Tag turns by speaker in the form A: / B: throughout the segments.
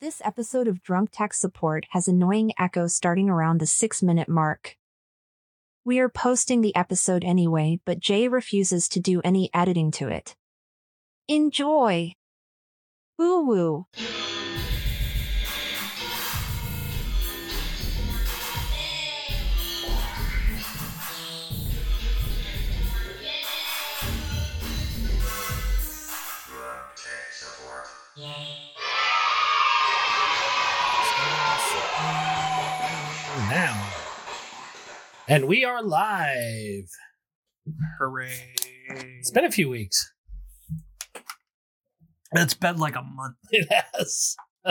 A: This episode of Drunk Tech Support has annoying echo starting around the six minute mark. We are posting the episode anyway, but Jay refuses to do any editing to it. Enjoy! Woo woo!
B: now. And we are live.
C: Hooray.
B: It's been a few weeks.
C: It's been like a month.
B: It has. uh,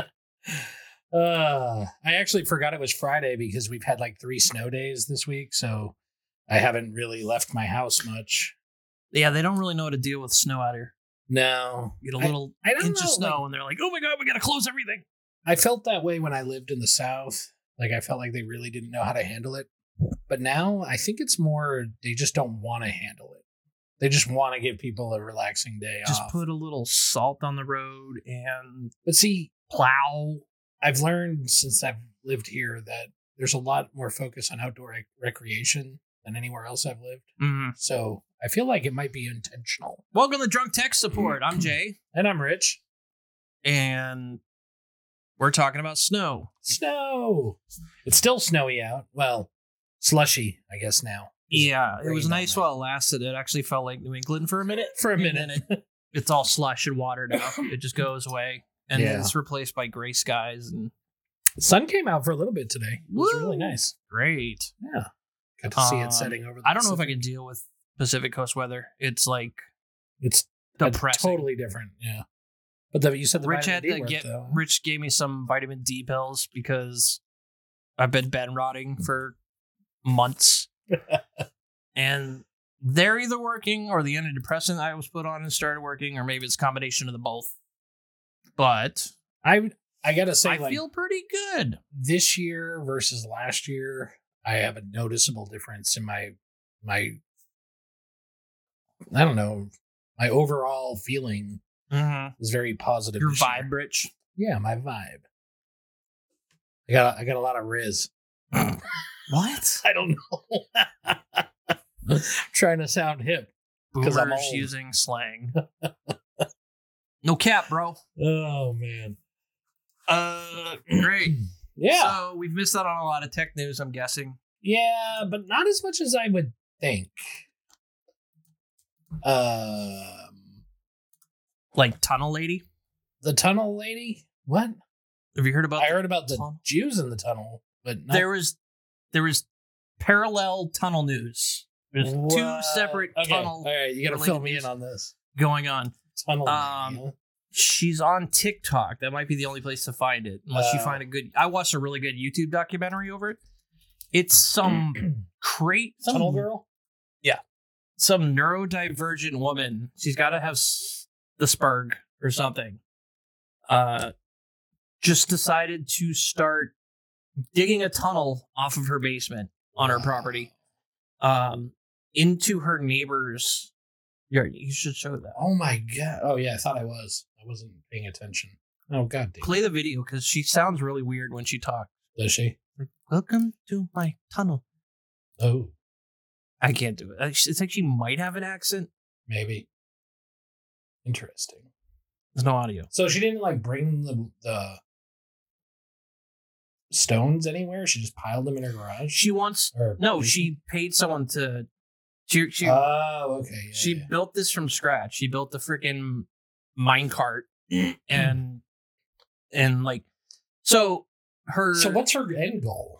B: I actually forgot it was Friday because we've had like three snow days this week. So I haven't really left my house much.
C: Yeah, they don't really know how to deal with snow out here.
B: No.
C: Get a little
B: I don't
C: inch
B: know,
C: of snow
B: like-
C: and they're like, oh my God, we got to close everything.
B: I felt that way when I lived in the South. Like I felt like they really didn't know how to handle it. But now I think it's more they just don't want to handle it. They just want to give people a relaxing day
C: Just
B: off.
C: put a little salt on the road and
B: but see,
C: plow.
B: I've learned since I've lived here that there's a lot more focus on outdoor rec- recreation than anywhere else I've lived.
C: Mm.
B: So I feel like it might be intentional.
C: Welcome to Drunk Tech Support. I'm Jay,
B: And I'm rich.
C: and we're talking about snow.
B: Snow. It's still snowy out. Well, slushy, I guess now.
C: Yeah, it
B: Rained
C: was
B: all
C: nice
B: night.
C: while it lasted. It actually felt like New England for a minute.
B: For a
C: And
B: minute.
C: then it- it's all slush and water now. It just goes away. And then
B: Yeah.
C: it's replaced by gray skies and
B: Sun came out for a little bit today. It was really
C: Woo.
B: nice.
C: great.
B: Yeah. Got to see
C: Um,
B: it setting over the
C: I don't know if I can deal with Pacific Coast weather. It's like
B: It's a-
C: depressing.
B: totally different. Yeah. But the, you said the
C: Rich had
B: vitamin D
C: to
B: worked,
C: get
B: though.
C: Rich gave me some vitamin D pills because I've been bed rotting for months, and they're either working or the antidepressant I was put on and started working, or maybe it's a combination of the both. But
B: I I gotta say
C: I
B: like
C: feel pretty good.
B: this year versus last year, I have a noticeable difference in my my I don't know, my overall feeling
C: Mm-hmm.
B: is very positive.
C: Your
B: this year.
C: vibe, Rich.
B: Yeah, my vibe. I got I got a lot of riz.
C: What?
B: I don't know. Trying to sound hip. 'Cause I'm
C: Boomers
B: old.
C: using slang. no cap, bro.
B: Oh man.
C: Uh, great.
B: Yeah.
C: So we've missed out on a lot of tech news, I'm guessing.
B: Yeah, but not as much as I would think. Um
C: Like Tunnel Lady.
B: the tunnel lady? What?
C: Have you heard about
B: I heard about the
C: tunnel?
B: Jews in the tunnel, but not,
C: there was there was parallel tunnel news There's two
B: What?
C: separate
B: Okay,
C: tunnel
B: All right, you got to
C: related
B: fill me
C: news.
B: in on this
C: going on.
B: tunnel.
C: Um,
B: lady,
C: She's on TikTok. That might be the only place to find it, unless you
B: Oh.
C: find a good. I watched a really good YouTube documentary over it. It's
B: huh?
C: some crate,
B: tunnel
C: some,
B: girl.
C: some neurodivergent woman. She's got to have s- the spurg or something. Uh, just decided to start digging a tunnel off of her basement on her
B: Wow.
C: property um, into her neighbor's yard. You should show that.
B: Oh my god! Oh yeah, I thought I was. I wasn't paying attention. Oh god, damn.
C: Play the video because she sounds really weird when she talks.
B: does she?
C: Like, welcome to my tunnel.
B: Oh,
C: I can't do it. Uh, It's like she might have an accent.
B: maybe. Interesting.
C: There's no audio.
B: So she didn't like bring the the stones anywhere. She just piled them in her garage.
C: She wants
B: Or-
C: No, she paid someone to. She she,
B: oh, okay. yeah,
C: she
B: yeah.
C: built this from scratch. She built the freaking minecart and and like so her.
B: So what's her end goal?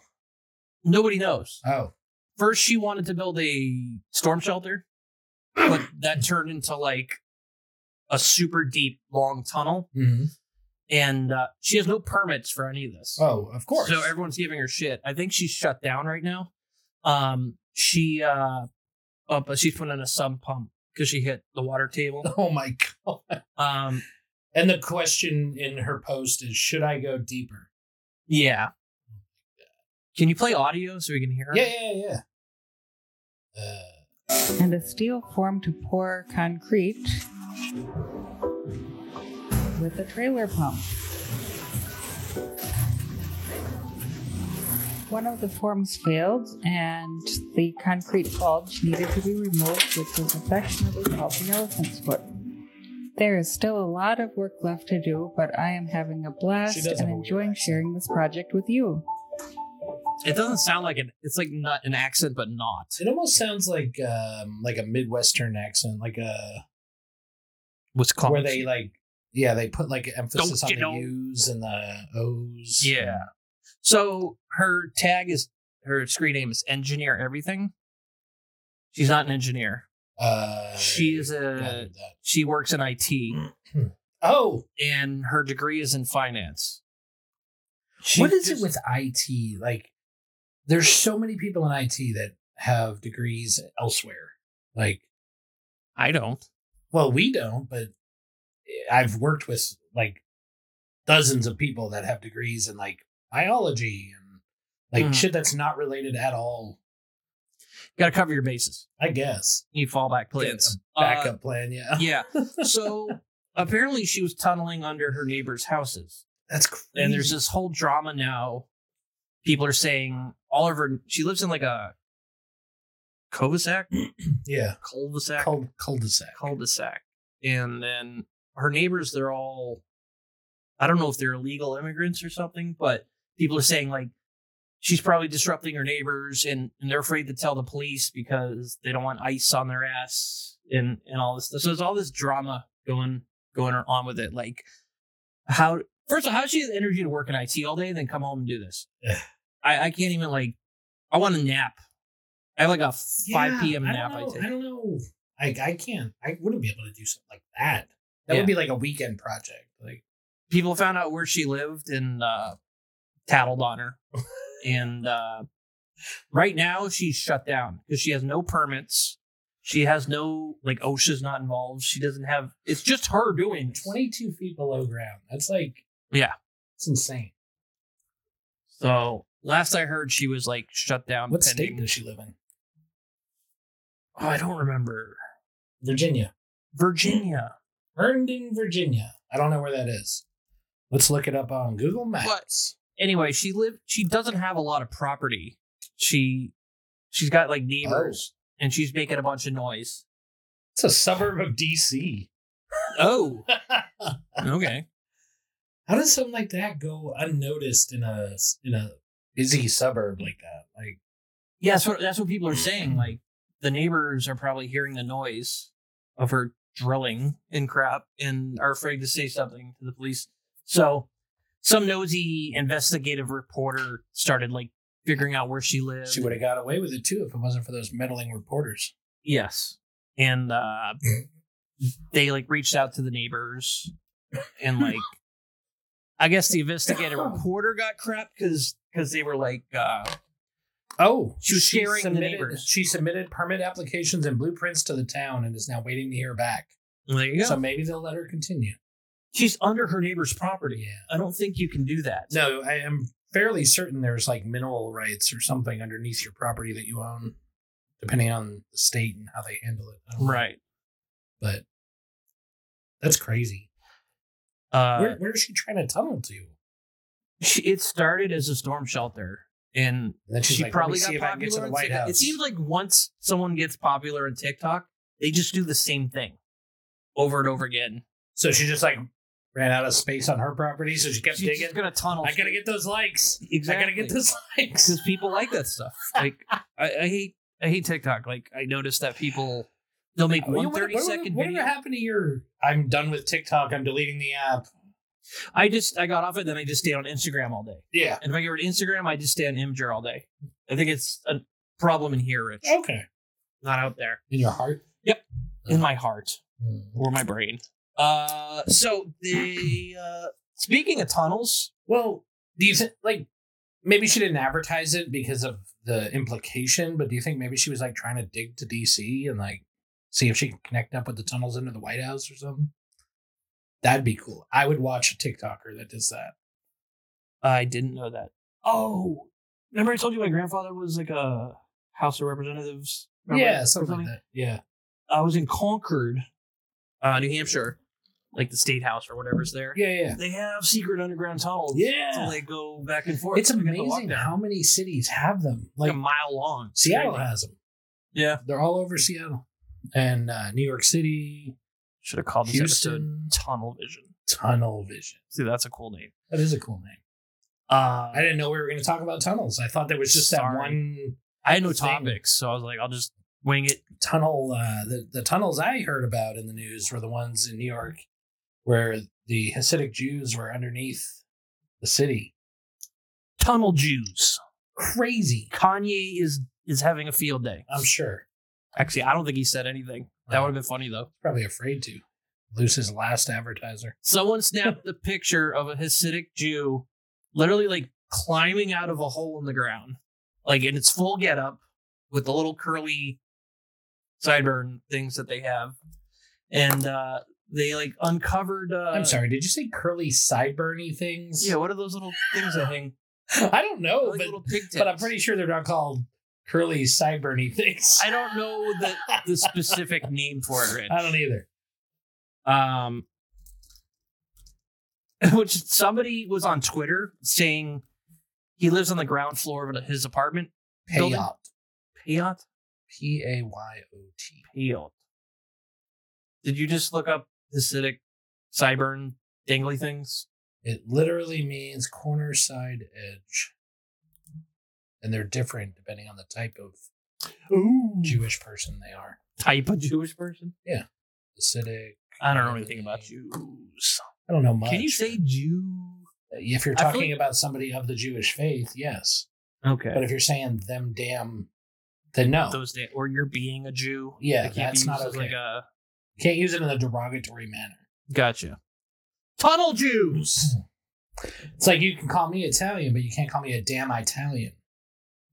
C: Nobody knows.
B: Oh,
C: First, she wanted to build a storm shelter, but that turned into like a super deep, long tunnel,
B: mhm.
C: and uh, she has no permits for any of this.
B: oh, of course.
C: So everyone's giving her shit. I think she's shut down right now. Um, she uh, oh, but she's putting in a sump pump because she hit the water table.
B: oh my god.
C: Um,
B: And the question in her post is, should I go deeper?
C: yeah. Can you play audio so we can hear? her?
B: Yeah, yeah, yeah. Uh,
D: and a steel form to pour concrete with a trailer pump. One of the forms failed, and the concrete bulge needed to be removed, which was affectionately called the elephant's foot. There is still a lot of work left to do, but I am having a blast
B: does have
D: and
B: a weird
D: enjoying
B: accent.
D: sharing this project with you.
C: It doesn't sound like an. It's like not an accent, but not.
B: It almost sounds like um like a midwestern accent, like a
C: What's called
B: where they like yeah they put like emphasis on
C: Don't you
B: the
C: know?
B: U's and the O's.
C: Yeah. So her tag is her screen name is Engineer Everything. She's not an engineer.
B: Uh,
C: She is a
B: gathered that.
C: she works in IT
B: Oh,
C: and her degree is in finance.
B: what is it with IT? Like, there's so many people in IT that have degrees elsewhere. Like,
C: I don't.
B: well, we don't, but eh, I've worked with like dozens of people that have degrees in like biology and like
C: Mhm.
B: shit that's not related at all.
C: Got to cover your bases.
B: I guess
C: You need fallback plans.
B: A backup plan. Yeah,
C: Uh, yeah. So apparently she was tunneling under her neighbors' houses.
B: that's crazy.
C: and there's this whole drama now. People are saying all of her. She lives in like a cul-de-sac,
B: yeah
C: cul-de-sac,
B: cul de sac.
C: cul-de-sac, and then her neighbors. They're all, I don't know if they're illegal immigrants or something, but people are saying like she's probably disrupting her neighbors, and, and they're afraid to tell the police because they don't want ice on their ass and and all this stuff. So there's all this drama going going on with it. Like how first of all, how does she have the energy to work in IT all day and then come home and do this?
B: Ugh.
C: I, I can't even like I want a nap. I have like a five PM
B: I
C: nap
B: don't
C: I
B: know.
C: take.
B: I don't know. I I can't. I wouldn't be able to do something like that. That
C: Yeah.
B: would be like a weekend project. Like
C: People found out where she lived and uh tattled on her. and uh right now she's shut down because she has no permits. She has no like OSHA's not involved. She doesn't have it's just her doing this.
B: 22 feet below ground. That's like
C: Yeah.
B: it's insane.
C: So last I heard she was like shut down
B: what state
C: pending-
B: does she live in?
C: Oh, I don't remember.
B: Virginia.
C: Virginia.
B: Herndon, Virginia. I don't know where that is. Let's look it up on Google Maps.
C: anyway, she lived. She doesn't have a lot of property. She she's got like neighbors,
B: Oh.
C: and she's making a bunch of noise.
B: It's a suburb of DC.
C: Oh, okay.
B: How does something like that go unnoticed in a in a busy suburb like that? Like
C: Yeah, that's what that's what people are saying. Like the neighbors are probably hearing the noise of her drilling and crap, and are afraid to say something to the police. So some nosy investigative reporter started like figuring out where she lived.
B: she would have got away with it too if it wasn't for those meddling reporters.
C: Yes. And uh they like reached out to the neighbors and like I guess the investigative reporter got crap because because they were like uh
B: Oh,
C: She was scaring the
B: submitted-
C: neighbors.
B: She submitted permit applications and blueprints to the town and is now waiting to hear back.
C: there you go.
B: So maybe they'll let her continue.
C: she's under her neighbor's property.
B: Yeah.
C: I don't think you can do that.
B: No, I am fairly certain there's like mineral rights or something underneath your property that you own, depending on the state and how they handle it. I don't know.
C: Right.
B: But that's crazy.
C: Uh
B: where, where is she trying to tunnel to?
C: she, it started as a storm shelter and
B: And then she's
C: she
B: like,
C: probably
B: probably Let me see if
C: got
B: I can
C: popular.
B: get to the
C: on
B: White
C: TikTok.
B: House.
C: It seems like once someone gets popular on TikTok, they just do the same thing over and over again.
B: so she just like ran out of space on her property, so she kept
C: She's
B: digging.
C: just gonna tunnel.
B: I gotta get those likes.
C: Exactly.
B: I gotta get those likes.
C: because people like that stuff. Like I, I hate I hate TikTok. Like I noticed that people they'll make
B: Well,
C: one
B: Oh, you- what-
C: 30 second
B: what,
C: video.
B: Whatever happened to your? I'm done with TikTok. I'm deleting the app.
C: I just I got off it, then I just stayed on Instagram all day.
B: Yeah.
C: And if I get rid of Instagram, I just stay on Imgur all day. I think it's a problem in here, Rich,
B: Okay.
C: not out there
B: In your heart. Uh-huh. Hmm.
C: in my heart or my brain. Uh, so the uh, speaking of tunnels,
B: Well, do you think like maybe she didn't advertise it because of the implication? But do you think maybe she was like trying to dig to DC and like see if she can connect up with the tunnels into the White House or something? That'd be cool. I would watch a TikToker that does that.
C: I didn't know that. Oh, remember I told you my grandfather was like a House of Representatives. member
B: yeah,
C: or
B: something like that. Yeah.
C: I was in Concord, uh, New Hampshire, like the state house or whatever's there.
B: Yeah, yeah.
C: They have secret underground tunnels.
B: Yeah.
C: So they go back and forth.
B: It's
C: so they have to walk
B: amazing
C: down.
B: how many cities have them.
C: like
B: Like
C: a mile long.
B: Seattle
C: Straight.
B: has them.
C: Yeah.
B: They're all over Seattle and uh, New York City,
C: Should have called this episode
B: Houston,
C: Tunnel Vision.
B: Tunnel Vision.
C: See, that's a cool name.
B: That is a cool name.
C: Uh,
B: I didn't know we were going to talk about tunnels. I thought there was just
C: Sorry.
B: that one
C: I had no
B: thing.
C: topics, so I was like, I'll just wing it.
B: tunnel. Uh, the, the tunnels I heard about in the news were the ones in New York where the Hasidic Jews were underneath the city.
C: Tunnel Jews.
B: Crazy,
C: Kanye is is having a field day.
B: I'm sure.
C: Actually, I don't think he said anything. That would have been funny though.
B: Probably afraid to lose his last advertiser.
C: Someone snapped a picture of a Hasidic Jew literally like climbing out of a hole in the ground, like in its full getup with the little curly sideburn things that they have. And uh, they like uncovered. Uh,
B: I'm sorry. Did you say curly sideburny things?
C: Yeah, what are those little things that hang?
B: I don't know,
C: Like
B: Oh, but,
C: little pigtails.
B: but I'm pretty sure they're not called curly sideburny things.
C: I don't know the, the specific name for it, Rich.
B: I don't e- either.
C: um which somebody was on twitter saying he lives on the ground floor of his apartment Building-
B: Payot.
C: Payot?
B: P A Y O T.
C: Payot. did you just look up hasidic cyburn dangly things
B: It literally means corner side edge. And they're different depending on the type of
C: Ooh.
B: Jewish person they are.
C: type of jewish person
B: Hasidic.
C: i don't know anything about jews
B: I don't know much. Uh,
C: can you say jew
B: if you're
C: I feel
B: talking
C: like-
B: about somebody of the Jewish faith? Yes, but
C: okay
B: if you're saying them damn, then no.
C: those days or you're being a jew
B: Yeah,
C: It can't be
B: that's not
C: used as
B: okay.
C: like a
B: Can't use it in a derogatory manner.
C: gotcha tunnel jews
B: It's like you can call me Italian, but you can't call me a damn Italian.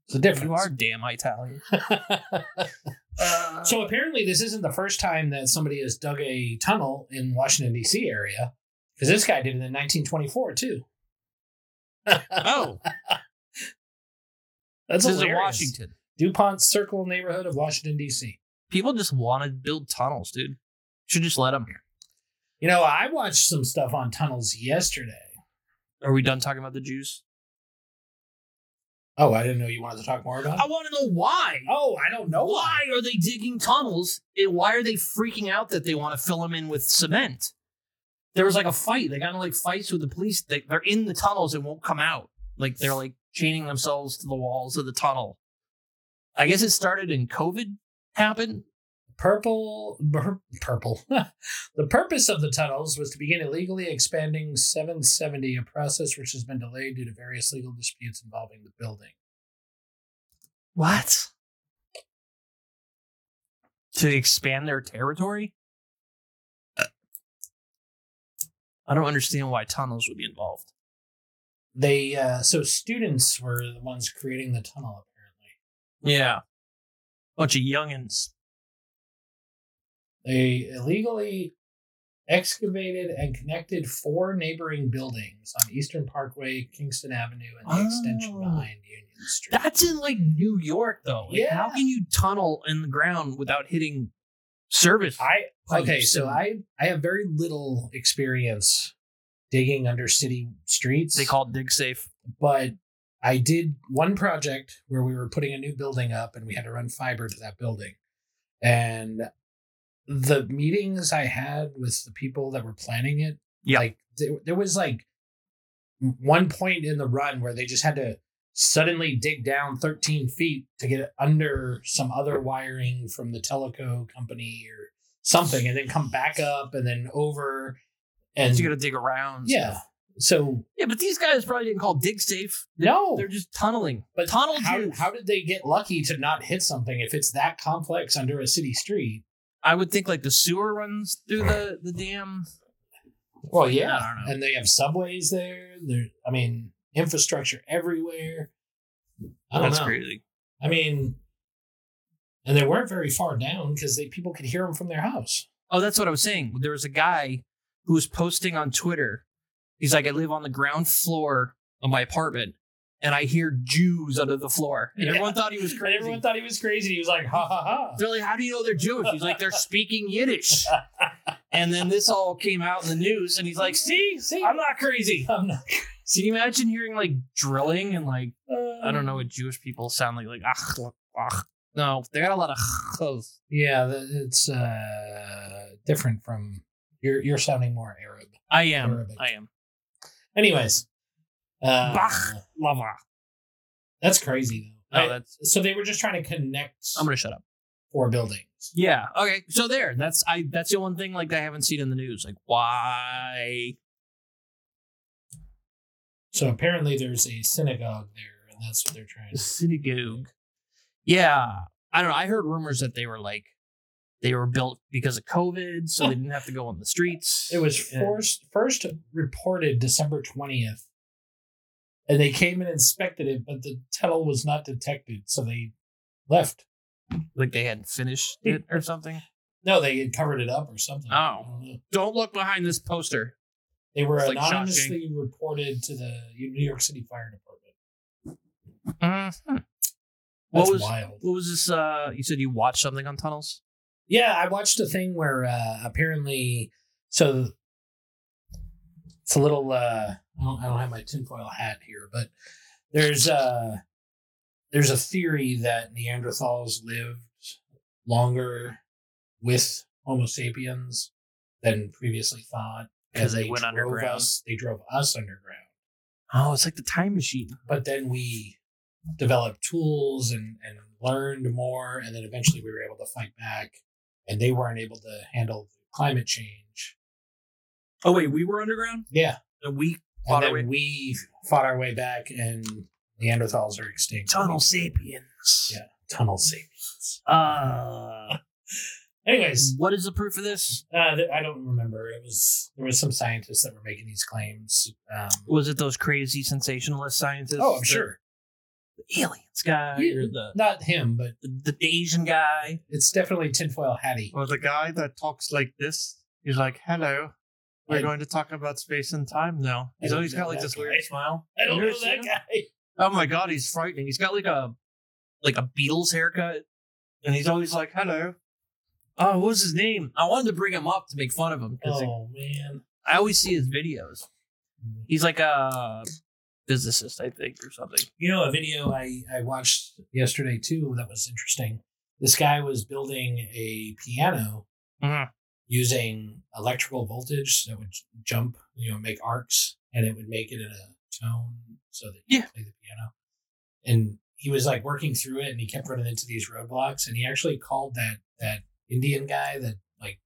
B: It's a difference.
C: you are damn italian Uh,
B: so apparently, this isn't the first time that somebody has dug a tunnel in Washington D.C. area, because this guy did it in 1924 too.
C: oh
B: That's
C: this is in
B: hilarious.
C: Washington.
B: Dupont Circle neighborhood of Washington D.C.
C: People just want to build tunnels, dude. Should just let them.
B: You know, I watched some stuff on tunnels yesterday.
C: Are we done talking about the Jews?
B: Oh, I didn't know you wanted to talk more about.
C: I
B: It.
C: want to know why.
B: Oh, I don't know
C: why are they digging tunnels? And why are they freaking out that they want to fill them in with cement? There was like a fight. They got into like fights with the police. They, they're in the tunnels and won't come out. Like they're like chaining themselves to the walls of the tunnel. I guess it started in COVID happened.
B: Purple, bur- purple. the purpose of the tunnels was to begin illegally expanding 770, a process which has been delayed due to various legal disputes involving the building.
C: What? To expand their territory? Uh, I don't understand why tunnels would be involved.
B: They uh, so students were the ones creating the tunnel apparently.
C: Yeah. Bunch of youngins.
B: They illegally excavated and connected four neighboring buildings on Eastern Parkway, Kingston Avenue, and the extension
C: Oh.
B: behind Union Street.
C: That's in like New York though. Like,
B: Yeah.
C: How can you tunnel in the ground without hitting service?
B: I
C: pipes
B: okay, so
C: and-
B: I I have very little experience digging under city streets.
C: they call it dig safe.
B: but I did one project where we were putting a new building up and we had to run fiber to that building. And the meetings I had with the people that were planning it,
C: Yeah.
B: like there, there was like one point in the run where they just had to suddenly dig down 13 feet to get under some other wiring from the teleco company or something and then come back up and then over and
C: you gotta dig around.
B: yeah so
C: Yeah, but these guys probably didn't call dig safe.
B: no
C: They're just tunneling.
B: But
C: tunnel
B: how,
C: Jews.
B: how did they get lucky to not hit something if it's that complex under a city street?
C: I would think like the sewer runs through the the dam.
B: Well,
C: yeah. I don't know.
B: and they have subways there. There, I mean, infrastructure everywhere. I don't
C: That's
B: know.
C: crazy.
B: I mean, and they weren't very far down because they people could hear them from their house.
C: Oh, that's what I was saying. There was a guy who was posting on Twitter. He's like, I live on the ground floor of my apartment, and I hear Jews under the floor. And
B: Yeah.
C: everyone thought he was
B: And
C: crazy.
B: everyone thought he was crazy. He was like, ha ha
C: They're like, how do you know they're Jewish? He's like, they're speaking Yiddish.
B: ha.
C: And then this all came out in the news, and he's like, see, see, I'm not crazy.
B: I'm not.
C: Can you imagine hearing like drilling and like,
B: Uh,
C: I don't know what Jewish people sound like, like, ach, ach. No, they got a lot of chs.
B: Yeah, th- it's uh, different from you're you're sounding more Arab.
C: I am.
B: Arabic.
C: I am.
B: Anyways, uh,
C: Bach. Lava.
B: That's crazy though.
C: No,
B: I-
C: Oh, that's.
B: so they were just trying to connect
C: I'm gonna shut up.
B: four buildings.
C: Yeah. Okay. So there. That's I. That's the one thing like I haven't seen in the news. Like why?
B: So apparently there's a synagogue there, and that's what they're trying.
C: The
B: to
C: synagogue. Yeah, I don't know. I heard rumors that they were like they were built because of COVID, so they didn't have to go on the streets.
B: It was
C: Yeah.
B: first first reported December twentieth, and they came and inspected it, but the tunnel was not detected, so they left.
C: like they hadn't finished it or something.
B: No, they had covered it up or something.
C: Oh.
B: I don't know.
C: Don't look behind this poster.
B: They were
C: It's like
B: anonymously reported to the New York City Fire Department.
C: Mhm.
B: That's
C: What was
B: wild.
C: what was this? Uh, you said you watched something on tunnels.
B: Yeah, I watched a thing where uh, apparently, so it's a little. Uh, I, don't, I don't have my tinfoil hat here, but there's uh there's a theory that Neanderthals lived longer with Homo sapiens than previously thought
C: 'Cause
B: and
C: they went
B: drove
C: underground.
B: us- they drove us underground,
C: Oh, it's like the time machine.
B: but then we developed tools and and learned more and then eventually we were able to fight back and they weren't able to handle climate change
C: Oh wait, we were underground.
B: yeah
C: And we
B: and
C: Fought our
B: then
C: way-
B: we fought our way back and neanderthals are extinct
C: tunnel sapiens.
B: Yeah. tunnel sapiens
C: Uh,
B: anyways
C: what is the proof of this?
B: uh, th- i don't remember it was there was some scientists that were making these claims um,
C: Was it those crazy sensationalist scientists?
B: oh i'm
C: that-
B: sure
C: aliens guy
B: Yeah.
C: or the,
B: not him but
C: the Asian guy
B: it's definitely tinfoil hattie
E: Or the guy that talks like this. He's like, hello. We're
B: I-
E: going to talk about space and time now.
B: I
E: He's
B: don't
E: always
B: know
E: got like
B: that
E: this
B: guy.
E: weird smile.
B: i don't
E: You
B: know
E: ever
B: that
E: seen him?
B: guy
E: Oh my god, he's frightening. He's got like a like a Beatles haircut. And he's always like, hello.
C: oh what was his name I wanted to bring him up to make fun of him because
B: oh man
C: I always see his videos he's like a physicist I think or something
B: You know, a video I, I watched yesterday too that was interesting. This guy was building a piano
C: Mhm.
B: using electrical voltage that would j- jump, you know, make arcs and it would make it in a tone so that you
C: Yeah.
B: could play the piano. And he was like working through it and he kept running into these roadblocks and he actually called that that Indian guy that like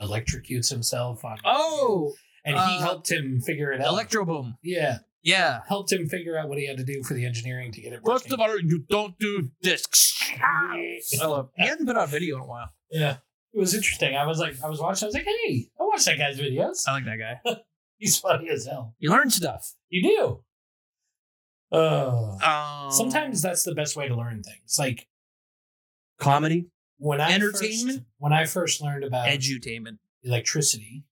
B: electrocutes himself on
C: oh
B: and he
C: uh,
B: helped him figure it out.
C: electro boom
B: yeah
C: yeah
B: helped him figure out what he had to do for the engineering to get it working.
C: first of all you don't do discs I love he hasn't been on video in a while
B: yeah, it was interesting. I was like, I was watching. I was like, hey, I watched that guy's videos.
C: I like that guy
B: He's funny as hell.
C: you learn stuff
B: You do. Oh.
C: um,
B: Sometimes that's the best way to learn things. Like
C: comedy
B: when I
C: Entertainment?
B: first, when I first learned about
C: edutainment
B: electricity,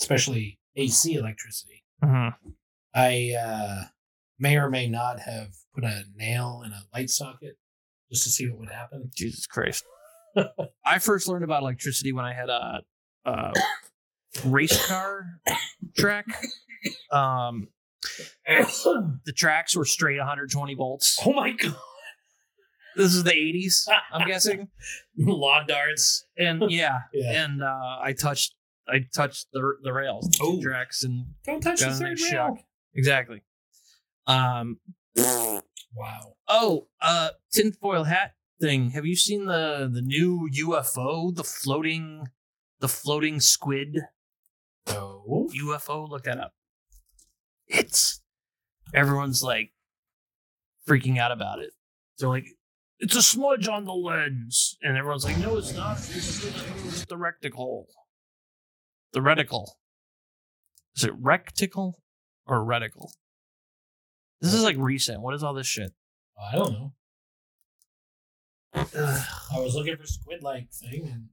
B: especially AC electricity,
C: Mhm.
B: I uh, may or may not have put a nail in a light socket just to see what would happen.
C: Jesus Christ. I first learned about electricity when I had a, a race car track. Um,
B: oh
C: the tracks were straight 120 volts.
B: my god!
C: This is the 80s, I'm guessing.
B: Lawn darts.
C: And yeah,
B: Yeah.
C: and uh, I touched I touched the the rails, the
B: Oh.
C: tracks, and
B: Don't touch
C: got
B: the
C: an
B: third
C: electric
B: rail.
C: shock. Exactly. Um.
B: Wow.
C: Oh, uh, tinfoil hat thing. Have you seen the the new UFO, the floating, the floating squid?
B: No.
C: UFO, look that up. It's everyone's like freaking out about it. They're like, it's a smudge on the lens. And everyone's like, no, it's not. It's the reticle. The reticle. Is it recticle or reticle? This is like recent. What is all this shit?
B: I don't know.
C: Ugh.
B: I was looking for squid like thing and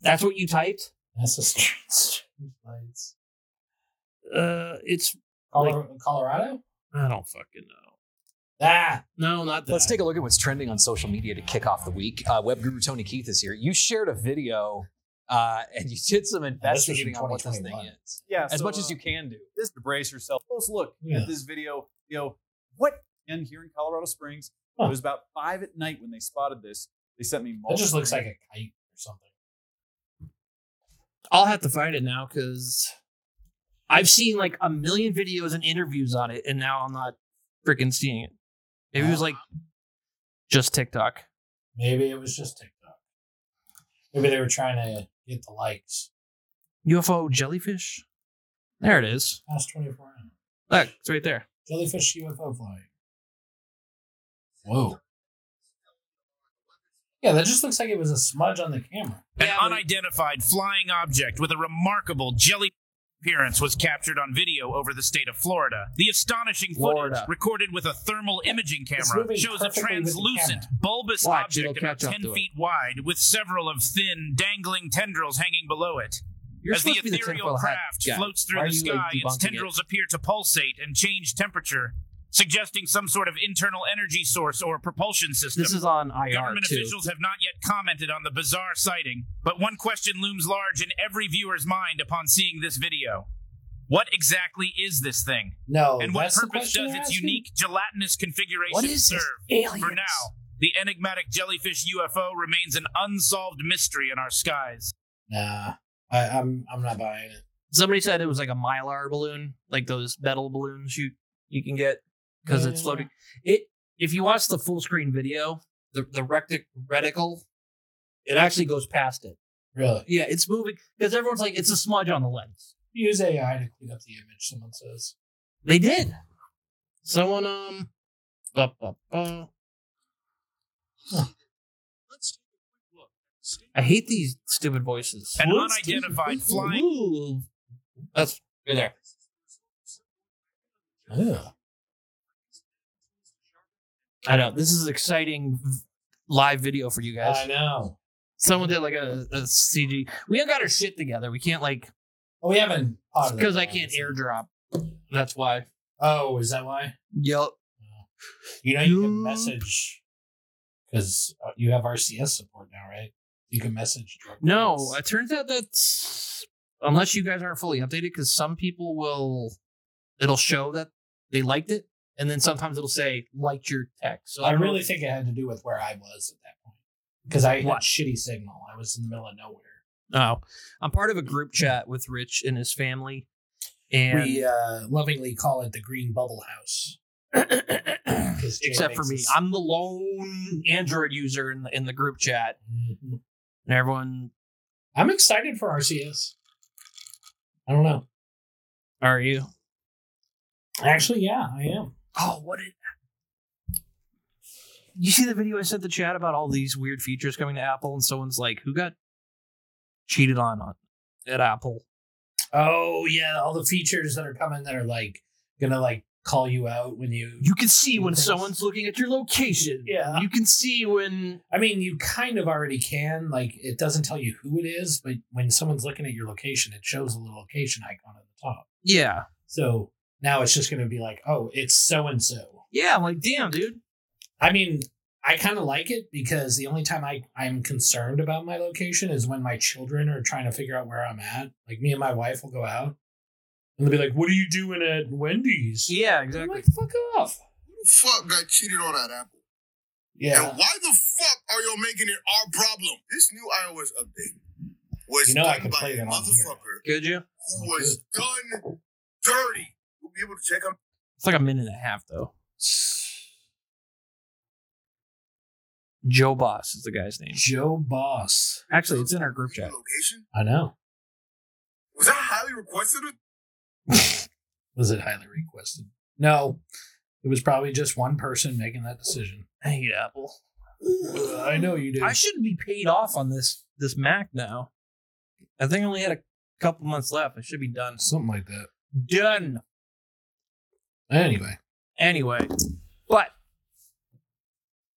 C: That's what you typed?
B: that's a strange lights.
C: Uh, it's
B: Color- Colorado?
C: I don't fucking know.
B: Ah,
C: No, not that.
F: Let's take a look at what's trending on social media to kick off the week. Uh, Web guru Tony Keith is here. You shared a video uh, and you did some
B: was in
F: investigating on what this thing
B: 2021.
F: is.
G: Yeah,
F: As
G: so,
F: much
G: uh,
F: as you can do.
G: Just brace yourself. Let's look
B: Yeah.
G: at this video. You know what? And here in Colorado Springs,
B: Huh.
G: it was about five at night when they spotted this. They sent me.
B: that just
G: multiple-
B: looks like a kite or something.
C: I'll have to find it now because I've seen like a million videos and interviews on it, and now I'm not freaking seeing it. Maybe it was like just TikTok.
B: Maybe it was just TikTok. Maybe they were trying to get the likes.
C: UFO jellyfish. There it is.
B: Past 24 hours.
C: Look, it's right there.
B: Jellyfish UFO flying. Whoa. Yeah, that just looks like it was a smudge on the camera.
H: An unidentified flying object with a remarkable jelly appearance was captured on video over the state of Florida. The astonishing
C: Florida.
H: footage, recorded with a thermal imaging
B: It's
H: camera,
B: moving
H: shows a
B: perfectly with the
H: translucent,
B: camera.
H: bulbous
C: Watch, it'll
H: object about
C: catch up
H: 10
C: to it.
H: feet wide with several of thin, dangling tendrils hanging below it.
C: You're
H: As the
C: supposed to be the
H: ethereal
C: tinfoil hat
H: craft
C: guy.
H: floats through
C: Why are
H: the
C: you, like,
H: sky, its
C: debunking
H: tendrils appear to pulsate and change temperature, suggesting some sort of internal energy source or propulsion system.
C: This is on IR
H: Government
C: too.
H: officials have not yet commented on the bizarre sighting, but one question looms large in every viewer's mind upon seeing this video. What exactly is this thing?
B: No,
H: and what
B: that's the
H: purpose
B: question
H: does
B: they're
H: its
B: asking?
H: unique gelatinous configuration
F: What is
H: serve?
F: this? Aliens.
H: For now, the enigmatic jellyfish UFO remains an unsolved mystery in our skies.
B: Nah, I, I'm I'm not buying it.
C: Somebody said it was like a mylar balloon, like those metal balloons you you can get because it's
B: Yeah.
C: floating. It if you watch the full screen video, the the recti- reticle, it actually goes past it.
B: Really,
C: Yeah, it's moving because everyone's like it's a smudge on the lens.
B: use AI to clean up the image. Someone says.
C: They did. Someone um up up. Uh, I hate these stupid voices.
H: An unidentified flying.
C: Ooh. That's right there. Oh,
B: Ugh.
C: I know this is exciting v- live video for you guys.
B: I know.
C: Someone did like a, a CG. We haven't got our shit together. We can't like
B: Oh, we haven't. potted
C: because
B: it
C: I
B: yet.
C: can't airdrop. That's why.
B: Oh, is that why?
C: Yep.
B: You know, you can
C: Nope.
B: message because you have RCS support now, right? You can message. directly.
C: No, it turns out that's unless you guys aren't fully updated, because some people will it'll show that they liked it, and then sometimes it'll say liked your text. So
B: I
C: don't-
B: really think it had to do with where I was at that point because I had
C: What?
B: shitty signal. I was in the middle of nowhere.
C: Oh, I'm part of a group chat with Rich and his family, and
B: we uh, lovingly call it the Green Bubble House. 'Cause Jay
C: except for
B: makes
C: me,
B: us-
C: I'm the lone Android user in the, in the group chat,
B: Mhm.
C: and everyone
B: I'm excited for RCS. I don't know.
C: are you?
B: Actually, yeah, I am.
C: Oh, what it. You see the video I sent the chat about all these weird features coming to Apple, and someone's like, "Who got cheated on on at Apple?"
B: Oh yeah, all the features that are coming that are like gonna like call you out when you.
C: You can see when
B: Yes.
C: someone's looking at your location.
B: Yeah.
C: you can see when
B: I mean, you kind of already can. Like, it doesn't tell you who it is, but when someone's looking at your location, it shows a little location icon at the top.
C: yeah,
B: So now it's just gonna be like, oh, it's so and so.
C: yeah. I'm like, damn, dude.
B: I mean, I kind of like it because the only time I, I'm concerned about my location is when my children are trying to figure out where I'm at. Like, me and my wife will go out and they'll be like, What are you doing at Wendy's?
C: Yeah,
B: I'm
C: exactly.
B: like, Fuck off.
I: Who the fuck got cheated on at Apple?
B: Yeah.
I: And why the fuck are y'all making it our problem? This new iOS update was
B: You know I
I: done
B: can
I: by
B: play
I: a
B: that on here.
I: motherfucker
C: Could you?
I: who was done dirty. You'll be able to check on
C: It's like a minute and a half though. Joe Boss is the guy's name.
B: Joe Boss.
C: Actually, it's in our group
I: your
C: chat.
I: location.
B: I know.
I: Was that highly requested?
B: Was it highly requested? No. It was probably just one person making that decision.
C: I hate Apple.
B: Ugh, I know you do.
C: I shouldn't be paid off on this this Mac now. I think I only had a couple months left. I should be done.
B: Something like that.
C: Done.
B: Anyway,
C: Anyway, but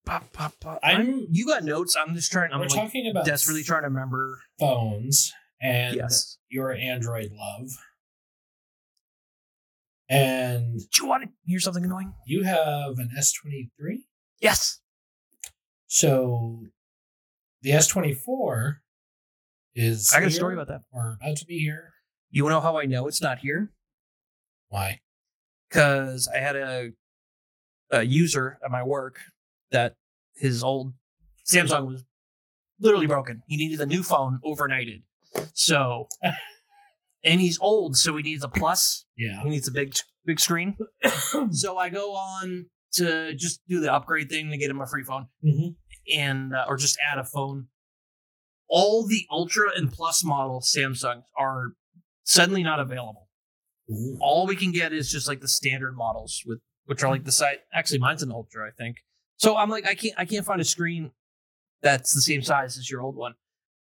C: pop, pop, pop.
B: I'm-
C: I'm- you got notes. I'm just trying. I'm
B: we're
C: like
B: talking about
C: desperately trying to remember.
B: phones and
C: yes.
B: your Android love. And
C: Do you want to hear something annoying?
B: you have an S23.
C: Yes.
B: So the S24 is.
C: I got
B: here,
C: a story about that.
B: Or about to be here.
C: You want to know how I know it's not here?
B: Why?
C: Because I had a, a user at my work that his old Samsung was literally broken. He needed a new phone overnighted. So, and he's old, so he needs a plus.
B: Yeah.
C: He needs a big big screen. so I go on to just do the upgrade thing to get him a free phone,
B: Mhm.
C: and uh, or just add a phone. All the Ultra and Plus model Samsungs are suddenly not available.
B: Ooh.
C: All we can get is just like the standard models with which are like the size. Actually, mine's an Ultra, I think. So I'm like, I can't, I can't find a screen that's the same size as your old one.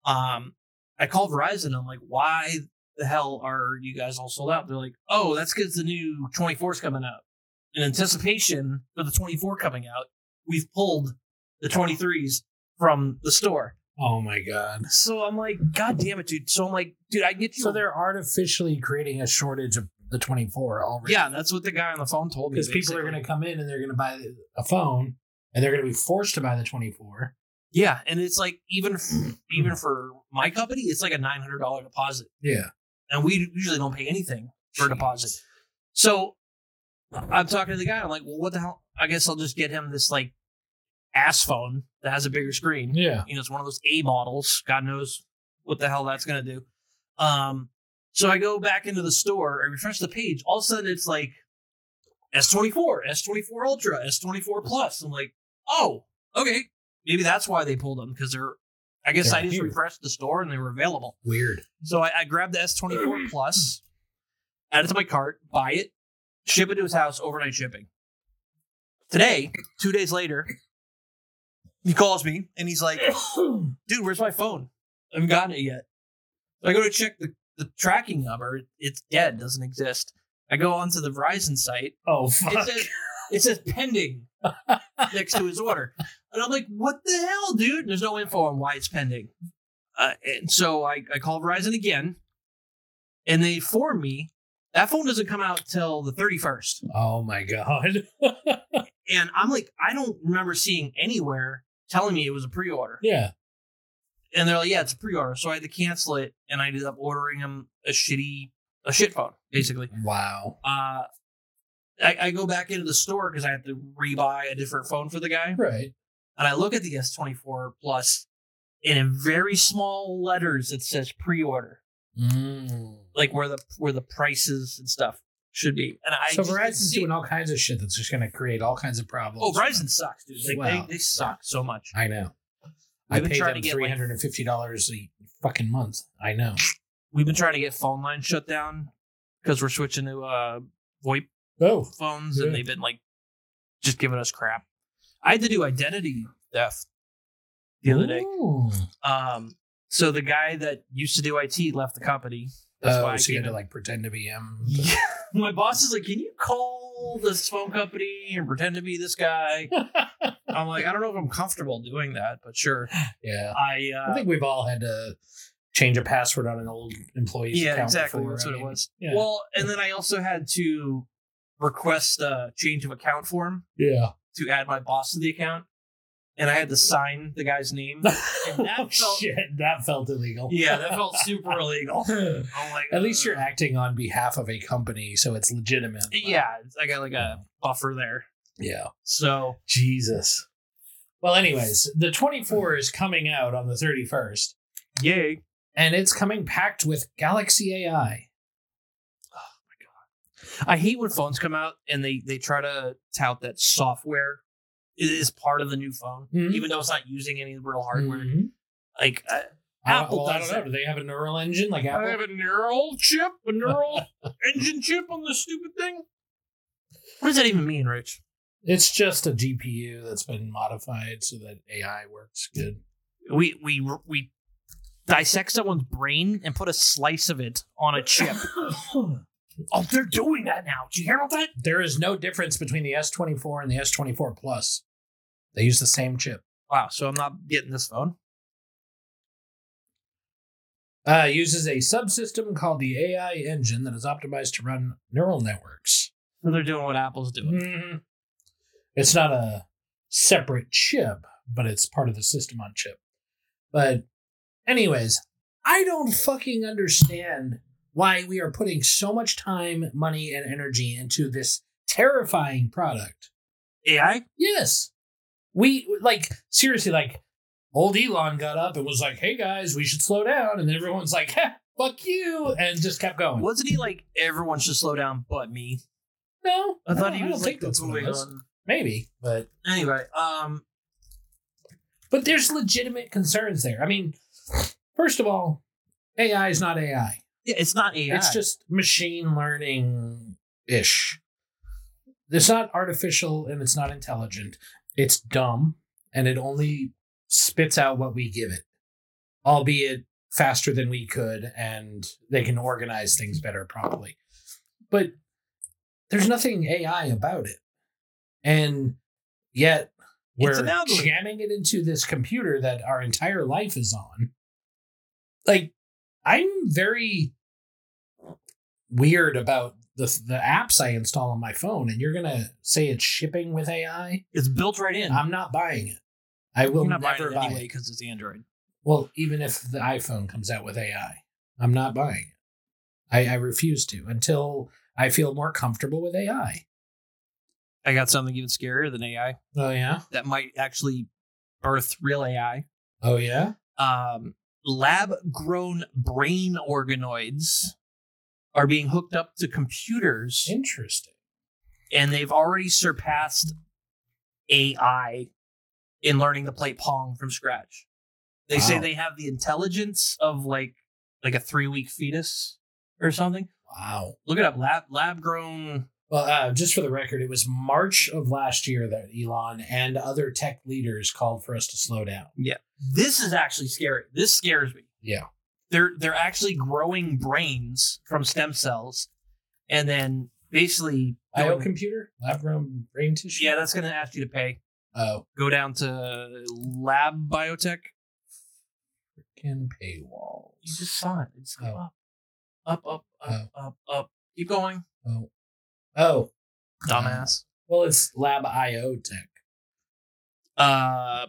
C: Um, I call Verizon. I'm like, why the hell are you guys all sold out? They're like, oh, that's because the new 24's coming out. In anticipation for the 24 coming out, we've pulled the 23s from the store.
B: Oh my God.
C: So I'm like, God damn it, dude. So I'm like, dude, I can get you.
B: So
C: a-
B: they're artificially creating a shortage of the 24 already.
C: yeah, that's what the guy on the phone told me.
B: Because people are
C: basically.
B: going to come in and they're going to buy a phone and they're going to be forced to buy the 24.
C: Yeah, and it's like even f- even for my company, it's like a nine hundred dollar deposit,
B: Yeah.
C: and we usually don't pay anything for a deposit. So I'm talking to the guy. I'm like, well, what the hell? I guess I'll just get him this like ass phone that has a bigger screen
B: Yeah.
C: you know, it's one of those A models. God knows what the hell that's gonna do. Um, so I go back into the store, I refresh the page. All of a sudden, it's like S24, S24 Ultra, S24 Plus. I'm like, oh, okay, maybe that's why they pulled them because they're. I guess
B: They're
C: I just
B: here.
C: refreshed the store and they were available.
B: Weird.
C: So I, I grabbed the S24 Plus, add it to my cart, buy it, ship it to his house, overnight shipping. Today, two days later, he calls me and he's like, dude, where's my phone? I haven't gotten it yet. So I go to check the, the tracking number. It's dead, doesn't exist. I go onto the Verizon site.
B: Oh,
C: It
B: fuck.
C: says, it says pending next to his order. And I'm like, what the hell, dude? There's no info on why it's pending. Uh, and so I, I call Verizon again, and they inform me that phone doesn't come out till the 31st.
B: Oh my God.
C: And I'm like, I don't remember seeing anywhere telling me it was a pre order.
B: yeah.
C: and they're like, "Yeah, it's a pre-order." So I had to cancel it, and I ended up ordering him a shitty, a shit phone, basically.
B: Wow.
C: Uh, I, I go back into the store because I had to rebuy a different phone for the guy,
B: Right.
C: and I look at the S24 Plus, and in very small letters it says pre-order,
B: Mm.
C: like where the where the prices and stuff should be. And I
B: so
C: just didn't
B: Verizon's
C: see it.
B: doing all kinds of shit that's just going to create all kinds of problems.
C: Oh, Verizon sucks, dude. Like,
B: Wow.
C: they, they suck so much.
B: I know. I
C: We've been
B: pay
C: trying
B: them
C: to get, like-
B: $350 a fucking month. I know.
C: We've been trying to get phone lines shut down because we're switching to uh, VoIP
B: Oh.
C: phones
B: Yeah.
C: and they've been like just giving us crap. I had to do identity theft the other day.
B: Ooh.
C: Um, so the guy that used to do IT left the company. That's
B: That's oh,
C: why I
B: so you
C: came
B: had to
C: in.
B: like pretend to be him.
C: My boss is like, "Can you call this phone company and pretend to be this guy?" I'm like, "I don't know if I'm comfortable doing that, but sure."
B: Yeah.
C: I uh,
B: I think we've all had to change a password on an old employee's
C: yeah,
B: account.
C: exactly.
B: before.
C: That's
B: I
C: what it
B: mean,
C: was.
B: yeah.
C: Well, and then I also had to request a change of account form
B: Yeah.
C: to add my boss to the account, and I had to sign the guy's name. And that
B: Oh,
C: felt-
B: shit, that felt illegal.
C: Yeah, that felt super illegal. I'm like,
B: At least you're
C: uh,
B: acting on behalf of a company, so it's legitimate.
C: Yeah, I got like a buffer there.
B: Yeah.
C: So
B: Jesus. Well, anyways, the 24 is coming out on the 31st,
C: yay.
B: and it's coming packed with Galaxy AI.
C: I hate when phones come out and they they try to tout that software is part of the new phone,
B: Mhm.
C: even though it's not using any real hardware. Like uh,
B: Apple Mm-hmm.
C: Apple
B: well, I don't
C: does
B: know.
C: that.
B: Do they have a neural engine like Apple?
C: a neural chip, a neural engine chip on this stupid thing. What does that even mean, Rich?
B: It's just a GPU that's been modified so that AI works good.
C: We we we dissect someone's brain and put a slice of it on a chip. oh, they're doing that now. Do you hear about that?
B: There is no difference between the S24 and the S24 Plus. They use the same chip.
C: Wow, so I'm not getting this phone.
B: Uh, uses a subsystem called the AI engine that is optimized to run neural networks.
C: So they're doing what Apple's doing.
B: Mhm. It's not a separate chip, but it's part of the system on chip. But, anyways, I don't fucking understand why we are putting so much time, money, and energy into this terrifying product.
C: AI?
B: Yes. We, like, seriously, like, old Elon got up and was like, hey guys, we should slow down. And everyone's like, ha, fuck you. And just kept going.
C: Wasn't he like everyone should slow down but me?
B: No.
C: I thought
B: don't-
C: he
B: don't
C: was
B: think
C: like the
B: that's what it
C: moving
B: was.
C: on.
B: Maybe, but.
C: Anyway, um,
B: But there's legitimate concerns there. I mean, first of all, AI is not AI.
C: yeah, it's not AI.
B: It's just machine learning ish. It's not artificial and it's not intelligent. It's dumb and it only spits out what we give it, albeit faster than we could, and they can organize things better probably. But there's nothing AI about it. And yet
C: It's
B: we're
C: an algorithm.
B: jamming it into this computer that our entire life is on. Like, I'm very weird about the the apps I install on my phone, and you're gonna say it's shipping with AI.
C: it's built right in.
B: I'm not buying it. I will
C: Hmm. You're not buying
B: never
C: it
B: buy
C: anyway
B: it.
C: because it's Android.
B: Well, even if the iPhone comes out with AI, I'm not buying it. I, I refuse to until I feel more comfortable with AI.
C: I got something even scarier than AI
B: Oh yeah.
C: that might actually birth real AI.
B: Oh yeah.
C: um, lab grown brain organoids are being hooked up to computers
B: Interesting.
C: and they've already surpassed AI in learning to play Pong from scratch. They say
B: Wow.
C: they have the intelligence of like like a three week fetus or something.
B: Wow.
C: Look it up. Lab lab grown.
B: Well, uh, just for the record, it was March of last year that Elon and other tech leaders called for us to slow down.
C: This is actually scary. This scares me.
B: Yeah.
C: they're they're actually growing brains from stem cells and then basically
B: IO
C: going-
B: computer, lab grown brain tissue.
C: yeah that's going to ask you to pay
B: Oh,
C: go down to lab biotech
B: freaking paywalls.
C: you just saw it it's
B: Oh.
C: up up up up up up keep going
B: Oh, oh.
C: dumbass
B: Well, it's lab IO tech.
C: uh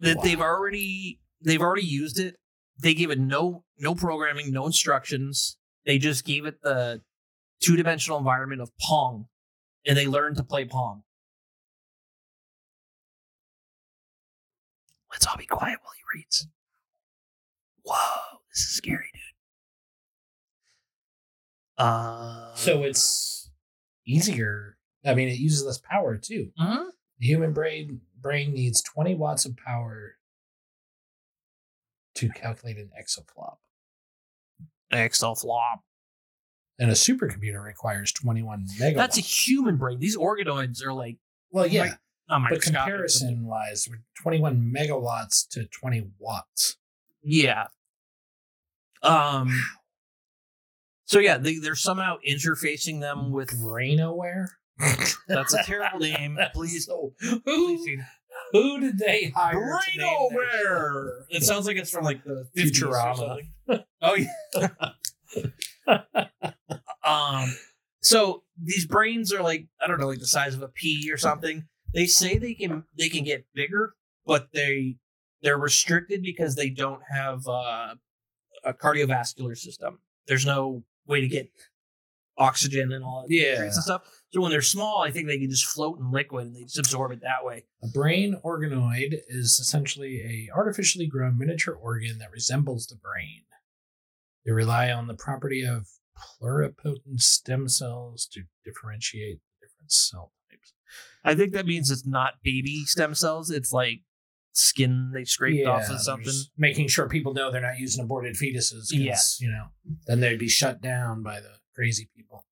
C: that
B: Wow.
C: they've already they've already used it they gave it no no programming no instructions they just gave it the two-dimensional environment of pong and they learned to play pong let's all be quiet while he reads whoa this is scary dude uh
B: So it's easier. I mean, it uses less power too.
C: Mhm.
B: The human brain brain needs 20 watts of power to calculate an exaflop,
C: excel flop
B: and a supercomputer requires 21 megawatts.
C: that's a human brain these organoids are like
B: well, yeah.
C: like, not
B: but
C: microscopic,
B: comparison wise, we're 21 megawatts to 20 watts.
C: Yeah. Um. So yeah, they, they're somehow interfacing them with.
B: brain aware.
C: That's a terrible name. Please.
B: So,
C: please
B: who,
C: see-
B: who did they hire? to name their
C: Brainaware. It sounds like it's from like the 50s or
B: Futurama.
C: something. Oh yeah. um. So these brains are like I don't know, like the size of a pea or something. They say they can they can get bigger, but they they're restricted because they don't have uh, a cardiovascular system. There's no way to get oxygen and all that
B: Yeah.
C: nutrients and stuff. So when they're small, I think they can just float in liquid and they just absorb it that way.
B: A brain organoid is essentially a artificially grown miniature organ that resembles the brain. They rely on the property of pluripotent stem cells to differentiate different cell types.
C: I think that means it's not baby stem cells. It's like skin they scraped off
B: they're
C: of something.
B: just Making sure people know they're not using aborted fetuses. 'cause,
C: Yeah.
B: You know, then they'd be shut down by the crazy people.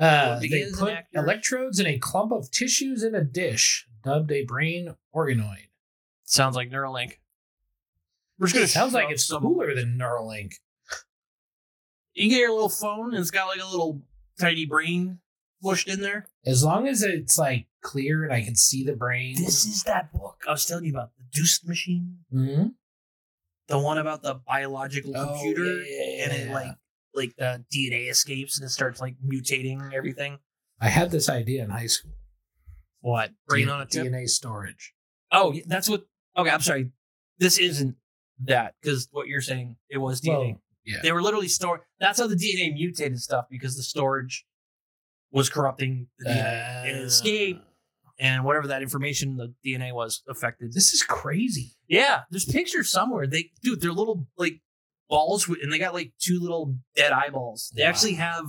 B: Uh,
C: Well, it
B: they
C: begins
B: put
C: in actor-
B: electrodes in a clump of tissues in a dish, dubbed a brain organoid.
C: Sounds like Neuralink. We're just gonna
B: It sounds like
C: shove
B: it's
C: some-
B: cooler than Neuralink.
C: You get your little phone and it's got like a little tiny brain pushed in there.
B: As long as it's like clear and I can see the brain.
C: This is that book I was telling you about, the Deuce Machine,
B: Mhm.
C: the one about the biological
B: Oh,
C: computer,
B: yeah, yeah,
C: and
B: yeah.
C: it like like the DNA escapes and it starts like mutating everything.
B: I had this idea in high school.
C: What? Brain on a tip?
B: DNA storage.
C: Oh, yeah, that's what. Okay, I'm sorry. This isn't that because what you're saying it was DNA.
B: Well, yeah.
C: They were literally stored. That's how the DNA mutated stuff because the storage was corrupting the DNA and it
B: Uh,
C: escaped, and whatever that information the DNA was affected.
B: This is crazy.
C: Yeah, there's pictures somewhere. They dude, they're little like balls, with, and they got like two little dead eyeballs. They
B: Wow.
C: actually have,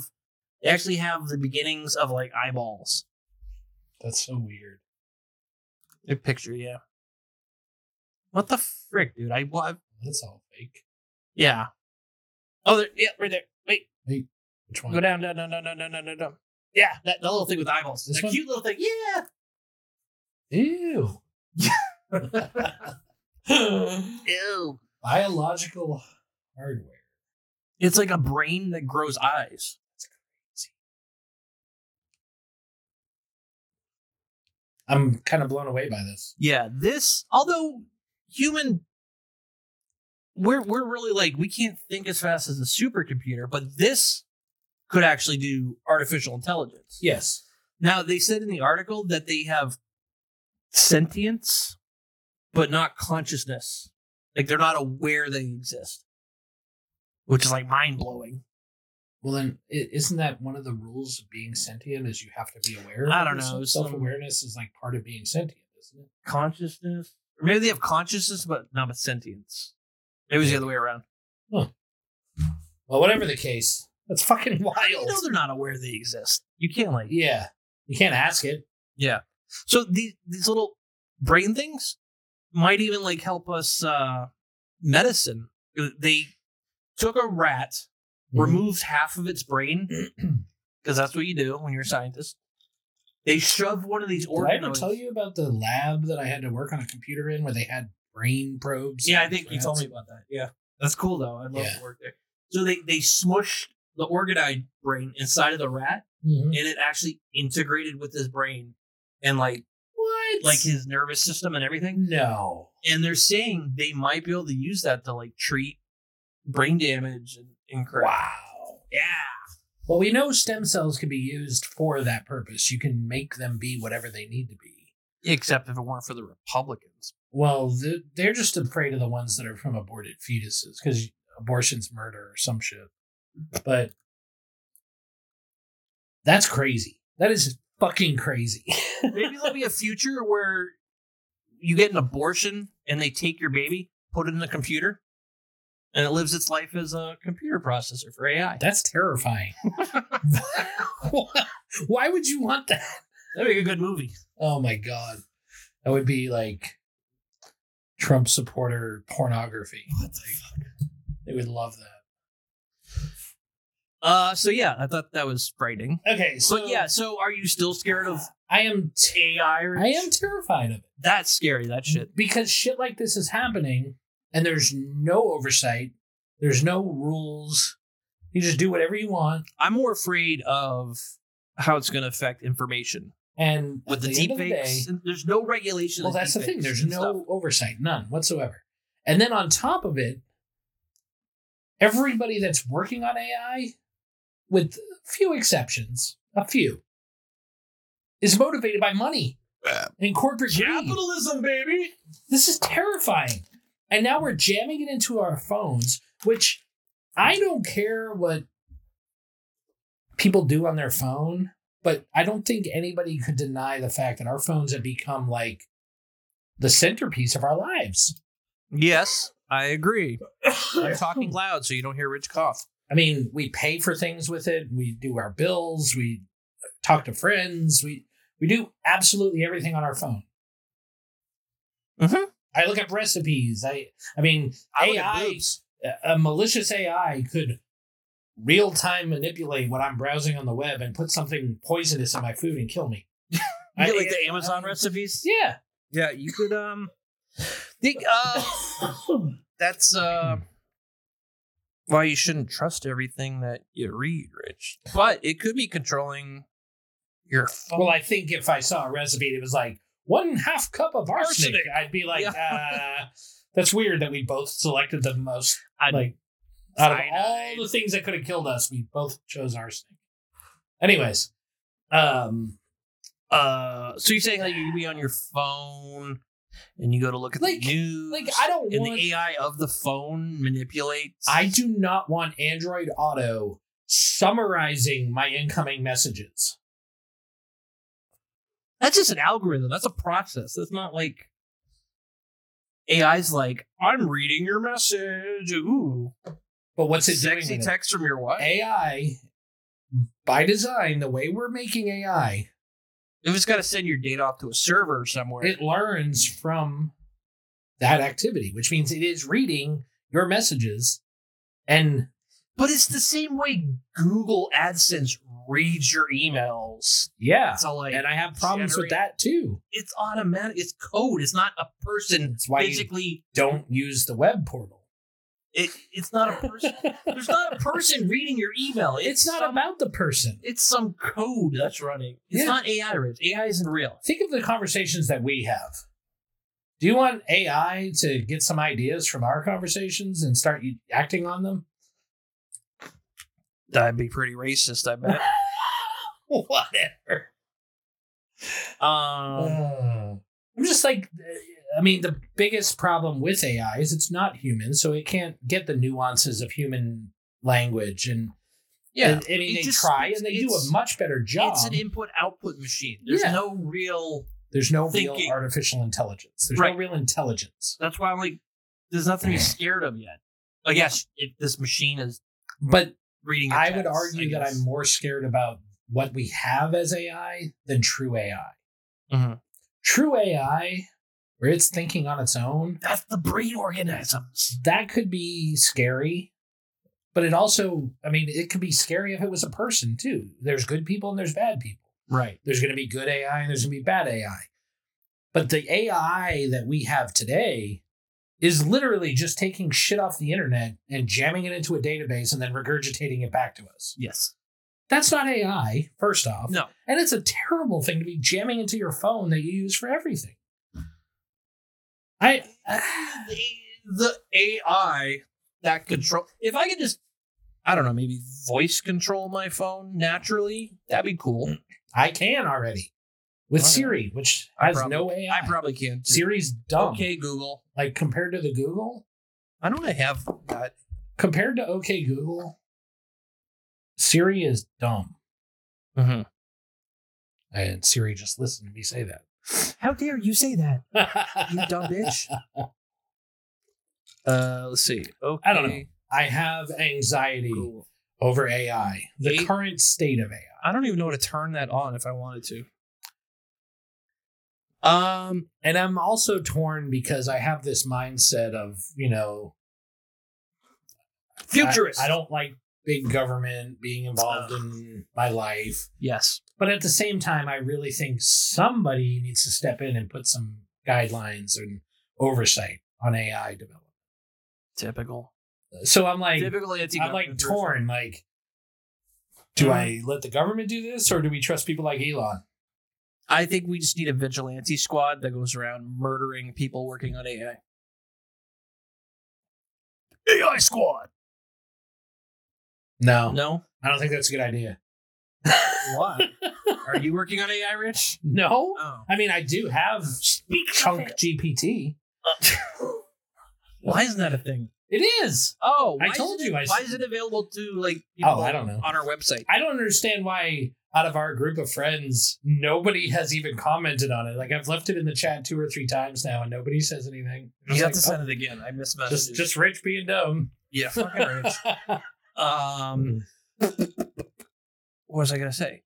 C: they actually have the beginnings of like eyeballs.
B: That's so weird.
C: A picture, yeah. What the frick, dude? I what?
B: That's all fake.
C: Yeah. Oh, there, yeah, right there. Wait,
B: Which
C: go
B: one?
C: down, down, down, down, down, down, down, down, down. Yeah, that, that little thing with eyeballs.
B: This
C: That
B: one?
C: cute little thing. Yeah.
B: Ew.
C: Ew.
B: Biological hardware.
C: It's like a brain that grows eyes.
B: I'm kind of blown away by this.
C: Yeah, this although human we're we're really like we can't think as fast as a supercomputer, but this could actually do artificial intelligence.
B: Yes.
C: Now they said in the article that they have sentience but not consciousness. Like they're not aware they exist. Which is like mind blowing.
B: Well, then, i- isn't that one of the rules of being sentient? Is you have to be aware.
C: I
B: of
C: don't
B: yourself?
C: know, some-
B: Self-awareness is like part of being sentient, isn't it?
C: Consciousness. Or maybe they have consciousness but not with sentience. Maybe it's the other way around.
B: Well, whatever the case, that's fucking
C: How do you
B: wild.
C: know they're not aware they exist? You can't like
B: Yeah, you can't ask it.
C: Yeah. So these these little brain things might even like help us uh medicine. They took a rat,
B: Mm-hmm.
C: removed half of its brain because that's what you do when you're a scientist. They shoved one of these
B: Did I ever
C: organoids.
B: tell you about the lab that I had to work on a computer in where they had brain probes?
C: Yeah, I
B: and
C: think you told
B: rats?
C: me about that. Yeah, that's cool though. I love
B: Yeah.
C: to work there. So they they smushed the organoid brain inside of the rat,
B: Mhm.
C: and it actually integrated with his brain and like
B: What?
C: like his nervous system and everything.
B: no.
C: and they're saying they might be able to use that to like treat brain damage and incorrect.
B: Wow.
C: Yeah.
B: Well, we know stem cells can be used for that purpose. You can make them be whatever they need to be.
C: Except if it weren't for the Republicans.
B: Well, th- they're just afraid of the ones that are from aborted fetuses because abortion's murder or some shit. But that's crazy. That is fucking crazy.
C: Maybe there'll be a future where you get an abortion and they take your baby, put it in a computer, and it lives its life as a computer processor for AI.
B: That's terrifying. Why would you want that?
C: That'd be a good movie.
B: Oh my God. That would be like Trump supporter pornography. Like, they would love that.
C: Uh so yeah, I thought that was frightening.
B: Okay, so
C: but yeah, so are you still scared of
B: I am t-
C: AI? Rich?
B: I am terrified of it.
C: That's scary, that shit.
B: because shit like this is happening and there's no oversight there's no rules you just do whatever you want
C: I'm more afraid of how it's going to affect information
B: and
C: with the
B: at end
C: deep
B: of day-
C: fakes. and There's no regulation.
B: well
C: of
B: that's the thing
C: deepfakes
B: there's
C: and
B: no
C: stuff.
B: oversight none whatsoever and then on top of it everybody that's working on ai with few exceptions a few is motivated by money and corporate greed.
C: capitalism, baby.
B: This is terrifying. And now we're jamming it into our phones, which I don't care what people do on their phone, but I don't think anybody could deny the fact that our phones have become like the centerpiece of our lives.
C: Yes, I agree. I'm talking loud so you don't hear Rich cough.
B: I mean, we pay for things with it, we do our bills, we talk to friends, we we do absolutely everything on our phone.
C: Mhm.
B: I look up recipes. I I mean,
C: I look at
B: AI,
C: boobs.
B: a a malicious AI could real time manipulate what I'm browsing on the web and put something poisonous in my food and kill me.
C: You get,
B: I-
C: like the Amazon recipes.
B: yeah.
C: Yeah, you could um. Think, uh, that's uh. Why you shouldn't trust everything that you read, Rich. But it could be controlling your phone.
B: Well, I think if I saw a recipe that was like one half cup of arsenic, I'd be like, uh, that's weird that we both selected the most
C: I'd-
B: like Out of
C: Cyanide.
B: all the things that could have killed us, we both chose arsenic. Anyways, um,
C: Uh, so you're saying like you can be on your phone and you go to look at
B: Like-
C: the news,
B: like I don't
C: and
B: want,
C: the AI of the phone manipulates.
B: I do not want Android Auto summarizing my incoming messages.
C: That's just an algorithm. That's a process. That's not like AI's like I'm reading your message. Ooh,
B: But what's it doing?
C: sexy
B: with it?
C: text from your wife?
B: AI by design, the way we're making AI,
C: If it's got to send your data off to a server somewhere,
B: it learns from that activity, which means it is reading your messages and
C: but it's the same way Google AdSense reads your emails.
B: yeah.
C: So like,
B: And I have problems with
C: generate-
B: that too.
C: it's automatic. It's code. It's not a person
B: That's why you-
C: physically.
B: Don't use the web portal.
C: It, it's not a person. There's not a person reading your email. It's,
B: It's not
C: some,
B: about the person.
C: It's some code that's running. It's
B: Yeah.
C: not AI. Rich. AI isn't real.
B: Think of the conversations that we have. Do you want AI to get some ideas from our conversations and start you- acting on them?
C: That'd be pretty racist. I bet.
B: Whatever.
C: um,
B: Uh, I'm just like, I mean, the biggest problem with AI is it's not human, so it can't get the nuances of human language. And
C: yeah.
B: and- I mean,
C: it
B: they
C: just-
B: try and they do
C: it's-
B: a much better job.
C: It's an input output machine. There's
B: Yeah.
C: no real.
B: There's no
C: thinking.
B: real artificial intelligence. There's
C: Right.
B: no real intelligence.
C: That's why I'm like, there's nothing to be scared of yet. Like, yes, it, this machine is
B: But
C: reading. your
B: I would
C: texts,
B: argue that
C: guess.
B: I'm more scared about what we have as AI than true AI.
C: Mhm.
B: True AI, where it's thinking on its own,
C: That's the brain organisms.
B: that could be scary. But it also, I mean, it could be scary if it was a person too. There's good people and there's bad people.
C: Right.
B: There's going to be good AI and there's going to be bad AI. But the AI that we have today is literally just taking shit off the internet and jamming it into a database and then regurgitating it back to us.
C: Yes.
B: That's not AI, first off.
C: No.
B: And it's a terrible thing to be jamming into your phone that you use for everything. I
C: the AI that control. If I could just, I don't know, maybe voice control my phone naturally, that'd be cool.
B: I can already with
C: Okay.
B: Siri, which
C: Oh, I
B: has
C: probably-
B: no AI.
C: I probably can. too.
B: Siri's dumb.
C: Okay, Google.
B: Like compared to the Google,
C: I don't have that.
B: compared to OK Google, Siri is dumb.
C: Mm-hmm.
B: And Siri just listened to me say that.
C: How dare you say that, dumb bitch? Uh, let's see. Okay.
B: I don't know. I have anxiety
C: Google.
B: over AI, the
C: Eight-
B: current state of AI.
C: I don't even know how to turn that on if I wanted to. Um,
B: And I'm also torn because I have this mindset of, you know,
C: futurist.
B: I, I don't like big government being involved in my life.
C: Yes.
B: But at the same time, I really think somebody needs to step in and put some guidelines and oversight on AI development.
C: Typical.
B: So I'm like,
C: Typically, it's
B: I'm like torn. Like, do I
C: Mm-hmm.
B: let the government do this or do we trust people like Elon?
C: I think we just need a vigilante squad that goes around murdering people working on AI. AI squad.
B: No,
C: No.
B: I don't think that's a good idea.
C: What? Are you working on AI, Rich?
B: No,
C: Oh.
B: I mean, I do have Chunk GPT.
C: Why isn't that a thing?
B: It is.
C: Oh,
B: I
C: why
B: told
C: is it-
B: you I-
C: Why is it available to like?
B: Oh, I don't know.
C: On our website.
B: I don't understand why out of our group of friends, nobody has even commented on it. Like I've left it in the chat two or three times now, and nobody says anything.
C: You
B: Just
C: have
B: like,
C: to
B: oh,
C: send it again. I missed messages.
B: just, just rich being dumb.
C: yeah, fucking Rich.
B: Mm.
C: Um, what was I gonna say?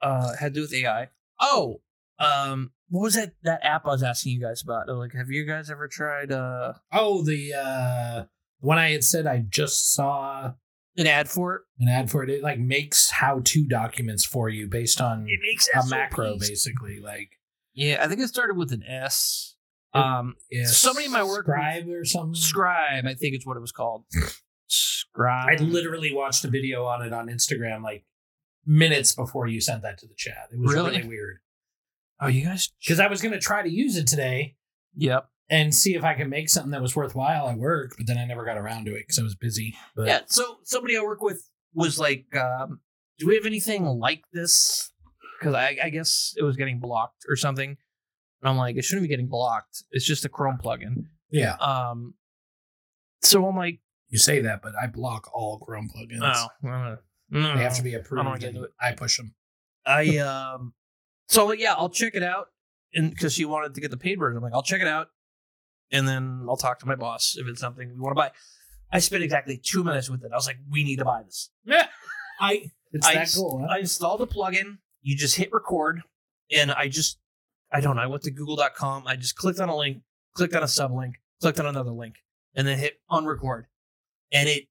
C: Uh, had to do with AI. Oh, um, what was that that app I was asking you guys about? They're Like, have you guys ever tried uh
B: oh, the uh, one I had said I just saw
C: an ad for it?
B: an ad for it. It like makes how-to documents for you based on
C: makes
B: a macro, basically. Like
C: Yeah, I think it started with an S. Um,
B: yeah,
C: Somebody in my work-
B: scribe or
C: Mm.
B: something.
C: Scribe, I think it's what it was called.
B: I
C: Scribe.
B: literally watched a video on it on Instagram like minutes before you sent that to the chat. It was
C: Really?
B: really weird.
C: Oh, you guys.
B: because I was going to try to use it today,
C: Yep.
B: and see if I could make something that was worthwhile at work. But then I never got around to it because I was busy. But
C: Yeah. So somebody I work with was like, um, "Do we have anything like this?" Because I, I guess it was getting blocked or something. And I'm like, it shouldn't be getting blocked. It's just a Chrome plugin.
B: yeah,
C: Um, so I'm like,
B: you say that, but I block all Chrome plugins.
C: oh, uh, no.
B: They have to be
C: I don't
B: approved.
C: get
B: and
C: into it.
B: I push them.
C: I um, so I'm like, yeah, I'll check it out, and because she wanted to get the paid version, I'm like, I'll check it out, and then I'll talk to my boss if it's something we want to buy. I spent exactly two minutes with it. I was like, we need to buy this. I
B: It's
C: I
B: that
C: s-
B: cool. Huh?
C: I installed the plugin. You just hit record, and I just I don't know. I went to Google.com. I just clicked on a link, clicked on a sublink, clicked on another link, and then hit unrecord, and it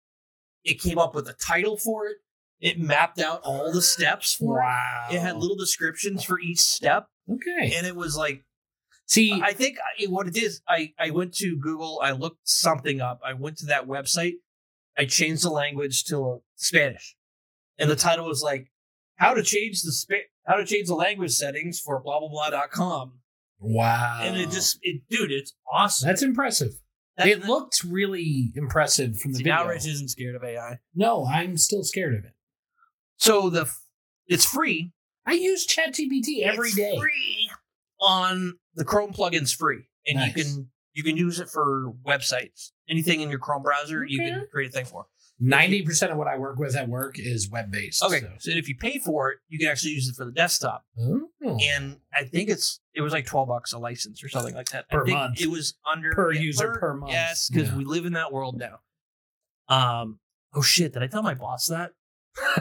C: it came up with a title for it. It mapped out all the steps for it.
B: wow.
C: It had little descriptions for each step,
B: Oh. okay.
C: and it was like
B: See,
C: I think I, what it is. I I went to Google. I looked something up. I went to that website. I changed the language to Spanish, and the title was like "How to change the spa- How to change the language settings for blah blah blah dot com."
B: wow.
C: And it just it dude, it's awesome.
B: that's impressive.
C: That-
B: Oh. it looked really impressive from the
C: See,
B: video.
C: now Rich isn't scared of AI.
B: No, I'm still scared of it.
C: So the f- it's free.
B: I use ChatGPT every
C: It's
B: day.
C: free on the Chrome plugin's free, and you
B: Nice.
C: can you can use it for websites. Anything in your Chrome browser, you
B: Okay.
C: can create a thing for.
B: Ninety percent of what I work with at work is web based.
C: Okay, so, if you pay for it, you can actually use it for the desktop.
B: Oh,
C: And I think it's it was like twelve bucks a license or something like that. I
B: Per
C: think
B: month.
C: It was under
B: Per
C: yeah,
B: user, per month.
C: Yes, because
B: Yeah.
C: we live in that world now. Um. Oh shit! Did I tell my boss that?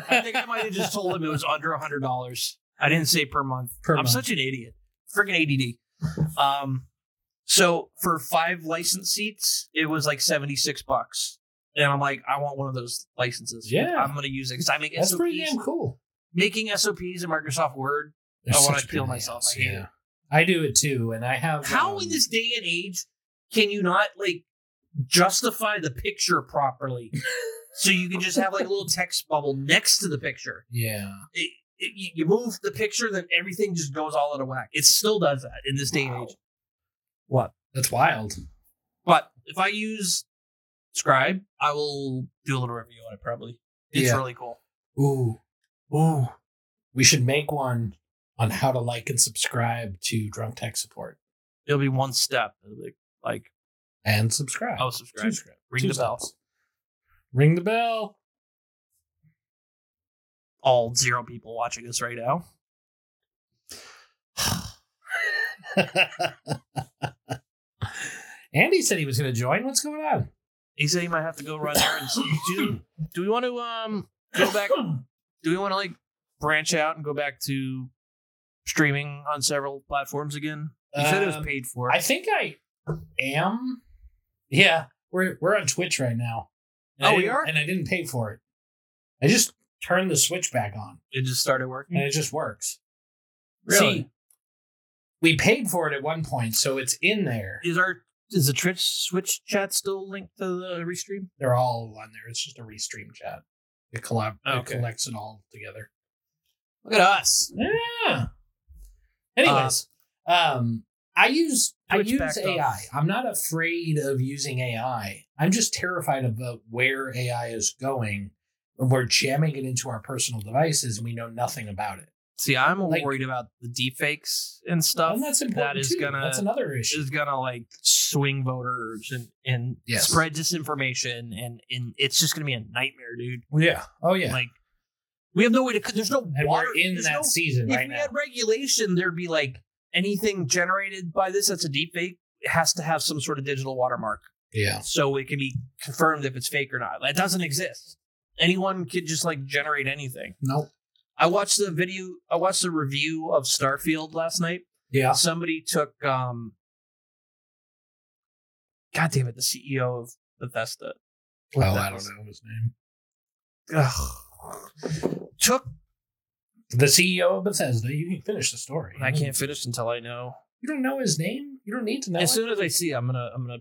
C: I think I might have just told him it was under a hundred dollars. I didn't say per month.
B: Per
C: I'm
B: month.
C: such an idiot. Freaking ADD. Um, so for five license seats, it was like seventy six bucks, and I'm like, I want one of those licenses.
B: Yeah.
C: I'm gonna use it because I make
B: That's
C: SOPs.
B: pretty damn cool.
C: Making SOPs in Microsoft Word.
B: They're
C: Oh, I wanna
B: such pain
C: kill
B: in the
C: myself.
B: ass,
C: I hate
B: yeah. I do it too, and I have
C: How
B: um,
C: in this day and age can you not like justify the picture properly? so you can just have like a little text bubble next to the picture.
B: Yeah,
C: It, it, you- you move the picture, then everything just goes all out of whack. It still does that in this day and age. What?
B: that's wild.
C: But if I use Scribe, I will do a little review on it probably. It's
B: Yeah.
C: really cool.
B: Ooh,
C: Ooh.
B: we should make one on how to like and subscribe to Drunk Tech Support
C: It'll be one step. Like, like
B: and subscribe.
C: I'll subscribe.
B: Subscribe.
C: Oh, Ring
B: Two
C: the bell.
B: steps. Ring the bell.
C: all zero people watching us right now.
B: Andy said he was going to join. What's going on?
C: He said he might have to go run errands. do do we want to um go back? Do we want to like branch out and go back to streaming on several platforms again? You said it was
B: Um,
C: paid for.
B: I think I am. Yeah, we're we're on Twitch right now. And I
C: Oh, we
B: didn't-
C: are?
B: and I didn't pay for it. I just turned the switch back on,
C: it just started working.
B: and it just works.
C: Really?
B: See, we paid for it at one point, so it's in there.
C: Is our is the Twitch Switch chat still linked to the restream?
B: They're all on there. It's just a restream chat. It collab.
C: Okay.
B: It collects it all together.
C: Look at us.
B: Yeah.
C: Uh,
B: Anyways, um, I use I
C: Twitch
B: use
C: backed off.
B: AI. I'm not afraid of using AI. I'm just terrified about where AI is going. And we're jamming it into our personal devices, and we know nothing about it.
C: See, I'm
B: Like-
C: worried about the deepfakes and stuff.
B: and that's important.
C: that is
B: too.
C: gonna
B: That's another issue.
C: is gonna like swing voters and and
B: Yes.
C: spread disinformation and and it's just gonna be a nightmare, dude.
B: Yeah. Oh yeah.
C: Like we have no way to. There's no
B: and
C: water
B: we're in
C: there's
B: that
C: no-
B: season
C: if
B: right
C: we
B: now.
C: had regulation, there'd be like anything generated by this that's a deep fake has to have some sort of digital watermark,
B: yeah.
C: so it can be confirmed if it's fake or not. That doesn't exist. Anyone could just like generate anything.
B: Nope.
C: I watched the video. I watched the review of Starfield last night.
B: Yeah.
C: Somebody took um. God damn it! The CEO of
B: Oh,
C: Bethesda. What the
B: I
C: hell's-
B: don't know his name.
C: Ugh. Took.
B: The CEO of Bethesda. You can finish the story.
C: I can't finish until I know.
B: You don't know his name. You don't need to know.
C: As
B: it.
C: soon as I see, I'm gonna, I'm gonna.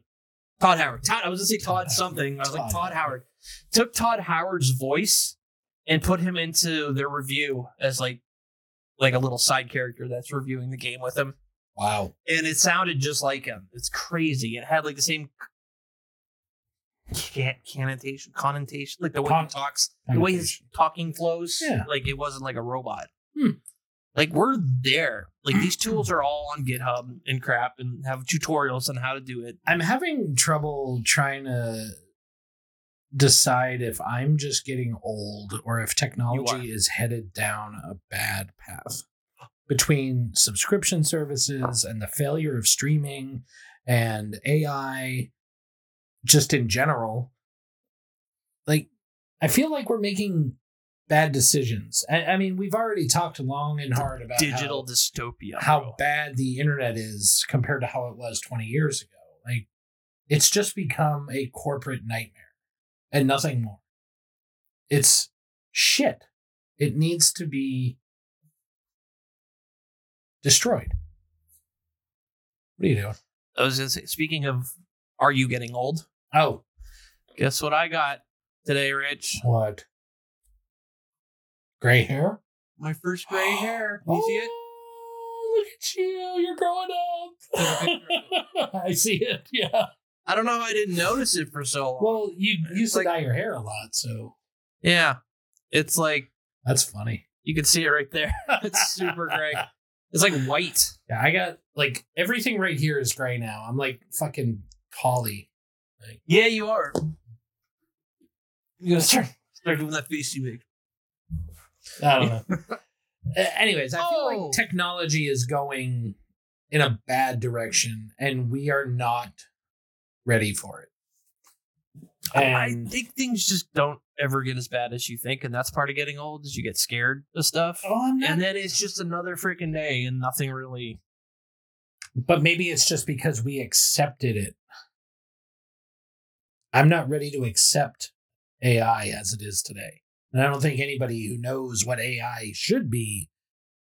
C: Todd Howard. Todd. I was gonna say Todd,
B: Todd
C: something. I was like
B: Todd
C: Todd
B: Howard.
C: Howard. Took Todd Howard's voice and put him into their review as like, like a little side character that's reviewing the game with him.
B: Wow.
C: and it sounded just like him. It's crazy. It had like the same can connotation, connotation, like the way
B: Con-
C: he talks, the way his
B: Connotation.
C: talking flows.
B: Yeah.
C: Like it wasn't like a robot.
B: Hmm.
C: Like we're there. Like these tools are all on GitHub and crap, and have tutorials on how to do it.
B: I'm having trouble trying to decide if I'm just getting old or if technology is headed down a bad path between subscription services and the failure of streaming and AI just in general. Like, I feel like we're making bad decisions. I, I mean, we've already talked long and hard about
C: Digital
B: how-
C: dystopia.
B: how
C: bro.
B: bad the internet is compared to how it was 20 years ago. Like, it's just become a corporate nightmare and nothing more. It's shit. It needs to be destroyed. What are you doing?
C: I was gonna say. Speaking of, are you getting old?
B: Oh,
C: Guess what I got today, Rich?
B: what? Gray hair?
C: My first gray hair. You see it?
B: Oh, Look at you. You're growing up. I see it. Yeah.
C: I don't know. how I didn't notice it for so long.
B: Well, you you used
C: It's like-
B: to dye your hair a lot, so
C: Yeah. It's like
B: that's funny.
C: you can see it right there. It's super gray. It's like white.
B: Yeah, I got like everything right here is gray now. I'm like fucking Polly.
C: Yeah, you are. You gotta start start doing that face you make.
B: I don't know. A- Anyways, I feel
C: Oh.
B: like technology is going in a bad direction, and we are not ready for it.
C: Oh, I
B: And
C: think things just don't ever get as bad as you think, and that's part of getting old is you get scared of stuff.
B: oh, I'm not.
C: And then it's just another freaking day and nothing really
B: but maybe it's just because we accepted it. I'm not ready to accept AI as it is today. And I don't think anybody who knows what AI should be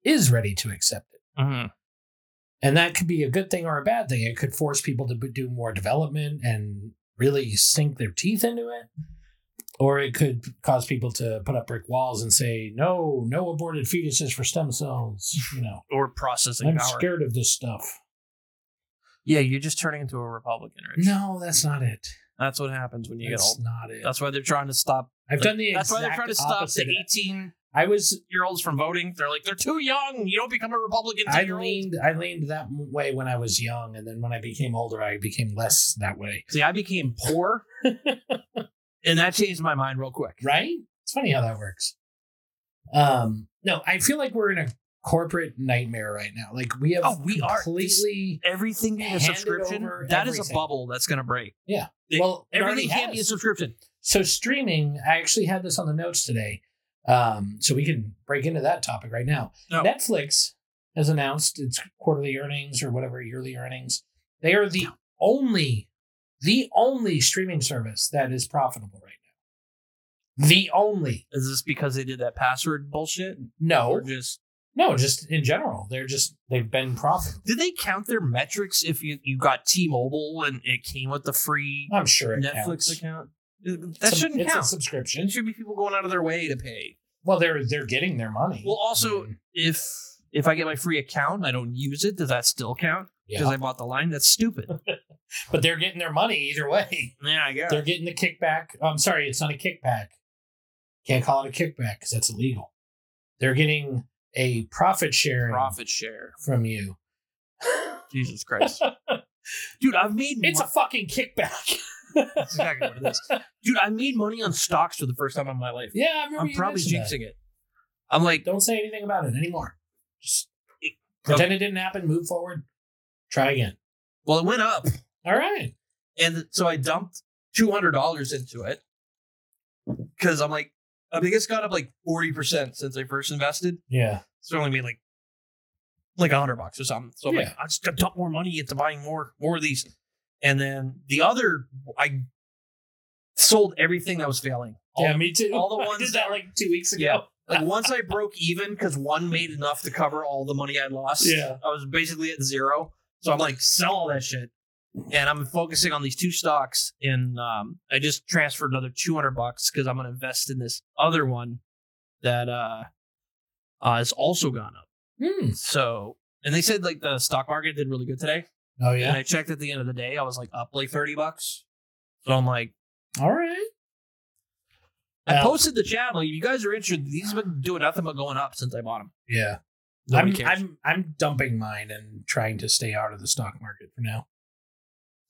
B: is ready to accept it. And that could be a good thing or a bad thing. It could force people to b- do more development and really sink their teeth into it. Or it could cause people to put up brick walls and say, no, no aborted fetuses for stem cells. You know,
C: or processing
B: I'm
C: power.
B: scared of this stuff.
C: Yeah, you're just turning into a Republican, Rich.
B: No, that's not it.
C: That's what happens when you get
B: That's
C: old.
B: not it.
C: That's why they're trying to stop
B: I've done the
C: That's why they're trying to stop the 18
B: I was
C: year olds from voting. They're like, they're too young. You don't become a Republican
B: I
C: till you're old.
B: leaned I leaned that way when I was young, and then when I became older, I became less that way.
C: See, I became poor, and that changed my mind real quick.
B: Right? It's funny how that works. Um, no, I feel like we're in a corporate nightmare right now. Like we have
C: Oh, we are.
B: completely
C: Everything being a
B: Handed
C: subscription,
B: over
C: that is a
B: everything.
C: bubble that's going to break.
B: Yeah.
C: They-
B: well. it already
C: everything can be a
B: has.
C: subscription.
B: So streaming, I actually had this on the notes today. Um, so we can break into that topic right now.
C: No.
B: Netflix has announced its quarterly earnings or whatever yearly earnings. They are the only, the only streaming service that is profitable right now. The only.
C: Is this because they did that password bullshit? Or
B: No,
C: just
B: no, just in general. They're just, they've been profitable.
C: did they count their metrics if you, you got T Mobile and it came with the free
B: I'm sure it
C: Netflix
B: counts.
C: account?
B: It's
C: That
B: a-
C: shouldn't
B: it's
C: count.
B: a
C: It
B: subscription.
C: should be people going out of their way to pay.
B: Well, they're they're getting their money.
C: Well, also,
B: I mean,
C: if if I get my free account and I don't use it, does that still count? Because
B: yeah.
C: I bought the line? That's stupid.
B: but they're getting their money either way.
C: yeah, I guess.
B: They're getting the kickback. Oh, I'm sorry, it's not a kickback. Can't call it a kickback because that's illegal. They're getting a profit sharing
C: Profit share.
B: from you.
C: Jesus Christ. Dude, I've made
B: It's a
C: mon-
B: fucking kickback.
C: That's exactly what it is. Dude, I made money on stocks for the first time in my life.
B: Yeah, I remember
C: I'm
B: you
C: probably
B: mentioned that.
C: jinxing it. I'm like,
B: Don't say anything about it anymore. Just pretend it didn't happen. Move forward. Try again.
C: well, it went up.
B: All right.
C: And so I dumped $200 into it because I'm like, I think it's gone up like 40% since I first invested.
B: Yeah.
C: So I only made like like a hundred bucks or something. So I'm like,
B: Yeah.
C: I just gotta dump more money into buying more more of these. And then the other, I sold everything that was failing. All-
B: yeah, me too.
C: all the ones
B: I did
C: that
B: that like two weeks ago.
C: Yeah. Like once I broke even because one made enough to cover all the money I lost.
B: Yeah.
C: I was basically at zero. So I'm like, sell all that shit. And I'm focusing on these two stocks. And um, I just transferred another 200 bucks because I'm going to invest in this other one that uh, uh, has also gone up.
B: Hmm.
C: So And they said like the stock market did really good today.
B: Oh
C: And
B: yeah.
C: I checked at the end of the day, I was like up like 30 bucks. So I'm like,
B: All right.
C: I
B: Well-
C: posted the channel. If you guys are interested, these have been doing nothing but going up since I bought them.
B: Yeah.
C: Nobody
B: I'm,
C: cares.
B: I'm I'm dumping mine and trying to stay out of the stock market for now.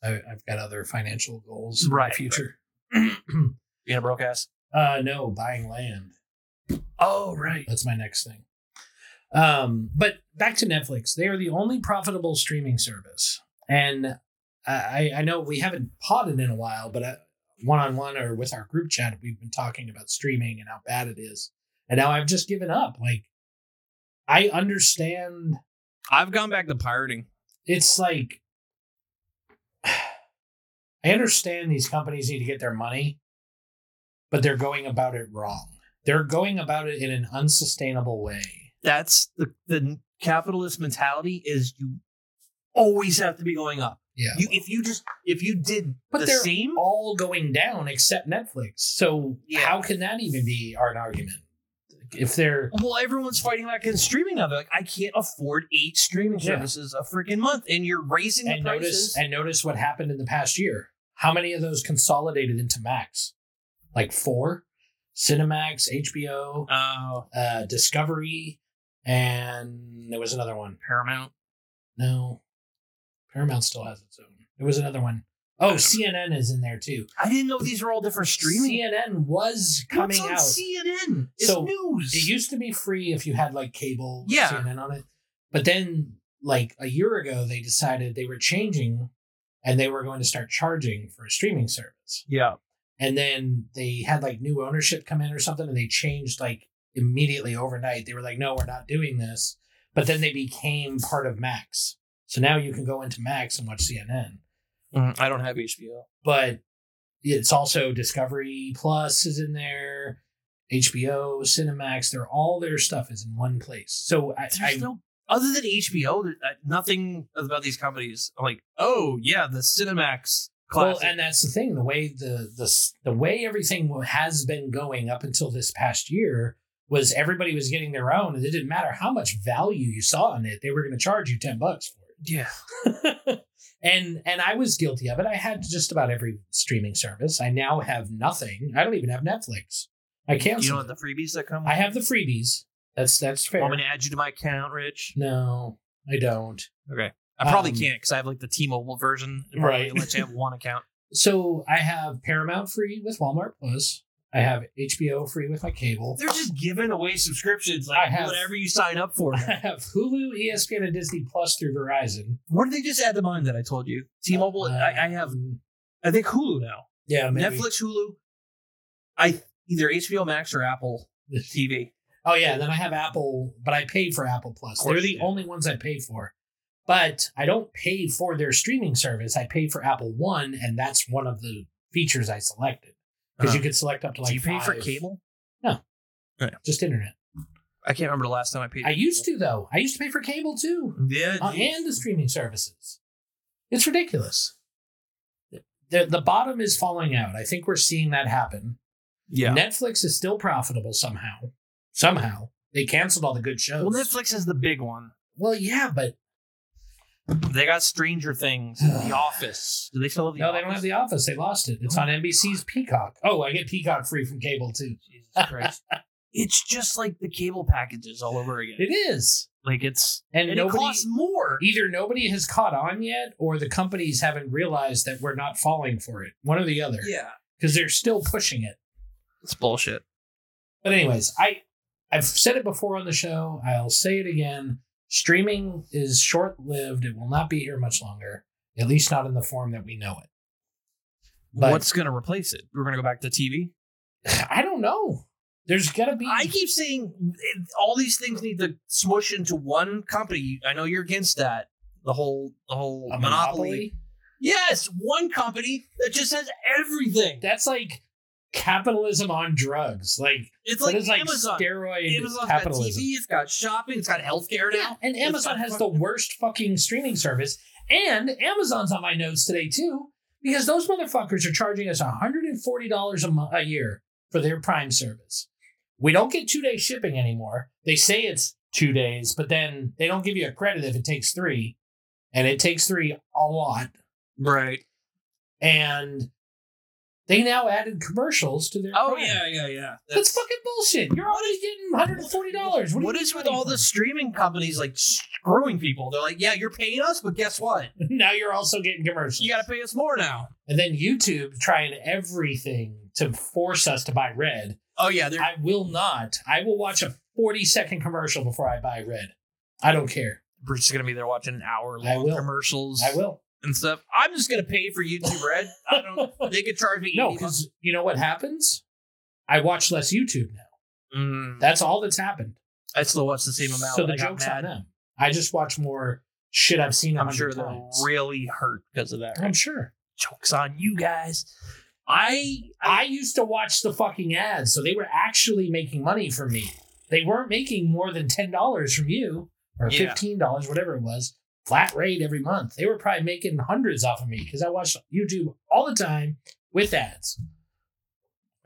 B: I, I've got other financial goals in my
C: Right,
B: future.
C: Being a broke ass.
B: uh, no, buying land.
C: Oh, right.
B: That's my next thing. Um, but back to Netflix. They are the only profitable streaming service, and I, I know we haven't potted in a while, but one on one or with our group chat, we've been talking about streaming and how bad it is. And now I've just given up. Like, I understand
C: I've gone back to pirating.
B: it's like I understand these companies need to get their money, but they're going about it wrong. They're going about it in an unsustainable way.
C: That's the, the capitalist mentality is you always have to be going up.
B: Yeah.
C: You, if you just, if you did
B: But
C: the
B: they're
C: same,
B: all going down except Netflix. So
C: Yeah.
B: how can that even be an argument? If they're
C: well, everyone's fighting back against streaming now. They're like, I can't afford eight streaming
B: Yeah.
C: services a freaking month. And you're raising the
B: and
C: prices.
B: notice and notice what happened in the past year. How many of those consolidated into Max? Like four? Cinemax, HBO,
C: Oh,
B: uh, Discovery, and there was another one.
C: Paramount.
B: No, Paramount still has its own. There was another one. Oh, CNN is in there too.
C: I didn't know these were all different streaming.
B: CNN was coming
C: What's on
B: out.
C: CNN? It's
B: So,
C: news.
B: it used to be free if you had like cable with
C: Yeah.
B: CNN on it. But then like a year ago they decided they were changing and they were going to start charging for a streaming service.
C: yeah.
B: And then they had like new ownership come in or something and they changed like immediately overnight. They were like, "No, we're not doing this." But then they became part of Max. So now you can go into Max and watch CNN.
C: Mm-hmm. I don't have HBO.
B: But it's also Discovery Plus is in there. HBO, Cinemax, they're all their stuff is in one place. So I, I
C: There's no other than HBO. there- uh, Nothing about these companies. I'm like, oh yeah, the Cinemax
B: well,
C: classic.
B: and that's the thing. The way the the s- the way everything wa- has been going up until this past year was everybody was getting their own, and it didn't matter how much value you saw in it, they were going to charge you ten bucks for it.
C: yeah,
B: and and I was guilty of it. I had just about every streaming service. I now have nothing. I don't even have Netflix. I canceled.
C: you know
B: it.
C: what the freebies that come.
B: I have the freebies. That's that's fair.
C: Want me to add you to my account, Rich?
B: No, I don't.
C: I probably
B: Um,
C: can't because I have like the T-Mobile version. It probably
B: Right.
C: only lets you have one account.
B: So I have Paramount free with Walmart Plus. I have HBO free with my cable.
C: They're just giving away subscriptions,
B: I
C: like
B: have-
C: whatever you sign up for.
B: I
C: now.
B: have Hulu, E ESPN, and Disney Plus through Verizon.
C: what did they just add to mine that I told you? T-Mobile. I, I have.
B: Um,
C: I think Hulu now.
B: yeah maybe.
C: Netflix, Hulu, I either HBO Max or Apple TV.
B: Oh yeah, then I have Apple, but I pay for Apple Plus.
C: Of course
B: They're the
C: you do.
B: only ones I pay for. But I don't pay for their streaming service. I pay for Apple One, and that's one of the features I selected because you
C: Uh-huh.
B: could select up to like.
C: Do you pay for
B: five-
C: cable?
B: Just internet.
C: I can't remember the last time I paid.
B: I used to though. I used to pay for cable too.
C: Yeah,
B: Uh, and the streaming services. It's ridiculous. The, the bottom is falling out. I think we're seeing that happen.
C: yeah.
B: Netflix is still profitable somehow. Somehow. They canceled all the good shows.
C: Well, Netflix is the big one.
B: Well, yeah, but
C: They got Stranger Things, The Office. Do they Oh. still have The
B: no,
C: Office?
B: they don't have The Office. They lost it. It's on NBC's Peacock. Oh, I get Peacock free from cable too.
C: Jesus Christ. it's just like the cable packages all over again.
B: It is.
C: like it's
B: And,
C: and,
B: nobody
C: it costs more.
B: either nobody has caught on yet or the companies haven't realized that we're not falling for it. One or the other.
C: Yeah,
B: Because they're still pushing it.
C: it's bullshit.
B: But anyways, I I've said it before on the show. I'll say it again. Streaming is short lived. It will not be here much longer. At least not in the form that we know it. But-
C: What's going to replace it? We're going to go back to TV.
B: I don't know. There's gotta be.
C: I keep saying eh, all these things need to smush into one company. I know you're against that. The whole the whole
B: a
C: monopoly.
B: monopoly.
C: Yes, one company that just has everything.
B: That's like capitalism on drugs. Like
C: It's
B: that
C: like
B: is like
C: Amazon.
B: steroid
C: Amazon's got TV,
B: capitalism.
C: it's got shopping, it's got healthcare
B: Yeah,
C: now.
B: and
C: It's
B: Amazon
C: got
B: has the
C: fucking-
B: worst fucking streaming service. And Amazon's on my notes today too, because those motherfuckers are charging us $140 a, mo- a year for their Prime service. We don't get two day shipping anymore. They say it's two days, but then they don't give you a credit if it takes three, and it takes three a lot.
C: Right.
B: And they now added commercials to their.
C: Oh
B: Prime.
C: yeah, yeah, yeah.
B: That's, fucking bullshit. You're already getting 140 dollars.
C: what is with all the streaming companies like screwing people? They're like, yeah, you're paying us, but guess what?
B: Now you're also getting commercials.
C: You got to pay us more now.
B: and then YouTube trying everything to force us to buy red.
C: Oh yeah, they're
B: I will not. I will watch a 40 second commercial before I buy red. I don't care.
C: we're just gonna be there watching an hour
B: I
C: long
B: will.
C: commercials
B: I will.
C: and stuff. I'm just gonna pay for YouTube Red. I don't. They could charge me.
B: No,
C: 80 bucks.
B: because you know what happens? I watch less YouTube now.
C: Mm,
B: That's all that's happened.
C: I still watch the same amount.
B: So the
C: I got
B: joke's on
C: mad.
B: them. I just watch more shit I've seen.
C: I'm sure they're
B: times.
C: really hurt because of that.
B: I'm sure.
C: Jokes on you guys. I
B: I used to watch the fucking ads, so they were actually making money from me. They weren't making more than ten dollars from you or
C: Yeah.
B: fifteen dollars, whatever it was, flat rate every month. They were probably making hundreds off of me because I watched YouTube all the time with ads.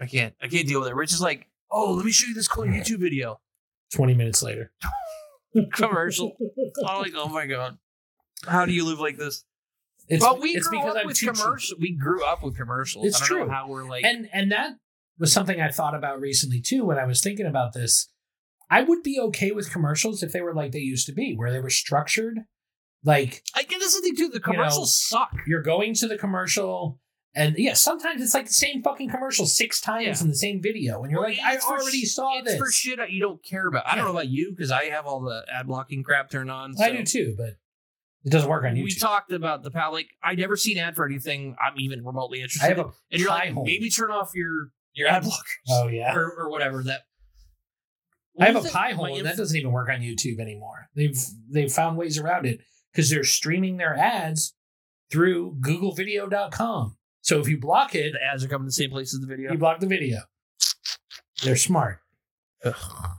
C: I can't I can't deal with it. Rich is like, oh, let me show you this cool YouTube video
B: Twenty minutes later,
C: commercial. I'm like, oh my god, how do you live like this?
B: it's,
C: but we
B: it's
C: grew
B: because
C: up
B: I'm
C: with
B: too cheap.
C: commercials. We grew up with commercials.
B: It's
C: I don't
B: true.
C: know how we're like.
B: and and that was something I thought about recently too when I was thinking about this. I would be okay with commercials if they were like they used to be, where they were structured. Like
C: I get this thing too. The commercials suck.
B: you're going to the commercial, and yeah, sometimes it's like the same fucking commercial six times
C: Yeah.
B: in the same video, and you're
C: Well,
B: like, I
C: it's for
B: already
C: sh-
B: saw
C: It's
B: this.
C: for shit that you don't care about. I don't know about you because I have all the ad blocking crap turned on.
B: I
C: so-
B: do too, but it doesn't work on
C: We
B: YouTube.
C: talked about the power. Like I never seen ad for anything I'm even remotely
B: I
C: interested.
B: have
C: in.
B: a
C: And you're
B: pie
C: like,
B: hole.
C: maybe turn off your your ad block
B: oh yeah,
C: or, or whatever that.
B: I have
C: What
B: a
C: is it?
B: pie hole,
C: My
B: and
C: inf-
B: that doesn't even work on YouTube anymore. They've they've found ways around it because they're streaming their ads through GoogleVideo.com. So if you block it,
C: the ads are coming to the same place as the video.
B: you block the video. They're smart.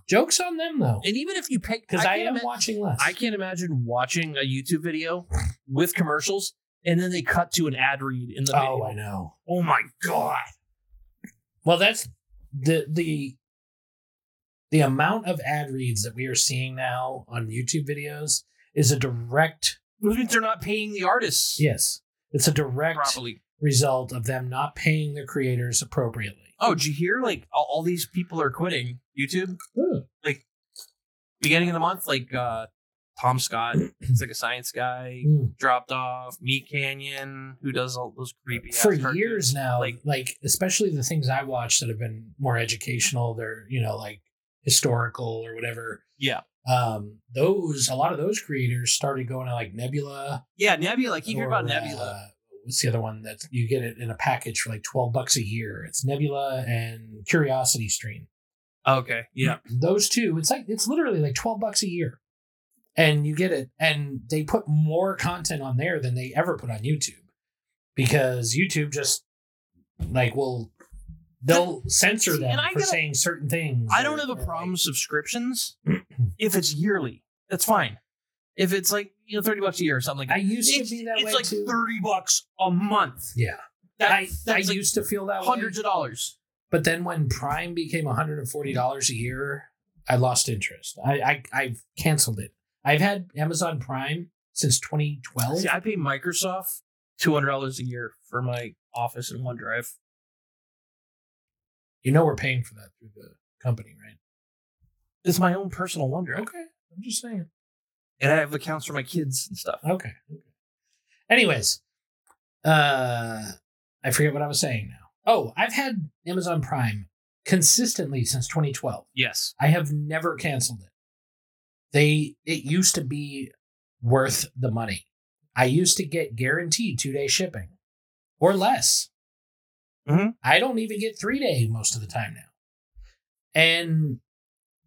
B: Jokes on them though,
C: And even if you pay,
B: because I, am
C: can't ima-
B: watching less.
C: I can't imagine watching a YouTube video with commercials and then they cut to an ad read in the
B: oh,
C: video.
B: I know.
C: Oh my god!
B: Well, that's the the the amount of ad reads that we are seeing now on YouTube videos is a direct
C: Which means they're not paying the artists
B: yes, it's a direct
C: properly.
B: result of them not paying their creators appropriately.
C: Oh, did you hear? Like all, all these people are quitting YouTube. Beginning of the month, like uh Tom Scott, he's like a science guy,
B: Mm.
C: dropped off. Meat Canyon, who does all those creepy ass
B: For
C: cartoons.
B: years now, like,
C: Like-
B: especially the things I watch that have been more educational, they're you know like historical or whatever.
C: Yeah.
B: Um, those a lot of those creators started going to like Nebula.
C: Yeah, Nebula. Like you hear about
B: or,
C: Nebula.
B: uh, what's the other one that you get it in a package for like twelve bucks a year? It's Nebula and Curiosity Stream.
C: okay. Yeah.
B: those two it's like it's literally like 12 bucks a year and you get it and they put more content on there than they ever put on youtube because youtube just like will they'll censor
C: See,
B: them
C: and I
B: for
C: gotta-
B: saying certain things
C: I don't
B: or-
C: have a
B: or, like,
C: problem with subscriptions if it's yearly. That's fine. If it's like you know thirty bucks a year or something.
B: i
C: Like
B: used
C: it's
B: to be that
C: it's
B: way
C: like
B: too
C: thirty bucks a month.
B: yeah
C: That,
B: i,
C: that's
B: I
C: like
B: used to feel that
C: hundreds
B: way
C: of dollars.
B: but then when prime became $140 a year i lost interest i i i've canceled it i've had amazon prime since 2012
C: See, I pay Microsoft two hundred dollars a year for my Office and OneDrive.
B: you know we're paying for that through the company right
C: It's my own personal OneDrive,
B: Okay. I'm just saying.
C: and I have accounts for my kids and stuff.
B: Okay. okay. Anyways, uh I forget what I was saying now. Oh, I've had Amazon Prime consistently since 2012.
C: Yes,
B: I have never canceled it. They it used to be worth the money. I used to get guaranteed 2-day shipping or less.
C: Mhm.
B: I don't even get 3-day most of the time now. And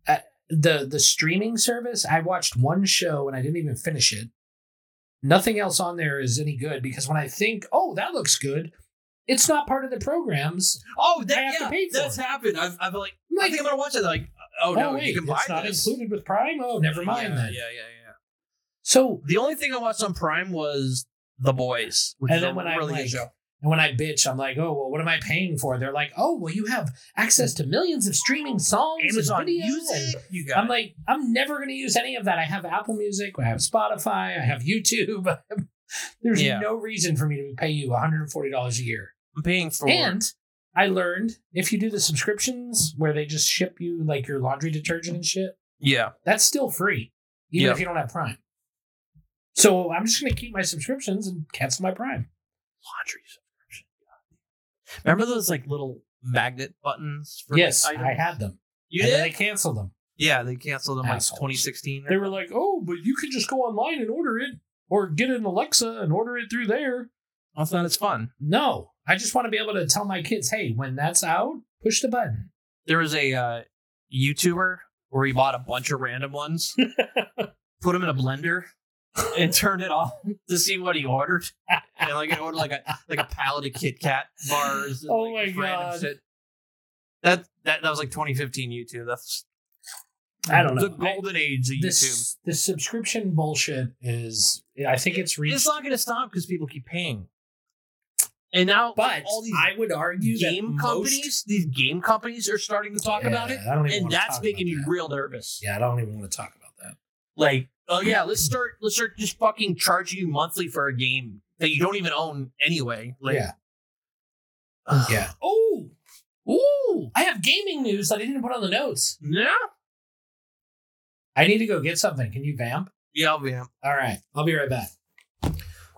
B: uh, the the streaming service, I watched one show and I didn't even finish it. Nothing else on there is any good because when I think, "Oh, that looks good," it's not part of the programs.
C: Oh,
B: I have
C: that,
B: to
C: yeah,
B: pay for
C: that's
B: it.
C: happened. I've, I've like,
B: I'm
C: I
B: like,
C: think I'm gonna watch it. Like, oh, no,
B: wait,
C: you can buy
B: it's not
C: this.
B: included with Prime. Oh, never mind
C: yeah,
B: then.
C: Yeah, yeah, yeah.
B: So
C: The only thing I watched on Prime was The Boys, which
B: and
C: is
B: then
C: a
B: when
C: really
B: I'm
C: good
B: like,
C: show.
B: And when I bitch, I'm like, oh, well, what am I paying for? They're like, oh, well, you have access to millions of streaming songs,
C: Amazon
B: and videos. and-
C: Music. You got
B: I'm like, I'm never going to use any of that. I have Apple Music, I have Spotify, I have YouTube. There's
C: Yeah.
B: no reason for me to pay you $140 a year.
C: I'm paying for
B: And I learned if you do the subscriptions where they just ship you like your laundry detergent and shit,
C: yeah.
B: that's still free, even
C: Yeah.
B: if you don't have Prime. So I'm just going to keep my subscriptions and cancel my Prime.
C: laundry subscription. Remember those like little magnet buttons? For
B: yes,
C: items?
B: I had them.
C: You
B: and
C: did?
B: then they canceled them.
C: yeah, they canceled them like
B: Assholes.
C: 2016.
B: They were like, oh, but you can just go online and order it or get an Alexa and order it through there.
C: That's not as fun.
B: No, I just want to be able to tell my kids, hey, when that's out, push the button.
C: There was a uh, YouTuber where he bought a bunch of random ones, put them in a blender, and turned it on to see what he ordered. And like, it ordered like a like a pallet of Kit Kat bars. And,
B: Oh
C: like,
B: my
C: random
B: God.
C: shit. That, that that was like 2015 YouTube. That's
B: I don't know.
C: the golden age of YouTube.
B: This the subscription bullshit is. I think it's
C: It's
B: reached.
C: not going to stop because people keep paying. And now,
B: But
C: like, all these
B: I would argue
C: game
B: that most-
C: companies, these game companies are starting to talk
B: Yeah,
C: about it,
B: I don't even
C: and
B: wanna
C: that's
B: talk
C: making
B: about
C: me
B: that.
C: real nervous.
B: Yeah, I don't even want to talk about that.
C: Like, oh yeah, let's start. Let's start just fucking charging you monthly for a game that you don't even own anyway. Like,
B: yeah. Yeah. Oh. Ooh. I have gaming news that I didn't put on the notes.
C: yeah,
B: I need to go get something. Can you vamp?
C: yeah, yeah.
B: All right. I'll be right back.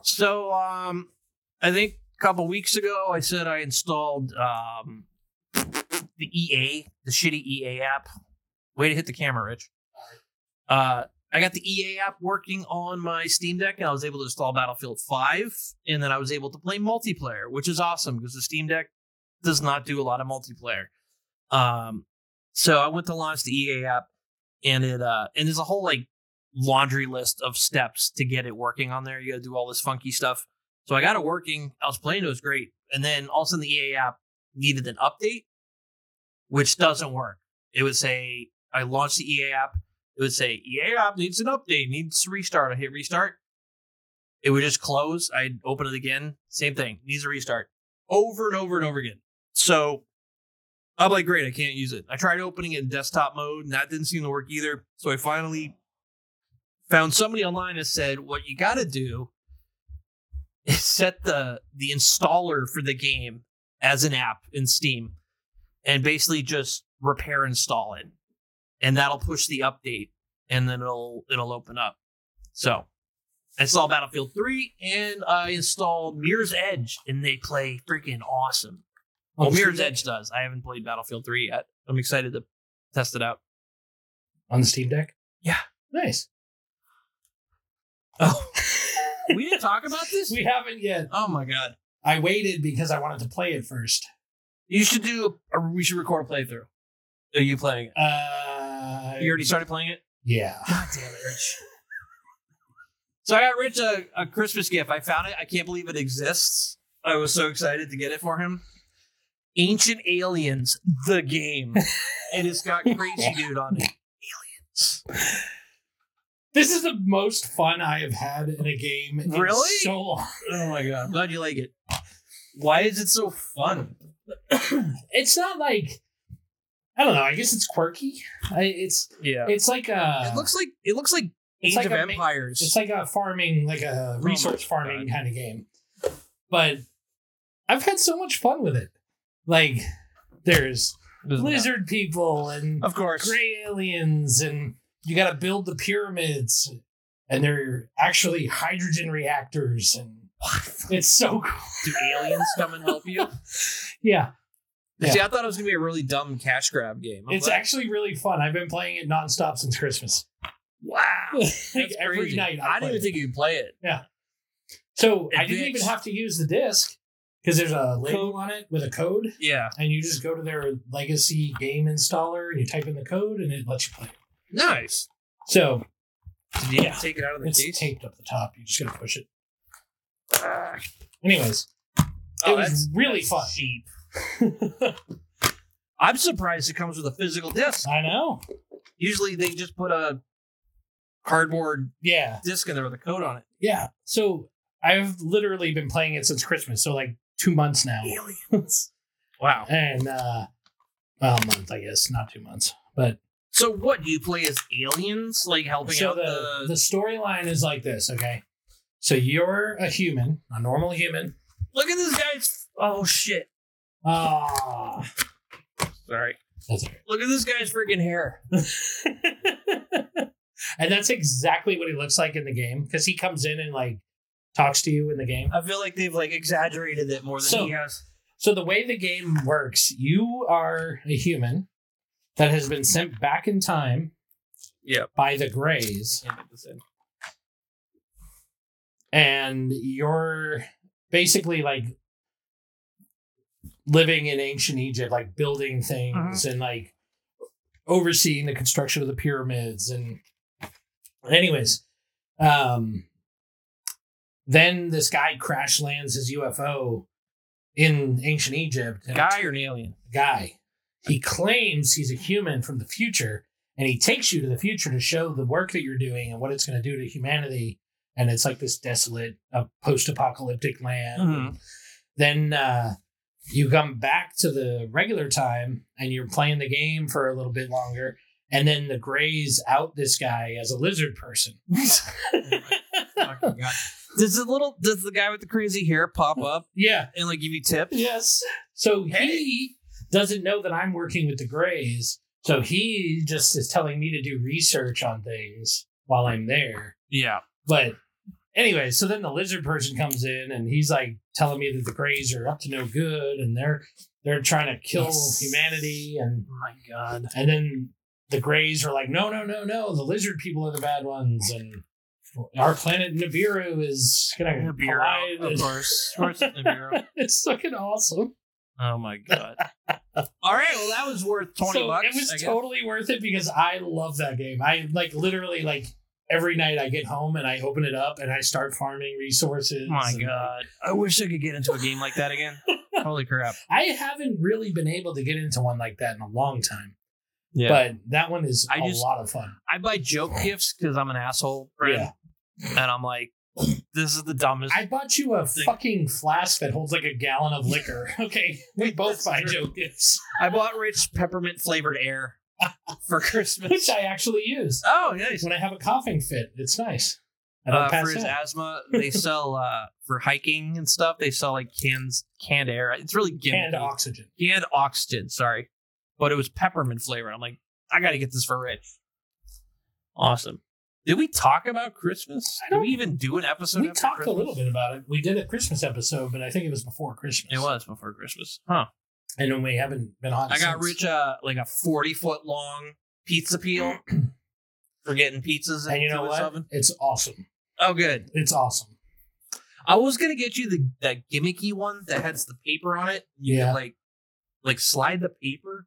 C: So, um, I think a couple weeks ago, I said I installed um the EA, the shitty EA app. Way to hit the camera, Rich. Uh, I got the EA app working on my Steam Deck, and I was able to install Battlefield 5, and then I was able to play multiplayer, which is awesome because the Steam Deck does not do a lot of multiplayer. Um, so I went to launch the EA app, and it uh, and there's a whole like laundry list of steps to get it working on there. You got to do all this funky stuff. So I got it working. I was playing; it was great. And then all of a sudden, the EA app needed an update, which doesn't work. It would say, "I launched the EA app." It would say, "EA app needs an update. Needs to restart." I hit restart. It would just close. I'd open it again. Same thing. Needs a restart. Over and over and over again. So I'm like, great, I can't use it. I tried opening it in desktop mode, and that didn't seem to work either. So I finally found somebody online that said what you got to do is set the the installer for the game as an app in Steam and basically just repair install it and that'll push the update and then it'll it'll open up so I installed Battlefield 3 and I installed Mirror's Edge and they play freaking awesome. Well,
B: On
C: Mirror's
B: Steam
C: Edge does. I haven't played Battlefield 3 yet. I'm excited to test it out.
B: on the Steam Deck.
C: Yeah.
B: Nice.
C: Oh. we didn't talk about this?
B: We haven't yet.
C: oh my god.
B: I waited because I wanted to play it first.
C: You should do. A, or we should record a playthrough. Are you playing it?
B: Uh,
C: You already started playing it.
B: Yeah.
C: God damn it, Rich. so I got Rich a, a Christmas gift. I found it. I can't believe it exists. I was so excited to get it for him. Ancient Aliens, the game, and it's got crazy dude on it.
B: This is the most fun I have had in a game. in
C: Really?
B: So long.
C: Oh my god! I'm glad you like it. Why is it so fun?
B: It's not like I don't know. I guess it's quirky. I, it's
C: Yeah.
B: it's like uh, a
C: it looks like it looks like
B: It's
C: Age
B: like
C: of
B: a ma-
C: Empires.
B: it's like a farming, like a
C: Oh my
B: resource farming kind of game. But I've had so much fun with it. Like there's lizard people and
C: of course.
B: gray aliens and you got to build the pyramids and they're actually hydrogen reactors and it's so cool.
C: Do aliens come and help you?
B: Yeah, Yeah.
C: See, I thought it was gonna be a really dumb cash grab game. I'm
B: it's
C: glad-
B: actually really fun. I've been playing it nonstop since Christmas.
C: wow.
B: like
C: That's
B: every
C: crazy.
B: night I,
C: I, didn't even think you could play it.
B: so. I didn't even
C: advanced.
B: have to use the disc because there's a label on it with a code.
C: Yeah.
B: and you just go to their legacy game installer and you type in the code and it lets you play. it.
C: Nice.
B: So
C: Did you
B: Yeah.
C: take it out of the
B: it's
C: case?
B: taped up the top. You just gotta push it. Anyways,
C: Oh,
B: it was
C: that's-
B: really
C: that's
B: fun.
C: cheap. I'm surprised it comes with a physical disc.
B: I know.
C: Usually they just put a cardboard
B: Yeah,
C: disc in there with a code on it.
B: yeah. So I've literally been playing it since Christmas. So like two months now.
C: Aliens. Wow.
B: And, uh, well, a month, I guess, not two months. But
C: So what do you play as aliens? Like helping
B: so
C: out
B: the,
C: the,
B: the storyline is like this, okay? So you're a human, a normal human.
C: Look at this guy's Oh shit.
B: Ah,
C: Sorry.
B: that's okay.
C: Look at this guy's freaking hair.
B: and that's exactly what he looks like in the game because he comes in and like talks to you in the game.
C: I feel like they've like exaggerated it more than
B: So-
C: he has.
B: So the way the game works, you are a human that has been sent back in time
C: Yep.
B: by the Greys, and you're basically like living in ancient Egypt, like building things and like overseeing the construction of the pyramids. And anyways, um, then this guy crash lands his UFO in ancient Egypt. and-
C: Guy or an alien?
B: guy. He claims he's a human from the future, and he takes you to the future to show the work that you're doing and what it's going to do to humanity. And it's like this desolate, uh, post-apocalyptic land.
C: Mhm.
B: Then uh, you come back to the regular time, and you're playing the game for a little bit longer. And then the Greys out this guy as a lizard person.
C: Does the little does the guy with the crazy hair pop up
B: yeah.
C: and like give you tips?
B: Yes. So he doesn't know that I'm working with the Greys. So he just is telling me to do research on things while I'm there.
C: Yeah.
B: But anyway, so then the lizard person comes in and he's like telling me that the Greys are up to no good and they're they're trying to kill
C: Yes.
B: humanity and
C: Oh my god.
B: and then the Greys are like, no, no, no, no, the lizard people are the bad ones and our planet Nibiru is gonna collide.
C: Nibiru, of course. Of course it's Nibiru.
B: it's fucking awesome.
C: Oh my god. All right, well that was worth twenty
B: so
C: bucks.
B: It was
C: I guess.
B: totally worth it because I love that game. I like literally like every night I get home and I open it up and I start farming resources.
C: Oh my
B: and-
C: god. I wish I could get into a game like that again. Holy crap.
B: I haven't really been able to get into one like that in a long time.
C: Yeah.
B: But that one is a
C: I just-
B: lot of fun.
C: I buy joke gifts because I'm an asshole, friend. And I'm like, this is the dumbest.
B: I bought you a
C: Thing.
B: fucking flask that holds like a gallon of liquor. Okay. We both buy joke gifts,
C: I bought Rich peppermint flavored air for Christmas.
B: which I actually use
C: Oh, nice.
B: when I have a coughing fit. It's nice. I don't
C: Uh,
B: pass
C: for his
B: out.
C: asthma, they sell uh, for hiking and stuff. They sell like cans, canned air. It's really gimmicky.
B: and oxygen.
C: Canned oxygen. Sorry, but it was peppermint flavor. I'm like, I got to get this for Rich. Awesome. Did we talk about Christmas?
B: I
C: Did
B: don't-
C: we even do an episode?
B: we
C: after
B: talked
C: Christmas?
B: a little bit about it. We did a Christmas episode, but I think it was before Christmas.
C: It was before Christmas, huh?
B: and then we haven't been on.
C: I got
B: since.
C: Rich uh, like a forty foot long pizza peel for getting pizzas.
B: and you
C: into
B: know
C: his
B: what?
C: oven.
B: It's awesome.
C: Oh, good.
B: It's awesome.
C: I was gonna get you the that gimmicky one that has the paper on it. You
B: Yeah.
C: can, like like slide the paper.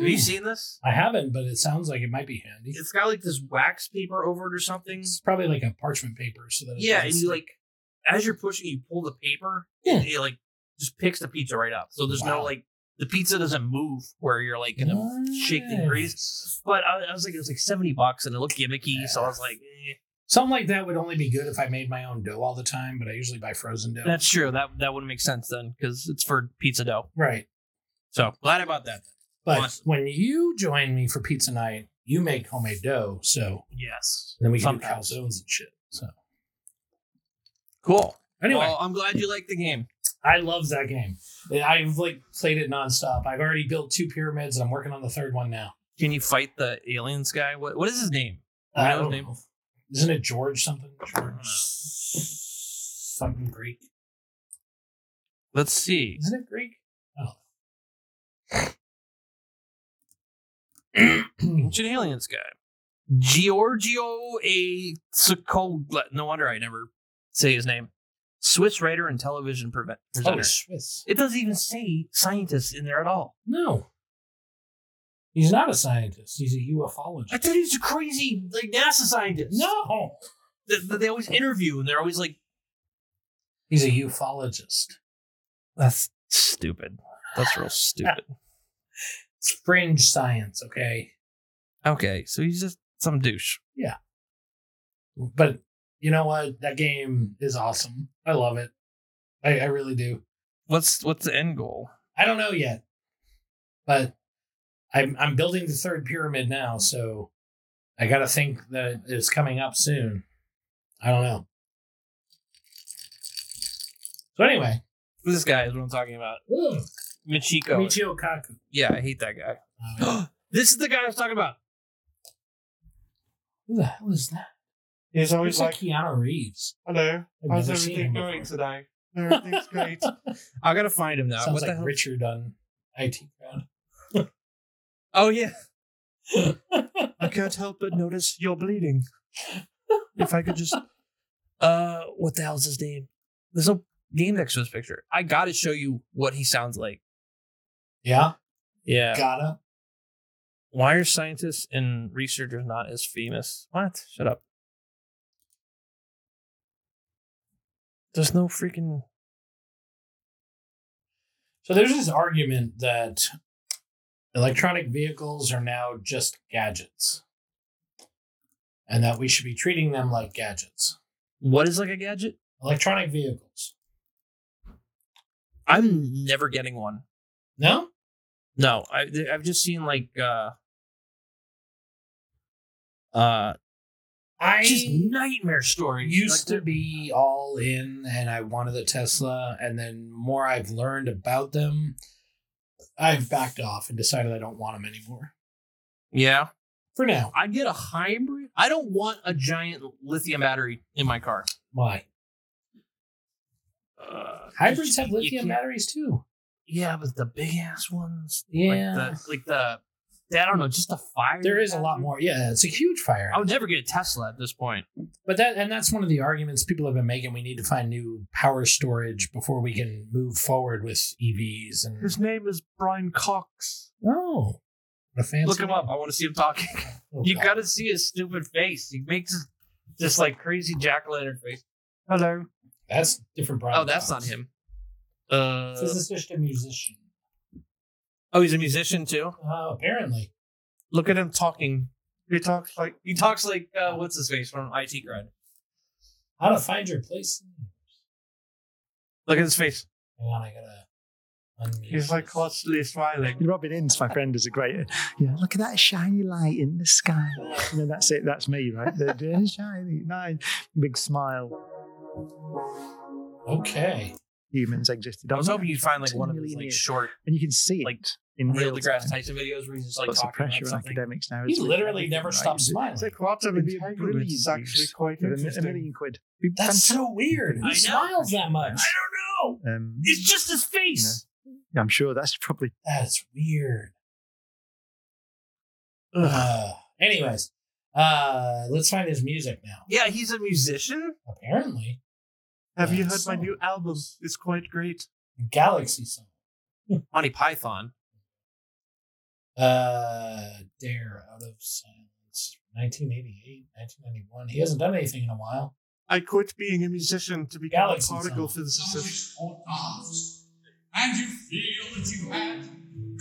C: Have you seen this?
B: I haven't, but it sounds like it might be handy. It's,
C: It's got like this wax paper over it or something.
B: probably like a parchment paper, so that it
C: Yeah,
B: doesn't
C: and you
B: stick.
C: like as you're pushing, you pull the paper.
B: Yeah.
C: And it like just picks the pizza right up. So there's no
B: Wow.
C: like the pizza doesn't move where you're like gonna shake the grease.
B: Nice.
C: But I, I was like, it was like seventy bucks, and it looked gimmicky. So I was like, eh.
B: Something like that would only be good if I made my own dough all the time, but I usually buy frozen dough.
C: that's true. That that wouldn't make sense then because it's for pizza dough.
B: right.
C: So glad about that.
B: But
C: Awesome.
B: when you join me for pizza night, you make homemade dough, so
C: Yes.
B: then we can
C: Sometimes.
B: do calzones and shit. So
C: Cool.
B: anyway,
C: Well, I'm glad you liked the game.
B: I love that game. I've like played it nonstop. I've already built two pyramids and I'm working on the third one now.
C: Can you fight the aliens guy? What what is his name? Do you
B: I
C: know
B: don't
C: his name?
B: know. Oh, Isn't it George something?
C: don't know.
B: George something Greek.
C: Let's see.
B: Isn't it Greek? Oh. Oh,
C: Ancient aliens guy. Giorgio A. Sokola. No wonder I never say his name. Swiss writer and television prevent- presenter.
B: Oh, Swiss.
C: it doesn't even say scientist in there at all.
B: No. He's not a scientist. He's a
C: I
B: ufologist.
C: thought he was a crazy like NASA scientist.
B: No.
C: Th- th- they always interview and they're always like,
B: He's a ufologist.
C: that's stupid. That's real stupid.
B: It's fringe science, okay?
C: okay, so he's just some douche.
B: But you know what? That game is awesome. I love it. I, I really do.
C: What's what's the end goal?
B: I don't know yet, but I'm I'm building the third pyramid now, so I got to think that it's coming up soon. I don't know. So anyway,
C: This guy is what I'm talking about. Michiko.
B: Michio Kaku.
C: Yeah, I hate that guy.
B: Uh,
C: This is the guy I was talking about.
B: who the hell is that?
J: He's always like,
B: Keanu Reeves.
J: hello,
B: I've
J: how's
B: never seen
J: everything
B: him
J: going
B: before.
J: today? Everything's great.
C: I gotta find him now.
B: Sounds
C: what the
B: like
C: hell?
B: Richard on IT Crowd.
C: Oh yeah.
J: I can't help but notice you're bleeding. If I could just.
C: Uh, what the hell's his name? There's no name next to his picture. I gotta show you what he sounds like.
B: Yeah,
C: Yeah.
B: gotta.
C: Why are scientists and researchers not as famous? What? Shut up. There's no freaking.
B: So there's this argument that electronic vehicles are now just gadgets, and that we should be treating them like gadgets.
C: What is like a gadget?
B: Electronic vehicles.
C: I'm never getting one.
B: No,
C: No, I I've just seen like uh uh
B: I
C: just nightmare stories.
B: used
C: Like,
B: to be all in and I wanted a Tesla and then more I've learned about them I've backed off and decided I don't want them anymore
C: Yeah.
B: for now
C: I'd get a hybrid. I don't want a giant lithium battery in my car.
B: why
C: Uh,
B: hybrids have
C: you
B: lithium
C: can't-
B: batteries too
C: Yeah, but the big ass ones.
B: Yeah.
C: Like the, like the I don't know, just the fire.
B: there is a lot more yeah it's a huge fire
C: I would never get a Tesla at this point.
B: but that and that's one of the arguments people have been making we need to find new power storage before we can move forward with EVs and
J: His name is Brian Cox.
B: oh what a fancy
C: Look him up. I want to see him talking.
B: Oh,
C: you
B: God.
C: got to see his stupid face. He makes his, this like crazy jack o' lantern face.
J: Hello.
B: that's different Brian
C: Oh, that's not
B: Cox.
C: him. Uh,
B: this is just a musician
C: oh, he's a musician too.
B: oh apparently
C: Look at him talking.
J: He talks like.
C: He talks like uh, what's his face from IT Grind.
B: How to find your place?
C: Look at his face.
B: Hang on, I gotta unmute.
J: He's like
B: this.
J: constantly smiling.
F: Robin Ince, my friend, is a great. Yeah, look at that shiny light in the sky. And then that's it. That's me, right? The, the shiny nine, big smile.
B: Okay.
F: Humans existed.
C: I was hoping you'd find like one of his
F: Million
C: like
F: years.
C: short
F: and you can see it
C: like,
F: in
C: Neil
F: real
C: deGrasse
F: time.
C: Tyson videos where he's just like
F: Lots
C: talking
F: of pressure
C: about
F: on
C: something.
F: academics now.
B: He
F: is with
B: literally
F: everything,
B: never
F: right?
B: stopped smiling.
F: It's a quantum
J: The entanglement
F: entanglement
J: is actually quite
F: a
J: interesting.
F: million quid.
B: That's so weird.
C: I know.
B: He smiles that much.
C: don't know.
F: Um,
C: just his face.
F: yeah, I'm sure that's probably
B: That's weird. Uh, anyways, uh, let's find his music now.
C: Yeah, he's a musician.
B: Apparently,
J: Have you
B: Yeah,
J: heard my
B: so-
J: new album? It's quite great.
B: Galaxy song.
C: Monty Python.
B: Uh, Dare Out of Silence, 1988, 1991. He hasn't done anything in a while.
J: I quit being a musician to become
B: Galaxy
J: a particle
B: song.
J: physicist.
K: or dogs, and you feel that you had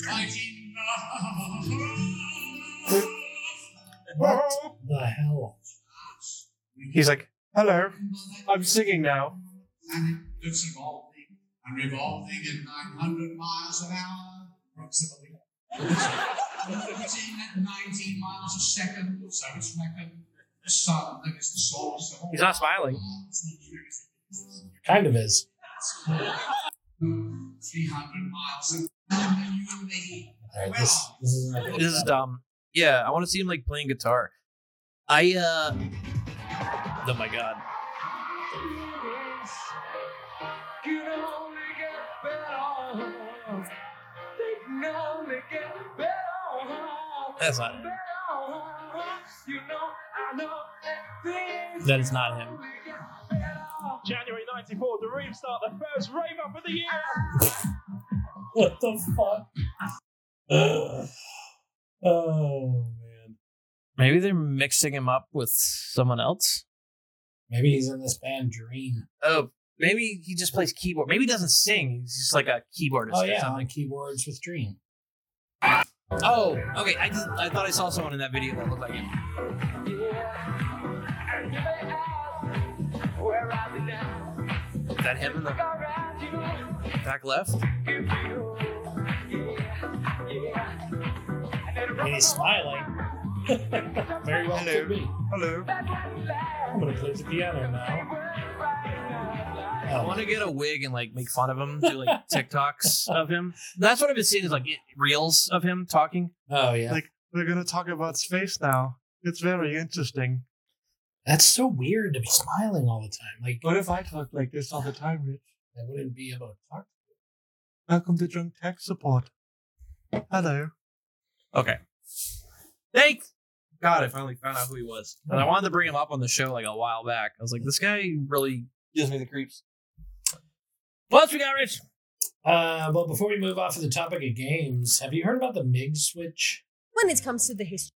K: quite enough.
B: What the hell?
J: He's like, hello, I'm singing now.
K: And it looks evolving and revolving at 900 miles an hour, approximately. 15 and 19 miles a second, so it's reckoned. The sun that is the source of all.
C: He's not smiling.
B: Kind of is.
K: 300 miles an hour, and you and me.
B: All right, this, this is not
C: This is dumb. uh, Yeah, I want to see him like playing guitar. I uh Oh my god. That's not him. That is not him.
J: January 94, the Reeves start the first rave up of the year.
B: What the fuck? Ugh. oh man.
C: Maybe they're mixing him up with someone else.
B: Maybe he's in this band Dream.
C: Oh, maybe he just plays keyboard. Maybe he doesn't sing. He's just like a keyboardist
B: Oh
C: or
B: yeah,
C: something.
B: on keyboards with Dream.
C: Oh, okay. I just I thought I saw someone in that video that looked like him. Is that him? in the- Back left.
B: And he's smiling. Very well could be.
F: Hello.
B: I'm gonna play the piano now. Oh.
C: I want to get a wig and like make fun of him, do like TikToks of him. That's what I've been seeing is like reels of him talking.
B: Oh yeah.
F: Like we're gonna talk about space now. It's very interesting.
B: That's so weird to be smiling all the time. Like
F: What if I talk like this all the time, Rich?
B: I wouldn't be able to talk.
F: Welcome to drunk tech support. Hello.
C: Okay. Thank God I finally found out who he was. And I wanted to bring him up on the show like a while back. I was like, this guy really gives me the creeps. What else we got, Rich?
B: Uh, well, before we move off of the topic of games, have you heard about the MIG switch?
L: When it comes to the history,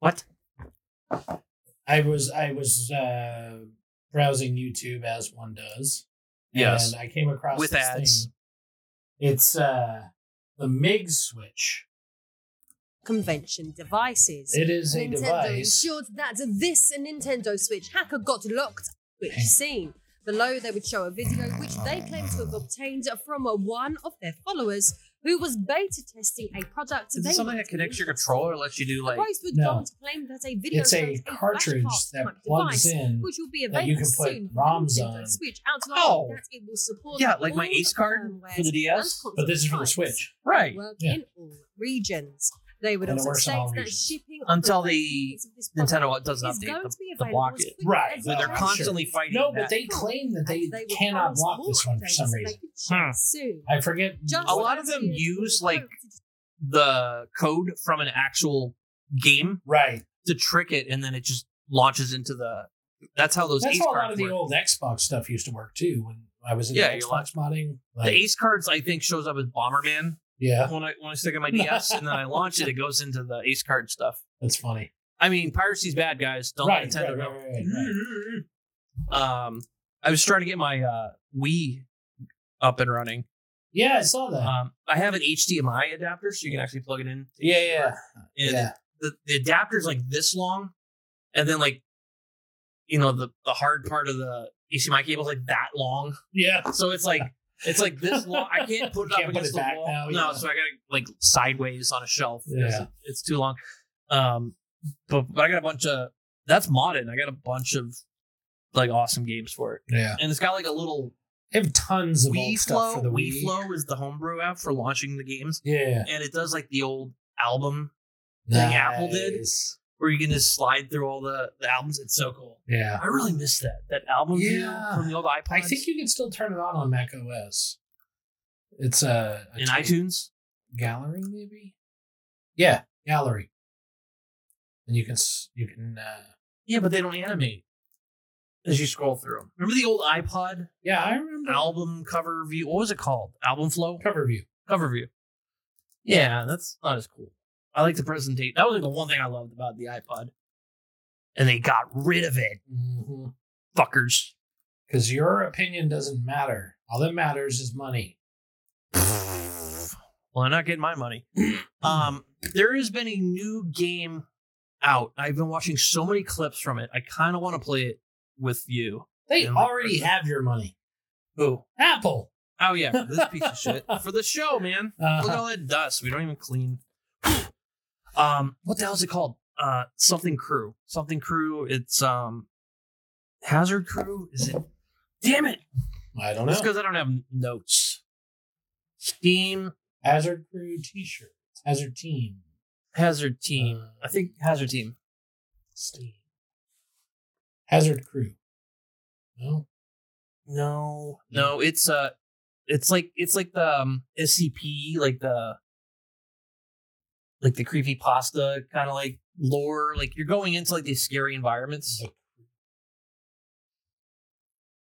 C: What?
B: I was I was uh, browsing YouTube as one does.
C: Yes.
B: And I came across
C: With
B: this
C: ads.
B: thing. It's uh, the MIG switch.
L: convention devices.
B: It is a
L: Nintendo
B: device.
L: ensured that this Nintendo Switch hacker got locked, which seen. Below, they would show a video which they claim to have obtained from one of their followers who was beta testing a product.
C: Is
L: they
C: this something
L: were
C: that connects your controller, lets you do
L: The
C: like
L: post would
B: No.
L: go on to claim that a video
B: It's a
L: shows flash
B: cartridge
L: card
B: that
L: type
B: plugs
L: device,
B: in
L: which will be
B: that you
L: available
B: can put
L: soon for
B: ROMs
L: Nintendo
B: on.
L: Switch outlining
C: Oh.
L: that it will support
C: Yeah, like my
L: all
C: Ace card
L: firmwares
C: for the DS,
L: and
B: but this is for the
L: types
B: Switch.
L: that
C: Right.
L: work
B: Yeah.
L: in all regions. They would
B: And it
L: also
B: works in
L: state
B: all
L: that
B: regions.
L: shipping
C: until
L: operating
C: the
L: units of this product
C: Nintendo doesn't
L: is
C: update
L: going
C: the,
L: to be
C: the
L: available
C: block
L: as
C: it.
L: quickly
B: Right,
L: as
B: well,
C: They're
B: Sure.
L: possible.
C: constantly fighting.
B: No, but
C: that.
B: they claim that they,
L: And will
B: cannot
L: promise
B: block
L: more
B: this one for
L: updates
B: some
L: so they
B: reason.
L: could share
C: Hmm.
L: soon.
B: I forget.
L: Just
C: A lot of
L: as
C: them
L: the Nintendo
C: use, like,
L: hoped to
C: the code from an actual game
B: Right.
C: to trick it, and then it just launches into the. That's how those
B: That's
C: ace
B: how a lot
C: cards
B: of the
C: work.
B: old Xbox stuff used to work too. When I was in
C: Yeah,
B: the
C: you're
B: Xbox modding,
C: the
B: like,
C: ace cards, I think, shows up as Bomberman
B: yeah,
C: when I when I stick on my DS, and then I launch it. It goes into the ace card stuff.
B: that's funny.
C: I mean, piracy's bad, guys. Don't
B: right,
C: let Nintendo
B: right,
C: know.
B: right, right, right,
C: Um, I was trying to get my uh, Wii up and running.
B: Yeah, I saw that.
C: Um, I have an HDMI adapter, so you can actually plug it in.
B: yeah, yeah,
C: And
B: yeah.
C: the, the adapter's like this long, and then like, you know, the the hard part of the HDMI cable's like that long.
B: Yeah.
C: So it's like it's like this long. I can't put it
B: You
C: up
B: can't put
C: against
B: it
C: the
B: back
C: wall.
B: now,
C: no,
B: yeah.
C: so I gotta like sideways on a shelf. because
B: Yeah.
C: it- It's too long. Um, but, but I got a bunch of that's modded. and I got a bunch of like awesome games for it,
B: Yeah.
C: and it's got like a little
B: They have tons of
C: Wii
B: old stuff
C: Flow.
B: for the Wii.
C: Wii Flow is the homebrew app for launching the games,
B: Yeah.
C: and it does like the old album Thing Apple did.
B: Nice.
C: where you can just slide through all the, the albums. It's so cool.
B: Yeah.
C: I really miss that that album view
B: Yeah.
C: from the old iPods
B: I think you can still turn it on on Mac OS. It's a, a
C: in
B: type-
C: iTunes.
B: gallery, maybe. Yeah, gallery. And you can s- you can uh,
C: Yeah, but they don't animate as you scroll through them. Remember the old iPod
B: yeah I remember
C: album cover view? What was it called? Album flow
B: cover view.
C: cover view. Yeah, that's not as cool. I like the presentation. That was like the one thing I loved about the iPod, and they got rid of it,
B: Mm-hmm.
C: fuckers.
B: Because your opinion doesn't matter. All that matters is money.
C: Well, I'm not getting my money. Um, there has been a new game out. I've been watching so many clips from it. I kind of want to play it with you.
B: They
C: Yeah.
B: already have your money.
C: Who?
B: Apple.
C: Oh yeah, for this piece of shit for the show, man. Look at
B: Uh,
C: all that dust. We don't even clean. um, what the hell is it called? Uh, something crew. Something crew. It's um, hazard crew. Is it? Damn it!
B: I don't
C: That's
B: know.
C: because I don't have notes. Steam
B: Hazard Crew T-shirt. Hazard Team.
C: hazard team. I think hazard team.
B: Steam. Hazard Crew. No.
C: No, no, it's uh, it's like it's like the um, SCP, like the like the creepy pasta kind of like lore. Like you're going into like these scary environments.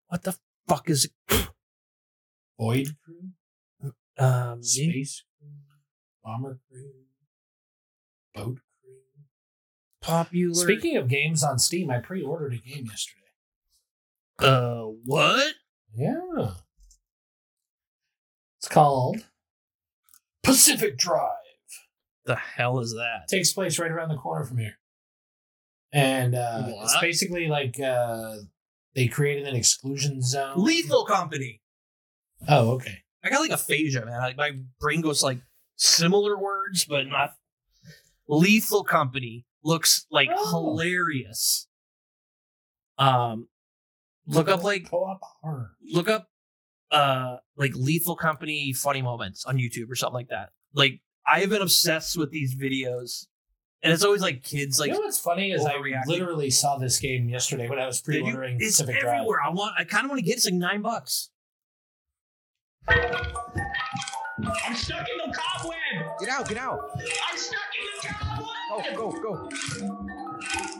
C: What the fuck is it?
B: Void Crew.
C: Um,
B: Space Crew. Bomber Crew. Boat Crew.
C: popular.
B: Speaking of games on Steam, I pre-ordered a game yesterday.
C: uh, what?
B: Yeah. It's called Pacific Drive.
C: The hell is that?
B: takes place right around the corner from here. And uh, it's
C: What?
B: basically like uh, they created an exclusion zone.
C: Lethal Company.
B: Oh, okay.
C: I got like aphasia, man. Like my brain goes like similar words, but not. Lethal Company looks like
B: Oh.
C: hilarious. Um, look up like
B: co-op horror.
C: Look up uh like Lethal Company funny moments on YouTube or something like that. Like I have been obsessed with these videos, and it's always like kids like
B: you know what's funny is I
C: overreacting.
B: literally saw this game yesterday when I was
C: Dude, you-
B: pre-ordering
C: it's
B: Pacific Drive.
C: everywhere. I want. I kind of want to get it. It's like nine bucks.
H: I'm stuck in the cobweb.
M: Get out, get out.
H: I'm stuck in the cobweb.
M: Go, go, go.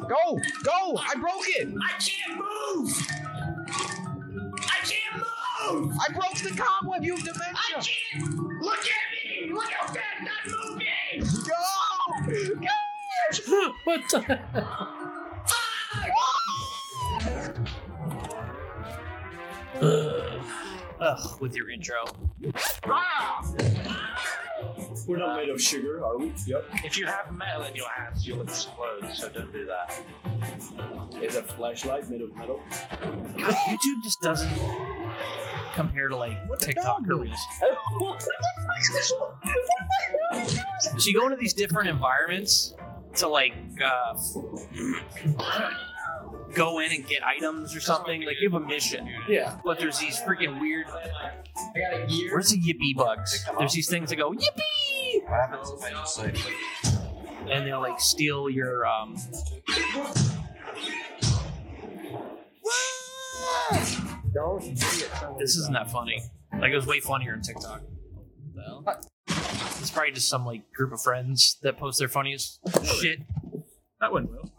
M: Go, go. I broke it.
H: I can't move. I can't move.
M: I broke the cobweb. You have dementia.
H: I can't. Look at me. Look how bad I'm not moving.
M: Go.
B: what the?
C: Ugh. Ugh, with your intro.
N: We're not made of sugar, are we? Yep.
O: If you have metal in your hands, you'll explode, so don't do that.
N: Is a flashlight made of metal?
C: God, YouTube just doesn't compare to like TikTok or Reels. So you go into these different environments to like uh, go in and get items or something. Like you have a mission.
B: Yeah.
C: But there's these freaking weird. Where's the yippee bugs? There's these things that go yippee. What happens if I just like? And they'll like steal your um. This is not funny. Like it was way funnier on TikTok. It's probably just some like group of friends that post their funniest shit. That one will.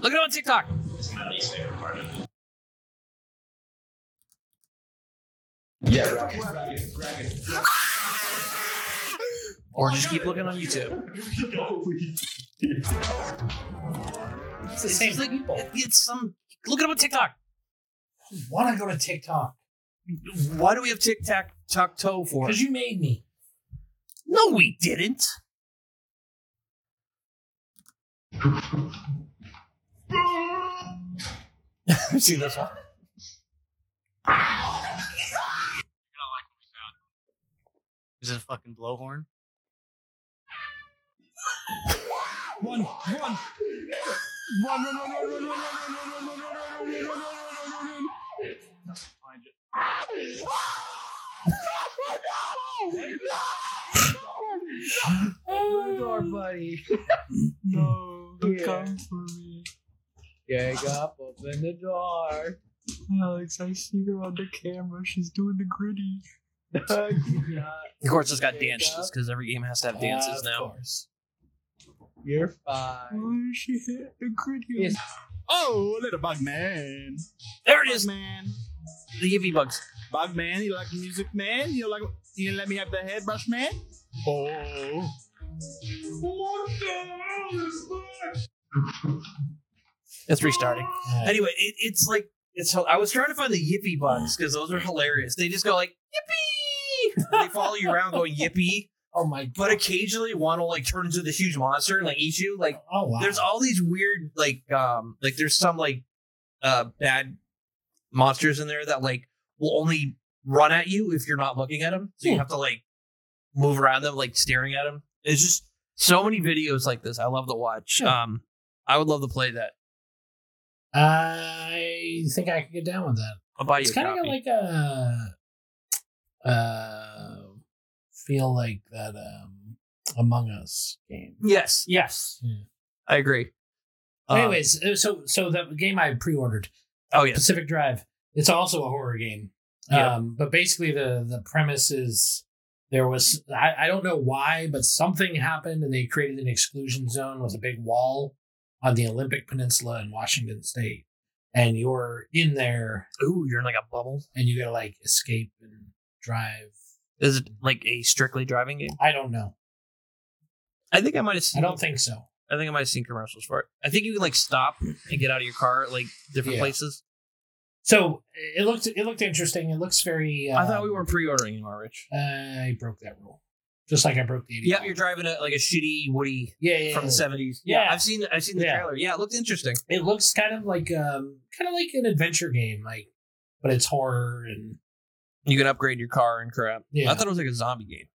C: Look at it on TikTok.
N: Yeah.
C: Or just keep looking on YouTube.
B: It's the same
C: like, It's some. Look at it on TikTok.
B: Want to go to TikTok?
C: Why do we have Tic Tac Tuck Toe for?
B: Because you made me.
C: No, we didn't. See this one?
P: Is it a fucking blowhorn?
Q: Run, run. Run, run, run, run, run, run.
B: Oh, door, buddy.
Q: No.
B: Yeah.
Q: Come for me.
B: Gang up, open the door.
Q: Alex, I see her on the camera. She's doing the gritty.
C: Of course, it's got dances because every game has to have dances now.
B: You're fine.
Q: Why is she hit the gritty?
N: Oh, little bug man.
C: There it is,
N: man.
C: The Yippee bugs.
N: Bug man, you like music, man? You like? You gonna let me have the hairbrush, man? Oh.
H: What the hell is that?
C: It's restarting. Anyway, it, it's like it's. I was trying to find the Yippee bugs because those are hilarious. They just go like Yippee. they follow you around going Yippee.
B: Oh my! God.
C: But occasionally one will like turn into this huge monster and like eat you. Like
B: oh wow.
C: There's all these weird like um like there's some like uh bad monsters in there that like will only run at you if you're not looking at them. So you
B: Hmm.
C: have to like move around them like staring at them. It's just so many videos like this. I love to watch. Um, I would love to play that.
B: I think I could get down with that.
C: I'll buy you
B: It's
C: a
B: kind of got
C: copy.
B: like a uh, feel like that um, Among Us game. Hmm.
C: Yes, yes. I agree. Um,
B: Anyways, uh, so so the game I pre-ordered.
C: Oh yes.
B: Pacific Drive. It's also a horror game.
C: Yeah.
B: Um, but basically the the premise is there was I, I don't know why, but something happened and they created an exclusion zone with a big wall on the Olympic Peninsula in Washington State. And you're in there.
C: Ooh, you're in like a bubble.
B: And you gotta like escape and drive.
C: Is it like a strictly driving game?
B: I don't know.
C: I think I might have
B: I
C: seen
B: don't think so.
C: I think I might have seen commercials for it. I think you can like stop and get out of your car at like different
B: Yeah.
C: places.
B: So it looked it looked interesting. It looks very uh,
C: I thought we weren't pre-ordering anymore, Rich.
B: I broke that rule. Just like I broke the 80
C: Yep, you're driving a like a shitty Woody
B: Yeah, yeah,
C: from the
B: yeah.
C: seventies.
B: Yeah.
C: I've seen I've seen the
B: Yeah.
C: trailer. Yeah, it looked interesting.
B: It looks kind of like um kind of like an adventure game, like but it's horror and
C: You can upgrade your car and crap.
B: Yeah.
C: I thought it was like a zombie game.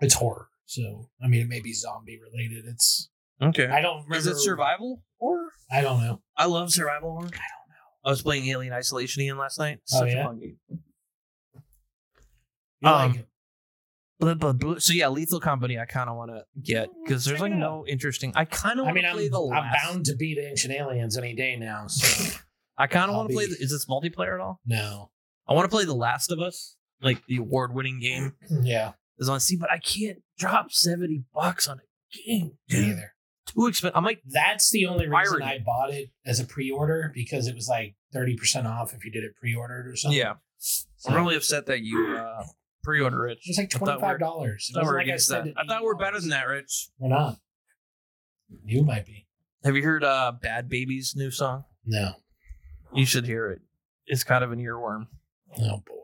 B: It's horror, so I mean, it may be zombie related. It's
C: Okay.
B: I don't remember.
C: Is it survival or?
B: I don't know.
C: I love survival horror. I don't know. I was playing Alien Isolation again last night.
B: Oh,
C: Such
B: yeah?
C: a fun game.
B: You like
C: Um, blah, blah, blah. So yeah, Lethal Company. I kind of want to get
B: Mm,
C: because there's like no interesting. I kind of.
B: I mean, I'm,
C: play the
B: I'm
C: last-
B: bound to beat Ancient Aliens any day now. So
C: I kind of
B: I'll
C: want to play.
B: be-
C: The, is this multiplayer at all?
B: no,
C: I want to play The Last of Us, like the award-winning game.
B: yeah,
C: Is on Steam, but I can't drop seventy bucks on a game.
B: me either.
C: Too expensive. I'm like,
B: That's the only reason
C: Irony.
B: I bought it as a pre-order because it was like thirty percent off if you did it pre-ordered or something.
C: yeah. I'm really upset that you uh, pre-order Rich.
B: It was like
C: I thought we
B: $25.
C: were-
B: It wasn't
C: I thought we were
B: like I
C: against
B: said
C: that.
B: it-
C: I thought we we're better than that, Rich.
B: we're not. You might be.
C: Have you heard uh, Bad Baby's new song?
B: No.
C: You should hear it. It's kind of an earworm.
B: Oh boy.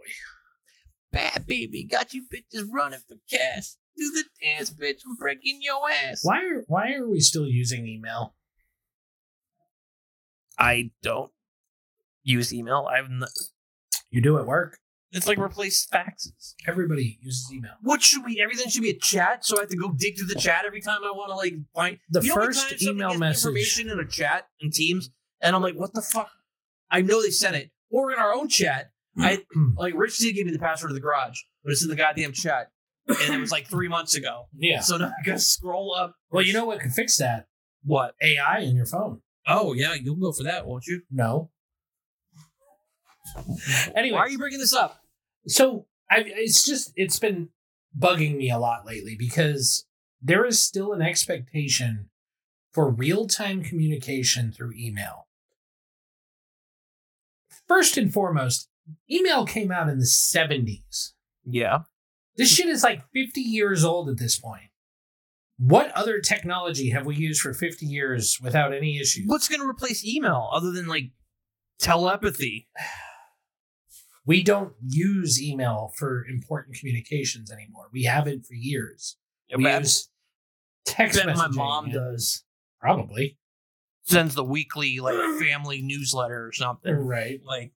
C: Bad baby, got you bitches running for cash. Do the dance, bitch. I'm breaking your ass.
B: Why are why are we still using email?
C: I don't use email. I've n-
B: You do at work.
C: it's like replace faxes.
B: Everybody uses email.
C: What should we? Everything should be a chat. So I have to go dig through the chat every time I want to like find
B: The
C: You know how many
B: first
C: times somebody
B: email
C: gets
B: message-
C: information in a chat in Teams, and I'm like, what the fuck? I know they sent it, or in our own chat. I
B: Hmm.
C: like Rich did give me the password to the garage, but it's in the goddamn chat, and it was like three months ago.
B: Yeah.
C: So now I gotta scroll up.
B: Well, you know what can fix that?
C: What?
B: AI in your phone.
C: Oh yeah, you'll go for that, won't you?
B: No. Anyway,
C: Why are you bringing this up?
B: so I, it's just it's been bugging me a lot lately because there is still an expectation for real-time communication through email. First and foremost, email came out in the 70s.
C: Yeah.
B: This shit is like 50 years old at this point. What other technology have we used for 50 years without any issues?
C: What's gonna replace email other than like telepathy?
B: we don't use email for important communications anymore. We haven't for years. We
C: I
B: use text
C: bet my
B: messaging
C: mom
B: and-
C: does.
B: Probably.
C: Sends the weekly like family newsletter or something.
B: Right.
C: Like,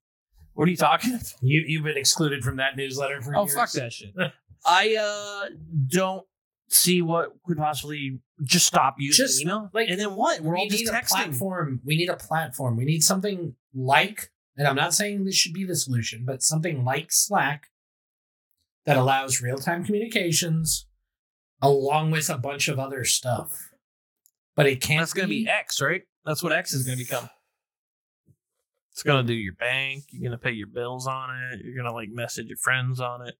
C: what are you talking? about?
B: You you've been excluded from that newsletter for
C: Oh
B: years.
C: fuck that shit. I uh don't see what could possibly just stop using
B: Just,
C: email.
B: like,
C: and then what? We're
B: we
C: all just
B: need a
C: texting.
B: platform. We need a platform. We need something like, and I'm not saying this should be the solution, but something like Slack that allows real-time communications along with a bunch of other stuff. But it can't
C: That's gonna be X, right? That's what X is gonna become. It's gonna do your bank. You're gonna pay your bills on it. You're gonna like message your friends on it.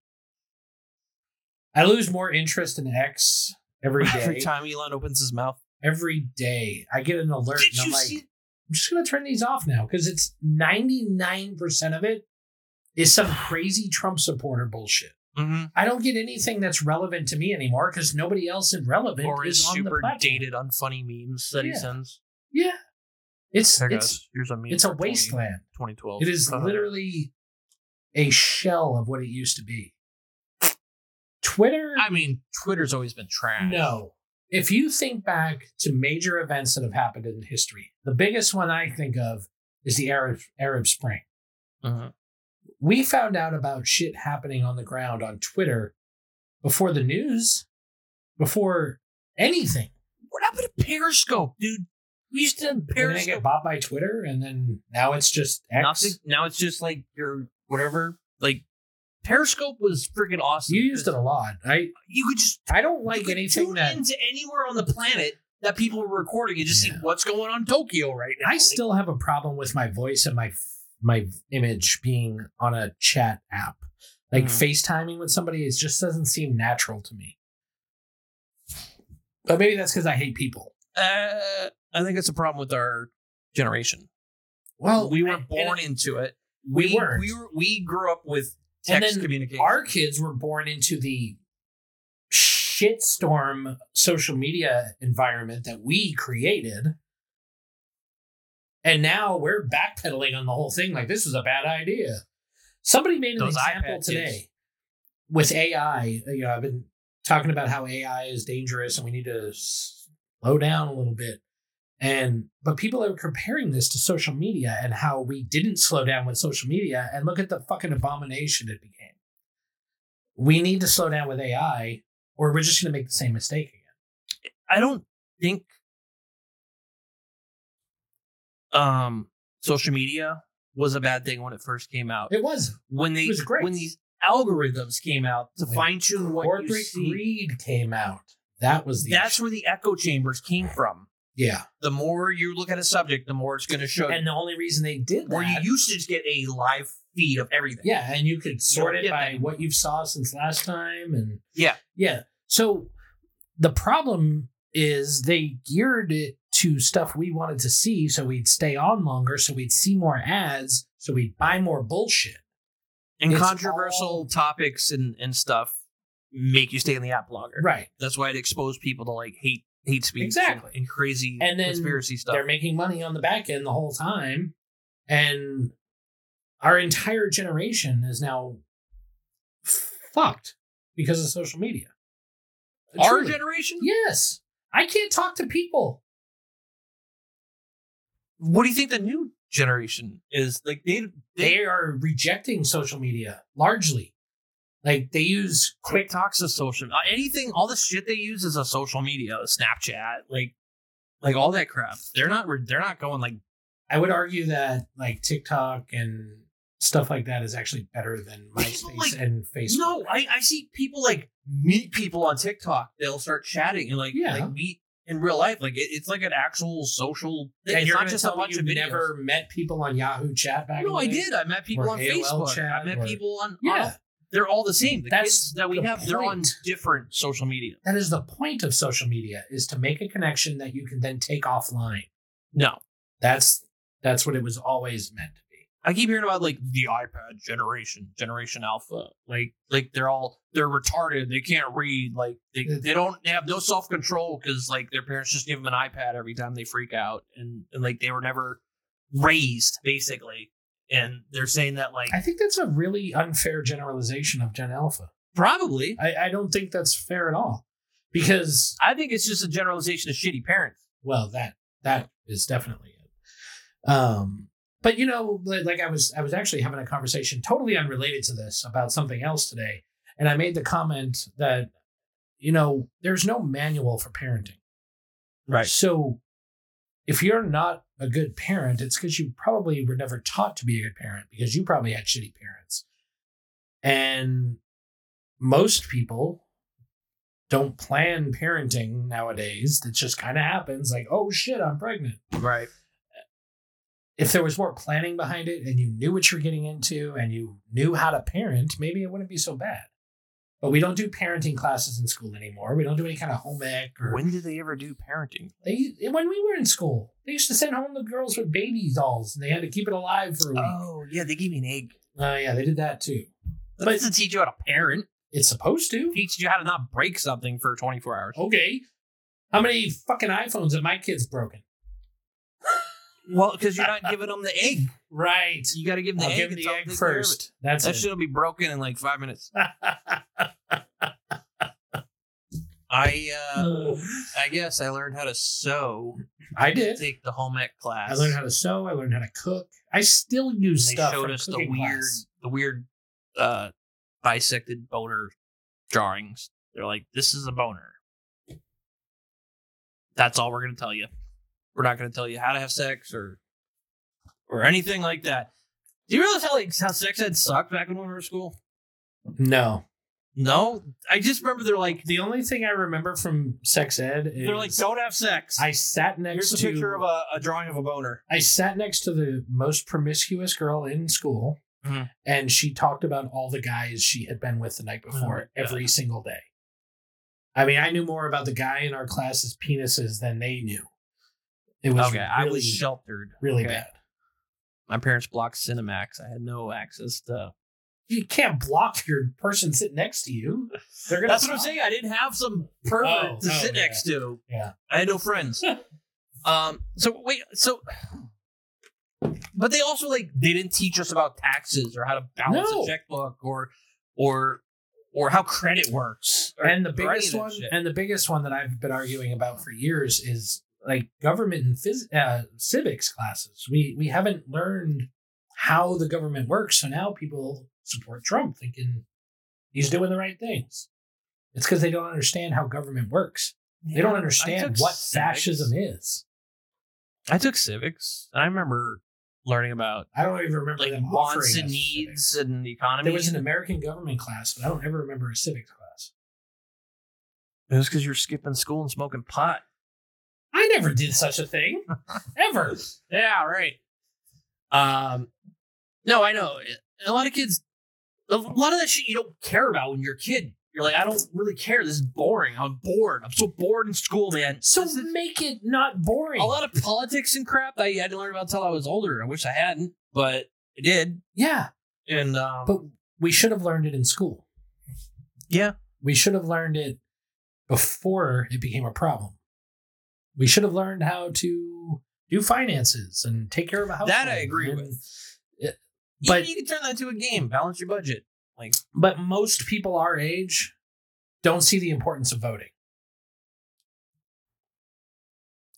B: I lose more interest in X every day.
C: Every time Elon opens his mouth.
B: every day I get an alert
C: Did
B: and I'm
C: you
B: like,
C: see?
B: I'm just gonna turn these off now because it's 99% of it is some crazy Trump supporter bullshit.
C: Mhm.
B: I don't get anything that's relevant to me anymore because nobody else is relevant
C: Or
B: is
C: his
B: on the
C: super
B: platform.
C: dated, unfunny memes that he
B: Yeah.
C: sends.
B: Yeah, it's
C: There
B: it's
C: goes. Here's a meme.
B: it's a
C: for 20
B: wasteland.
C: 2012.
B: It is literally a shell of what it used to be. Twitter.
C: I mean, Twitter's always been trash.
B: No. If you think back to major events that have happened in history, the biggest one I think of is the Arab Arab Spring.
C: Uh-huh.
B: We found out about shit happening on the ground on Twitter before the news, before anything.
C: What happened to Periscope, dude? We used to have
B: They're gonna get
C: Periscope.
B: bought by Twitter, and then now it's just X.
C: Nothing. Now it's just like your whatever. Like Periscope was freaking awesome.
B: You used it a lot. I
C: You could just
B: I don't like
C: you could
B: anything
C: tune
B: that
C: into anywhere on the planet that people were recording and just
B: Yeah.
C: see what's going on in Tokyo right now.
B: I
C: Like,
B: still have a problem with my voice and my my image being on a chat app. Like FaceTiming with somebody, it just doesn't seem natural to me. But maybe that's because I hate people.
C: uh, I think it's a problem with our generation.
B: Well, I-
C: we were
B: and
C: born
B: I-
C: into it.
B: We weren't.
C: We were. We grew up with
B: And
C: text
B: then
C: communication.
B: Our kids were born into the shitstorm social media environment that we created. And now we're backpedaling on the whole thing like this was a bad idea. Somebody made an
C: Those
B: example
C: iPad
B: today
C: kids.
B: with AI. You know, I've been talking about how AI is dangerous and we need to slow down a little bit. And but people are comparing this to social media and how we didn't slow down with social media and look at the fucking abomination it became. We need to slow down with AI or we're just going to make the same mistake again.
C: I don't think um social media was a bad thing when it first came out.
B: It was
C: when they
B: It was great.
C: when these algorithms came out to
B: When
C: fine tune what you
B: corporate
C: see.
B: greed came out. That was the
C: That's where the echo chambers came from.
B: yeah.
C: The more you look at a subject, the more it's going to show.
B: And the only reason they did
C: where you
B: that-
C: used to just get a live feed of everything.
B: Yeah, and you could sort
C: don't
B: it
C: get
B: by
C: that.
B: what you've saw since last time and
C: Yeah.
B: yeah. So the problem is they geared it to stuff we wanted to see so we'd stay on longer so we'd see more ads so we'd buy more bullshit.
C: and
B: It's
C: controversial topics and, and stuff make you stay in the app longer.
B: Right.
C: That's why it exposed people to like hate hate speech and-
B: Exactly.
C: and, crazy
B: And then
C: conspiracy stuff.
B: They're making money on the back end the whole time and our entire generation is now fucked because of social media.
C: Our
B: Truly.
C: generation?
B: Yes. I can't talk to people.
C: What do you think the new generation is like? They
B: They are rejecting social media largely. Like they use
C: quick talks as social. uh, Anything, all the shit they use is a social media, Snapchat, like, like all that crap. They're not. re- They're not going like.
B: I would argue that like TikTok and stuff like that is actually better than MySpace
C: like-
B: and Facebook.
C: No, I, I see people like meet people on TikTok. They'll start chatting and like,
B: Yeah.
C: like meet in real life. Like it, it's like an actual social. Thing.
B: and
C: it's
B: you're
C: not just a bunch of videos.
B: never met people on Yahoo Chat back.
C: No, I
B: in the day?
C: did. I met people
B: Or
C: on
B: AOL
C: Facebook. I
B: chat
C: met
B: or-
C: people on.
B: Yeah.
C: on- they're all the same. The
B: That's
C: kids that we
B: the
C: have, they're on
B: point.
C: different social media.
B: That is the point of social media is to make a connection that you can then take offline.
C: No,
B: That's that's what it was always meant to be.
C: I keep hearing about like the iPad generation, Generation Alpha. Like, like they're all they're retarded. They can't read. Like they, they don't they have no self control because like their parents just give them an iPad every time they freak out, and, and like they were never raised basically. And they're saying that like
B: I think that's a really unfair generalization of Gen Alpha.
C: probably.
B: I, I don't think that's fair at all because
C: I think it's just a generalization of shitty parents.
B: well that that is definitely it um but you know li- like i was i was actually having a conversation totally unrelated to this about something else today and i made the comment that you know there's no manual for parenting
C: Right.
B: so if you're not a good parent it's because you probably were never taught to be a good parent because you probably had shitty parents and most people don't plan parenting nowadays. That just kind of happens like, oh shit, I'm pregnant.
C: Right.
B: If there was more planning behind it and you knew what you're getting into and you knew how to parent, maybe it wouldn't be so bad. But we don't do parenting classes in school anymore. We don't do any kind of home ec or
C: When did they ever do parenting?
B: they when we were in school, they used to send home the girls with baby dolls and they had to keep it alive for a week.
C: Oh yeah, they gave me an egg.
B: Oh yeah, they did that too.
C: That doesn't teach you how to parent.
B: It's supposed to.
C: Teach you how to not break something for 24 hours.
B: Okay. How many fucking iPhones have my kids broken?
C: Well, because you're not giving them the egg.
B: Right.
C: You got to give them
B: I'll
C: the egg.
B: give
C: and
B: the
C: tell them
B: egg
C: to take care of it.
B: first. That's
C: that
B: it.
C: shit will be broken in like five minutes. I uh, I guess I learned how to sew.
B: I did.
C: take the home ec class.
B: I learned how to sew. I learned how to cook. I still use
C: They
B: stuff.
C: showed
B: from
C: us the
B: cooking
C: weird,
B: class.
C: the weird, uh, bisected boner drawings. They're like, this is a boner. That's all we're gonna tell you. We're not gonna tell you how to have sex or, or anything like that. Do you realize how like how sex ed sucked back when we were in school?
B: No,
C: No, I just remember they're like
B: the only thing I remember from sex ed is
C: they're like don't have sex.
B: I sat next
C: Here's a
B: to
C: picture of a, a drawing of a boner.
B: I sat next to the most promiscuous girl in school,
C: Mhm.
B: and she talked about all the guys she had been with the night before
C: Oh,
B: every single day. I mean, I knew more about the guy in our class's penises than they knew. It was
C: okay, I was
B: really-
C: sheltered.
B: really
C: okay?
B: bad.
C: My parents blocked Cinemax. I had no access to
B: You can't block your person sitting next to you. They're gonna
C: That's what I'm saying. I didn't have some pervert
B: Oh,
C: to
B: oh,
C: sit
B: yeah.
C: next to.
B: Yeah.
C: I had no friends. um. So wait. So. But they also like they didn't teach us about taxes or how to balance
B: No.
C: a checkbook or, or, or how credit works. or-
B: and the
C: or any of
B: biggest
C: that
B: one
C: shit.
B: and the biggest one that i've been arguing about for years is like government and phys- uh, civics classes. We we haven't learned how the government works, so now people support Trump, thinking he's doing the right things. It's because they don't understand how government works. they don't
C: Yeah, I
B: understand
C: took
B: what
C: civics.
B: fascism is.
C: I took civics. and I remember learning about
B: I don't even remember
C: like
B: them
C: wants
B: offering
C: and
B: us
C: needs and the economy.
B: There was an American government class, but I don't ever remember a civics class.
C: It was because you were skipping school and smoking pot.
B: I never did such a thing ever.
C: Yeah, right. Um, no, I know. eh, A lot of kids, a lot of that shit you don't care about when you're a kid. You're like, I don't really care. This is boring. I'm bored. I'm so bored in school, man.
B: So make it not boring.
C: A lot of politics and crap that I had to learn about until I was older. I wish I hadn't, but I did.
B: Yeah,
C: And um,
B: but we should have learned it in school.
C: Yeah,
B: we should have learned it before it became a problem. We should have learned how to do finances and take care of a house.
C: that I agree with. But
B: But
C: you, can turn that into a game. Balance your budget. Like
B: but most people our age don't see the importance of voting.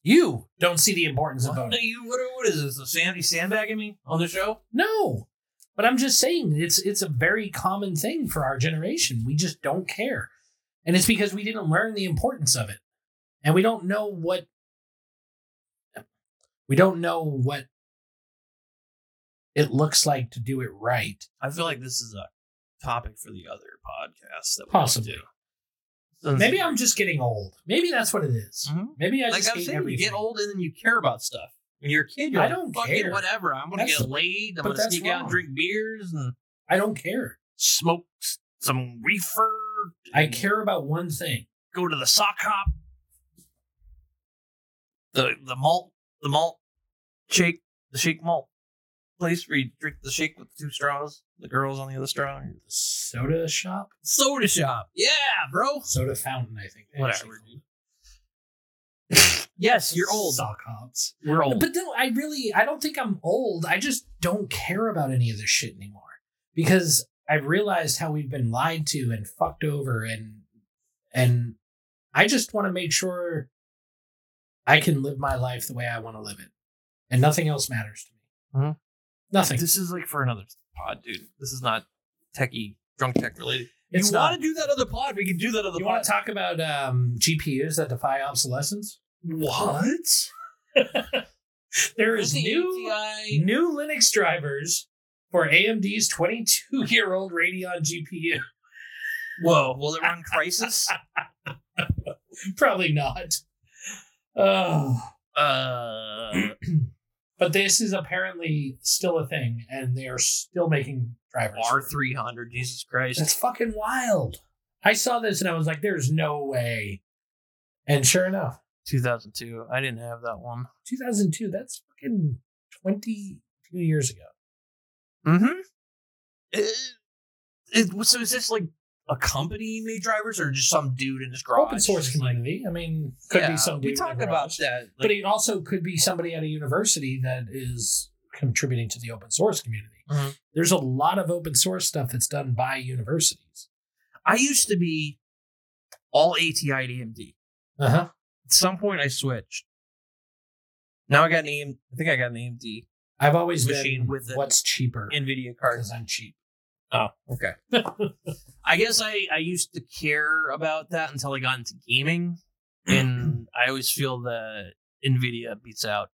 B: You don't see the importance of voting.
C: you, what, what is this? The sanity sandbagging me on the show?
B: No. But I'm just saying it's it's a very common thing for our generation. We just don't care. And it's because we didn't learn the importance of it. And we don't know what we don't know what it looks like to do it right.
C: I feel like this is a topic for the other podcast that we
B: Possibly.
C: do.
B: Maybe I'm just getting old. Maybe that's what it is. Maybe I
C: Mm-hmm. like
B: just
C: I'm
B: hate
C: saying, you
B: everything.
C: get old and then you care about stuff. When you're a kid, you're
B: I
C: like,
B: don't
C: fucking
B: care.
C: whatever. I'm gonna
B: That's-
C: get laid. I'm
B: but
C: gonna
B: that's
C: sneak out
B: wrong.
C: and drink beers and
B: I don't care.
C: smoke s- some reefer.
B: I care about one thing.
C: Go to the sock hop. The the malt the malt shake the shake malt place where you drink the shake with two straws. The girls on the other straw.
B: Soda shop?
C: Soda shop. Yeah, bro.
B: Soda fountain, I think. they actually
C: Whatever. dude. yes, you're old.
B: Sock hops.
C: We're old.
B: But no, I really, I don't think I'm old. I just don't care about any of this shit anymore because I've realized how we've been lied to and fucked over, and and I just want to make sure I can live my life the way I want to live it, and nothing else matters to me.
C: Mhm.
B: Nothing.
C: This is like for another pod, dude. This is not techie, drunk tech related.
B: It's
C: you
B: not.
C: want to do that other pod? We can do that other
B: you
C: pod.
B: want to talk about um, GPUs that defy obsolescence?
C: what?
B: There is
C: With the
B: new
C: API
B: new Linux drivers for AMD's 22 year old Radeon GPU.
C: Whoa, will it run Crisis?
B: Probably not. Oh,
C: uh,
B: but this is apparently still a thing, and they are still making drivers. for it.
C: R300, Jesus Christ.
B: That's fucking wild. I saw this and I was like, "There's no way." And sure enough,
C: 2002. I didn't have that one.
B: 2002. That's fucking 22 years ago.
C: Mm-hmm. Eh, so is this like a company made drivers or just some dude in his garage?
B: Open source community. I mean, could
C: Yeah,
B: be some dude.
C: We
B: in a
C: talked
B: garage.
C: about that. like-
B: but it also could be somebody at a university that is contributing to the open source community.
C: Mhm.
B: There's a lot of open source stuff that's done by universities.
C: I used to be all ATI to AMD.
B: Uh huh.
C: At some point, I switched. Now I got an AM. I think I got an AMD
B: I've always
C: Machine
B: been
C: with it.
B: what's cheaper
C: NVIDIA card.
B: because I'm cheap.
C: Oh, okay. I guess I, I used to care about that until I got into gaming, and I always feel that NVIDIA beats out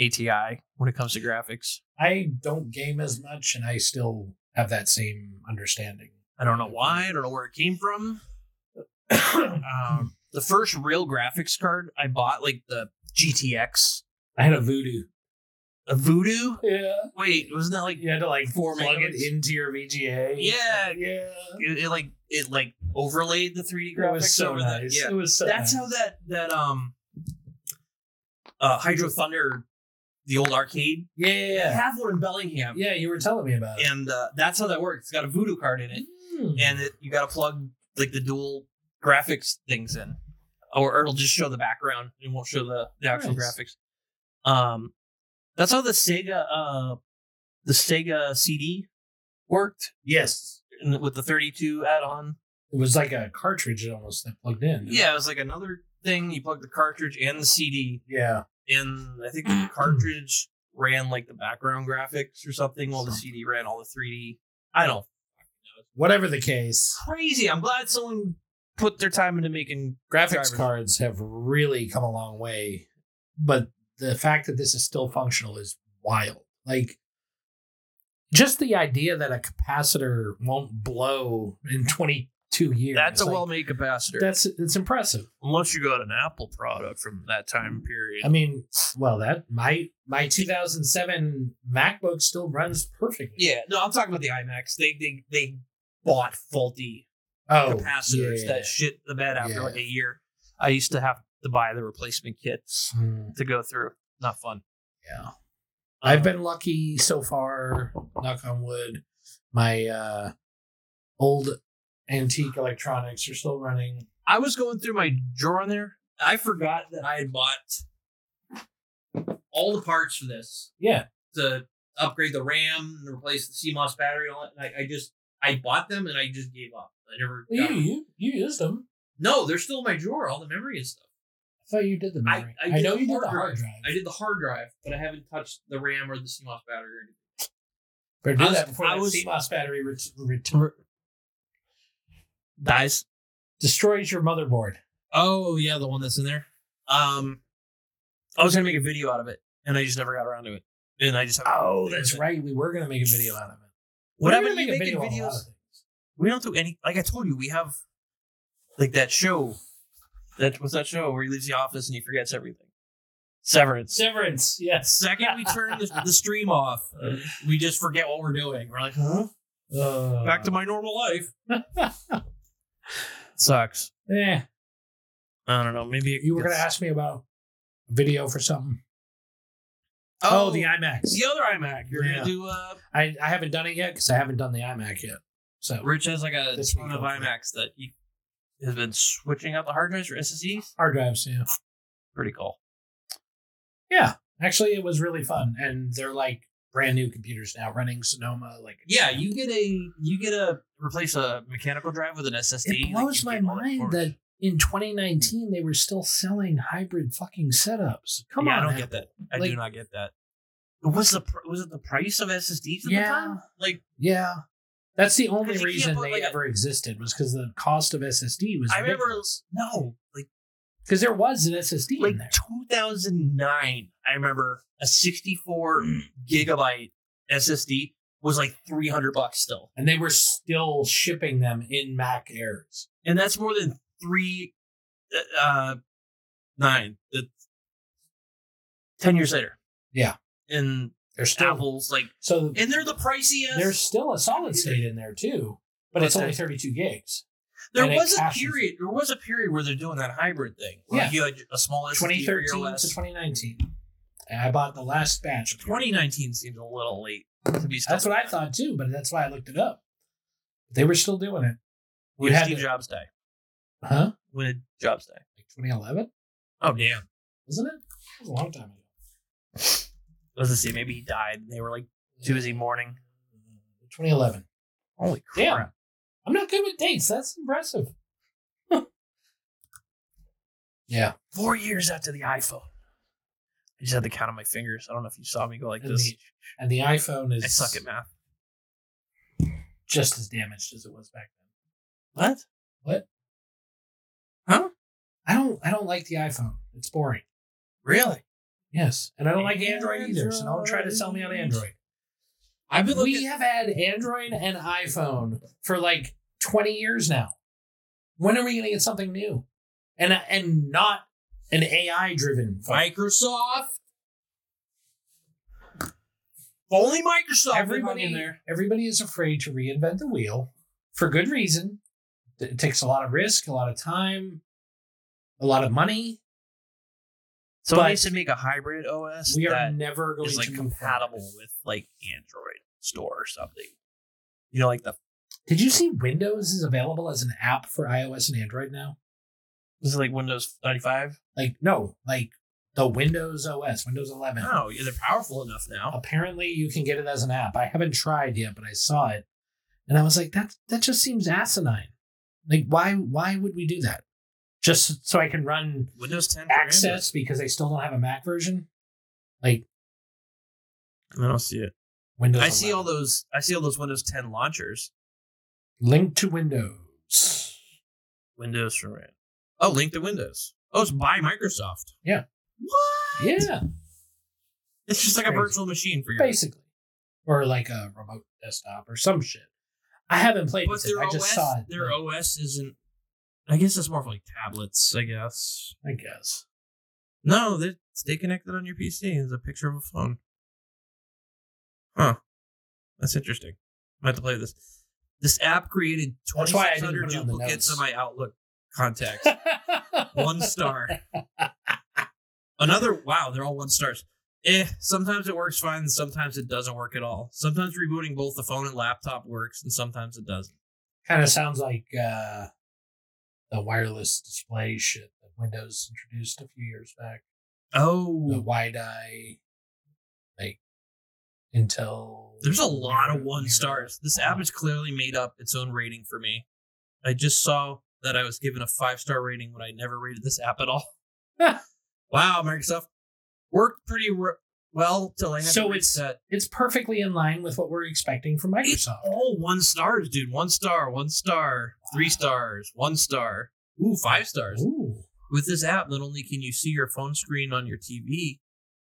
C: ATI when it comes to graphics.
B: I don't game as much, and I still have that same understanding.
C: I don't know why. I don't know where it came from. um, the first real graphics card I bought, like the GTX,
B: I had a voodoo.
C: a Voodoo.
B: Yeah,
C: Wait, wasn't that like
B: you had to like
C: Four
B: plug it
C: megabytes.
B: into your VGA.
C: Yeah.
B: yeah.
C: it, it, like it like overlaid the 3D graphics
B: It was so
C: over
B: nice.
C: that.
B: It
C: Yeah,
B: was so
C: that's
B: nice.
C: how that that um uh Hydro Thunder, the old arcade.
B: Yeah, yeah,
C: I
B: yeah.
C: have one in Bellingham,
B: Yeah, you were telling me about it.
C: and uh, that's how that works. It's got a Voodoo card in it,
B: Hmm.
C: and it, you got to plug like the dual graphics things in, or it'll just show the background. It won't show the the actual
B: Nice.
C: graphics. Um, that's how the Sega uh the Sega CD worked
B: yes,
C: and with the 32 add-on.
B: it was like a cartridge almost that plugged in.
C: Yeah, it was like another
F: thing. You plug the cartridge and the CD.
B: Yeah.
F: And I think the cartridge ran like the background graphics or something, while the CD ran all the 3D. I don't
B: Whatever the case,
F: crazy. I'm glad someone put their time into making
B: graphics
F: drivers.
B: cards have really come a long way, but the fact that this is still functional is wild. Like, just the idea that a capacitor won't blow in 22 years.
C: That's a
B: like,
C: well-made capacitor.
B: That's it's impressive.
C: Unless you got an Apple product from that time period.
B: I mean, well, that my my 2007 MacBook still runs perfectly.
C: yeah, no, I'm talking about the IMAX. They they they bought faulty
B: Oh,
C: capacitors
B: yeah.
C: that shit the bed after
B: Yeah.
C: like a year. I used to have to buy the replacement kits
B: Hmm.
C: to go through. Not fun.
B: Yeah. I've been lucky so far, knock on wood. My uh old antique electronics are still running.
C: I was going through my drawer in there. I forgot that I had bought all the parts for this
B: Yeah.
C: to upgrade the RAM and replace the CMOS battery. And all that. And I, I just I bought them and I just gave up. I never.
B: Well,
C: got
B: you,
C: them.
B: you you used them.
C: No, they're still in my drawer. All the memory and stuff.
B: I thought you did the
C: I,
B: memory. I,
C: did
B: know
C: the
B: you did the hard drive.
C: I did the hard drive, but I haven't touched the RAM or the CMOS battery. Or anything.
B: Better do
C: I was-
B: that before
C: I
B: that
C: was-
B: CMOS battery ret- return
C: Dies.
B: destroys your motherboard.
C: Oh yeah, the one that's in there. Um, I was gonna make a video out of it, and I just never got around to it. And I just
B: Oh, that's right. We were gonna make a video out of it.
C: What
B: We're
C: happened
B: gonna
C: to
B: make a
C: making
B: video on a lot
C: videos?
B: of
C: We don't do any. Like I told you, we have like that show. That what's that show where he leaves the office and he forgets everything? Severance.
B: Severance. Yes.
C: Second, we turn the, the stream off. We just forget what we're doing. We're like, huh?
B: Uh,
C: Back to my normal life. Sucks.
B: Yeah.
C: I don't know. Maybe
B: eh, You were going to
C: it's-
B: ask me about video for something.
C: Oh,
B: Oh, the IMAX.
C: the other iMac. You're
B: Yeah.
C: gonna do. Uh,
B: I, I haven't done it yet because I haven't done the iMac yet. So
C: Rich has like a
B: This
C: ton
B: week,
C: of
B: hopefully.
C: iMacs that he has been switching out the hard drives for SSDs.
B: hard drives, yeah.
C: Pretty cool.
B: Yeah. Actually, it was really fun. And they're like brand new computers now running Sonoma. Like,
C: Yeah, you get a you get a replace a mechanical drive with an SSD.
B: it blows my mind that in 2019 they were still selling hybrid fucking setups. Come
C: yeah,
B: on.
C: I don't
B: Apple.
C: get that. I
B: Like-
C: do not get that. Was the pr- was it the price of SSDs at
B: Yeah.
C: the time? Like
B: Yeah. That's the only
C: 'Cause you can't
B: reason
C: put,
B: they
C: like, a-
B: ever existed was because the cost of SSD was.
C: I remember
B: ridiculous.
C: no, like
B: because there was an SSD
C: like
B: in there.
C: 2009. I remember a 64
B: Mm.
C: gigabyte SSD was like 300 bucks still.
B: and they were still shipping them in Mac Airs.
C: and that's more than three uh nine the 10 years later
B: Yeah,
C: and
B: they're still
C: apples like
B: so
C: and they're the priciest
B: there's still a solid state in there too, but
C: But
B: it's only
C: there's-
B: 32 gigs.
C: there
B: and it
C: was a
B: cashes.
C: period there was a period where they're doing that hybrid thing
B: Yeah.
C: yeah you had a small SSD for
B: 2013
C: your
B: to
C: last-
B: 2019, and I bought the last batch.
C: 2019 seems a little late to be
B: That's what I thought too, but that's why I looked it up. They were still doing it.
C: when
B: you
C: did
B: had
C: Steve
B: to-
C: Jobs die
B: Huh?
C: when did Jobs die
B: 2011,
C: oh damn
B: wasn't it? It was a long time ago.
C: let's just see maybe he died and they were like Tuesday morning
B: 2011.
C: holy
B: Damn.
C: crap
B: I'm not good with dates. That's impressive. yeah.
C: four years after the iPhone I just had to count on my fingers I don't know if you saw me go like
B: And
C: this
B: the, and the iPhone is
C: I suck at math.
B: just as damaged as it was back then.
C: What?
B: What?
C: Huh?
B: I don't I don't like the iPhone. It's boring.
C: Really?
B: Yes. And I don't like Android either, so don't try to sell me on Android.
C: uh, I've been
B: We
C: looking.
B: have had Android and iPhone for like 20 years now. When are we going to get something new? And uh, and not an AI driven phone.
C: Microsoft. Only Microsoft.
B: everybody
C: in there.
B: Everybody is afraid to reinvent the wheel for good reason. It takes a lot of risk, a lot of time, a lot of money.
C: Somebody
B: but-
C: needs to make a hybrid OS
B: We are
C: that
B: never going
C: is
B: to
C: like
B: move
C: compatible
B: forward.
C: with like Android Store or something. You know, like the
B: Did you see Windows is available as an app for iOS and Android now?
C: this is like Windows ninety five.
B: Like no, like the Windows OS, Windows 11.
C: No, yeah, they're powerful enough now.
B: Apparently, you can get it as an app. I haven't tried yet, but I saw it, and I was like, that that just seems asinine. Like why why would we do that? just so I can run
C: Windows 10 for
B: access because I still don't have a Mac version. Like
C: I don't see it.
B: Windows.
C: I see all those. I see all those Windows 10 launchers.
B: Link to Windows.
C: Windows for rent. Oh, link to Windows. Oh, it's by Microsoft.
B: Yeah.
C: What?
B: Yeah,
C: It's just like a virtual machine for your
B: basically, or like a remote desktop or some shit. I haven't played
C: But
B: with it.
C: their
B: I
C: OS,
B: just saw it.
C: their OS isn't. I guess it's more of like tablets. I guess.
B: I guess.
C: No, they stay connected on your PC. There's a picture of a phone. Huh. That's interesting. I have to play this. This app created
B: That's why I didn't
C: 2,600
B: put it on the
C: duplicates of
B: notes.
C: my Outlook contacts. one star. Another wow, they're all one stars. Eh, sometimes it works fine, and sometimes it doesn't work at all. Sometimes rebooting both the phone and laptop works, and sometimes it doesn't.
B: Kind of sounds like uh, the wireless display shit that Windows introduced a few years back.
C: Oh,
B: The wide eye, like Intel.
C: There's a lot of one
B: Mirror.
C: stars. This app has clearly made up its own rating for me. I just saw that I was given a five star rating when I never rated this app at all. wow, Microsoft worked pretty re- well till I had
B: So
C: to
B: it's-
C: reset.
B: It's perfectly in line with what we're expecting from
C: It's
B: Microsoft.
C: all one stars, dude. One star, one star, three stars, one star. Ooh, five stars.
B: Ooh.
C: With this app, not only can you see your phone screen on your TV,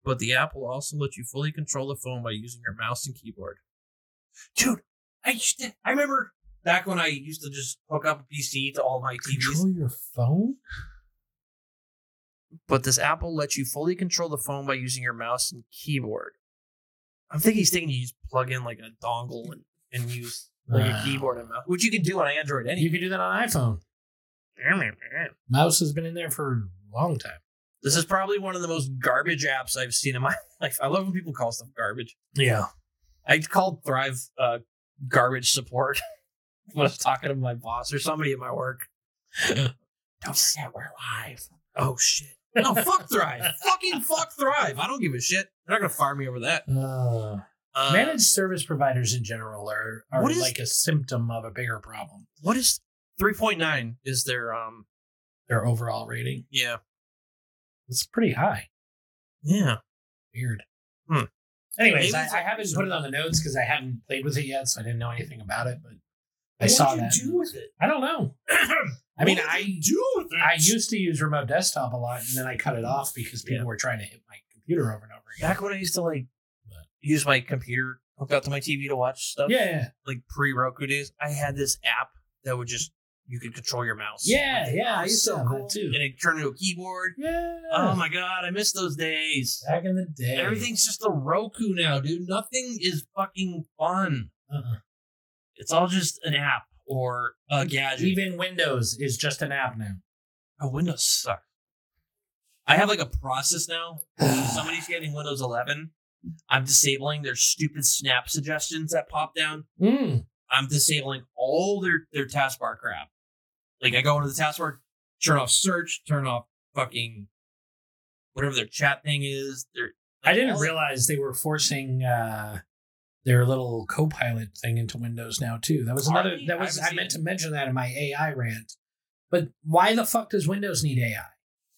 C: but the app will also let you fully control the phone by using your mouse and keyboard. Dude, I used to, I remember back when I used to just hook up a PC to all my TVs.
B: Control your phone?
C: But this app will let you fully control the phone by using your mouse and keyboard. I'm thinking he's thinking you just plug in like a dongle and, and use like
B: Wow.
C: a keyboard and mouse, which you can do on Android
B: You
C: anyway.
B: can do that on iPhone. Mouse has been in there for a long time.
C: This is probably one of the most garbage apps I've seen in my life. I love when people call stuff garbage.
B: Yeah.
C: I called Thrive uh, garbage support when I was talking to my boss or somebody at my work. Don't forget we're live. Oh shit! No, fuck Thrive. Fucking fuck Thrive. I don't give a shit. They're not gonna fire me over that.
B: Uh,
C: Uh,
B: managed service providers in general are, are
C: What is-
B: like a symptom of a bigger problem.
C: What is three point nine? Is their um?
B: Their overall rating
C: Yeah.
B: it's pretty high.
C: Yeah.
B: Weird.
C: Hmm.
B: Anyways,
C: Maybe
B: I,
C: it's-
B: I haven't put it on the notes because I hadn't played with it yet, so I didn't know anything about it. But I saw that.
C: do with it?
B: I don't know. I mean,
C: What did
B: I
C: do with it?
B: I used to use remote desktop a lot, and then I cut it off because people
C: Yeah.
B: were trying to hit my computer over and over again.
C: back when I used to like use my computer hooked up to my TV to watch stuff.
B: Yeah, yeah.
C: like pre Roku days, I had this app that would just you could control your mouse.
B: Yeah,
C: Like,
B: yeah, I
C: it was
B: used to have that too.
C: And it turned into a keyboard.
B: Yeah.
C: Oh my god, I miss those days.
B: Back in the day,
C: Everything's just a Roku now, dude. Nothing is fucking fun.
B: Uh-uh.
C: It's all just an app or a gadget.
B: Even Windows is just an app now.
C: oh, Windows sucks. I have like a process now. If Somebody's getting Windows 11. I'm disabling their stupid snap suggestions that pop down.
B: Mm.
C: I'm disabling all their their taskbar crap. Like I go into the taskbar, turn off search, turn off fucking whatever their chat thing is. Their
B: I didn't realize they were forcing uh, their little co-pilot thing into Windows now too. That was
C: Are
B: another.
C: they?
B: That
C: I
B: was
C: haven't
B: I,
C: seen
B: meant
C: it.
B: to mention that in my AI rant. But why the fuck does Windows need AI?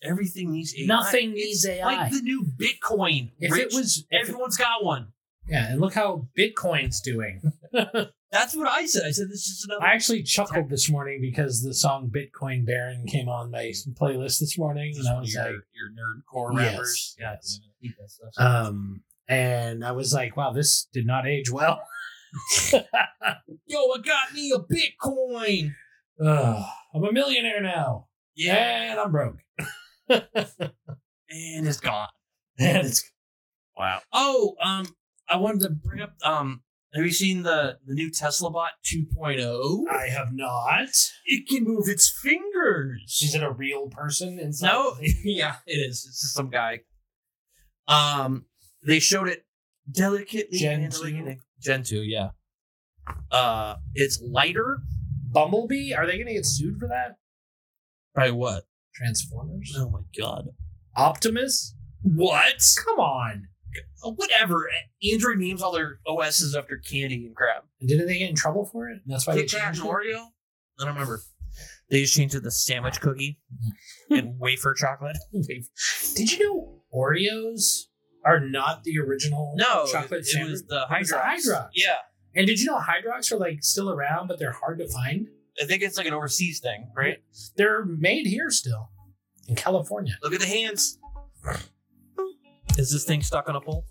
C: everything needs AI.
B: Nothing
C: It's
B: needs AI.
C: Like the new Bitcoin.
B: If
C: Rich.
B: it was, if it-
C: everyone's got one.
B: yeah, and look how Bitcoin's doing.
C: That's what I said. I said this is another.
B: I actually chuckled this morning because the song Bitcoin Baron came on my playlist this morning,
C: this is
B: and I
C: one of
B: was
C: your,
B: like,
C: your nerd core
B: Yes,
C: rappers. Yeah,
B: yes.
C: yeah, I hate that stuff.
B: um, and I was like, wow, this did not age well.
C: Yo, I got me a Bitcoin.
B: Ugh, I'm a millionaire now,
C: Yeah,
B: and I'm broke.
C: and it's gone.
B: And it's
C: Wow. Oh, um, I wanted to bring up um, have you seen the the new Tesla Bot 2.0?
B: I have not.
C: It can move its fingers.
B: Is it a real person inside?
C: no, yeah, it is. It's just some guy. Um, they showed it delicately
B: Gen
C: handling
B: two?
C: it. Gen two, yeah. Uh, it's lighter.
B: Bumblebee? Are they going to get sued for that?
C: By what?
B: Transformers?
C: Oh my god.
B: Optimus?
C: What?
B: Come on.
C: Oh, Whatever. Android names all their OSs after candy and crap.
B: And Didn't they get in trouble for it? That's why they
C: Kit Kat
B: changed
C: and
B: it?
C: Oreo. I don't remember.
F: They just changed it to sandwich cookie and wafer chocolate.
B: Did you know Oreos are not the original
C: No,
B: chocolate
C: it,
B: sandwich?
C: was the
B: It was the
C: Hydrox.
B: Hydrox.
C: Yeah,
B: And did you know Hydrox are like still around, but they're hard to find?
C: I think it's like an overseas thing, right?
B: They're made here still in California.
C: Look at the hands. Is this thing stuck on a pole?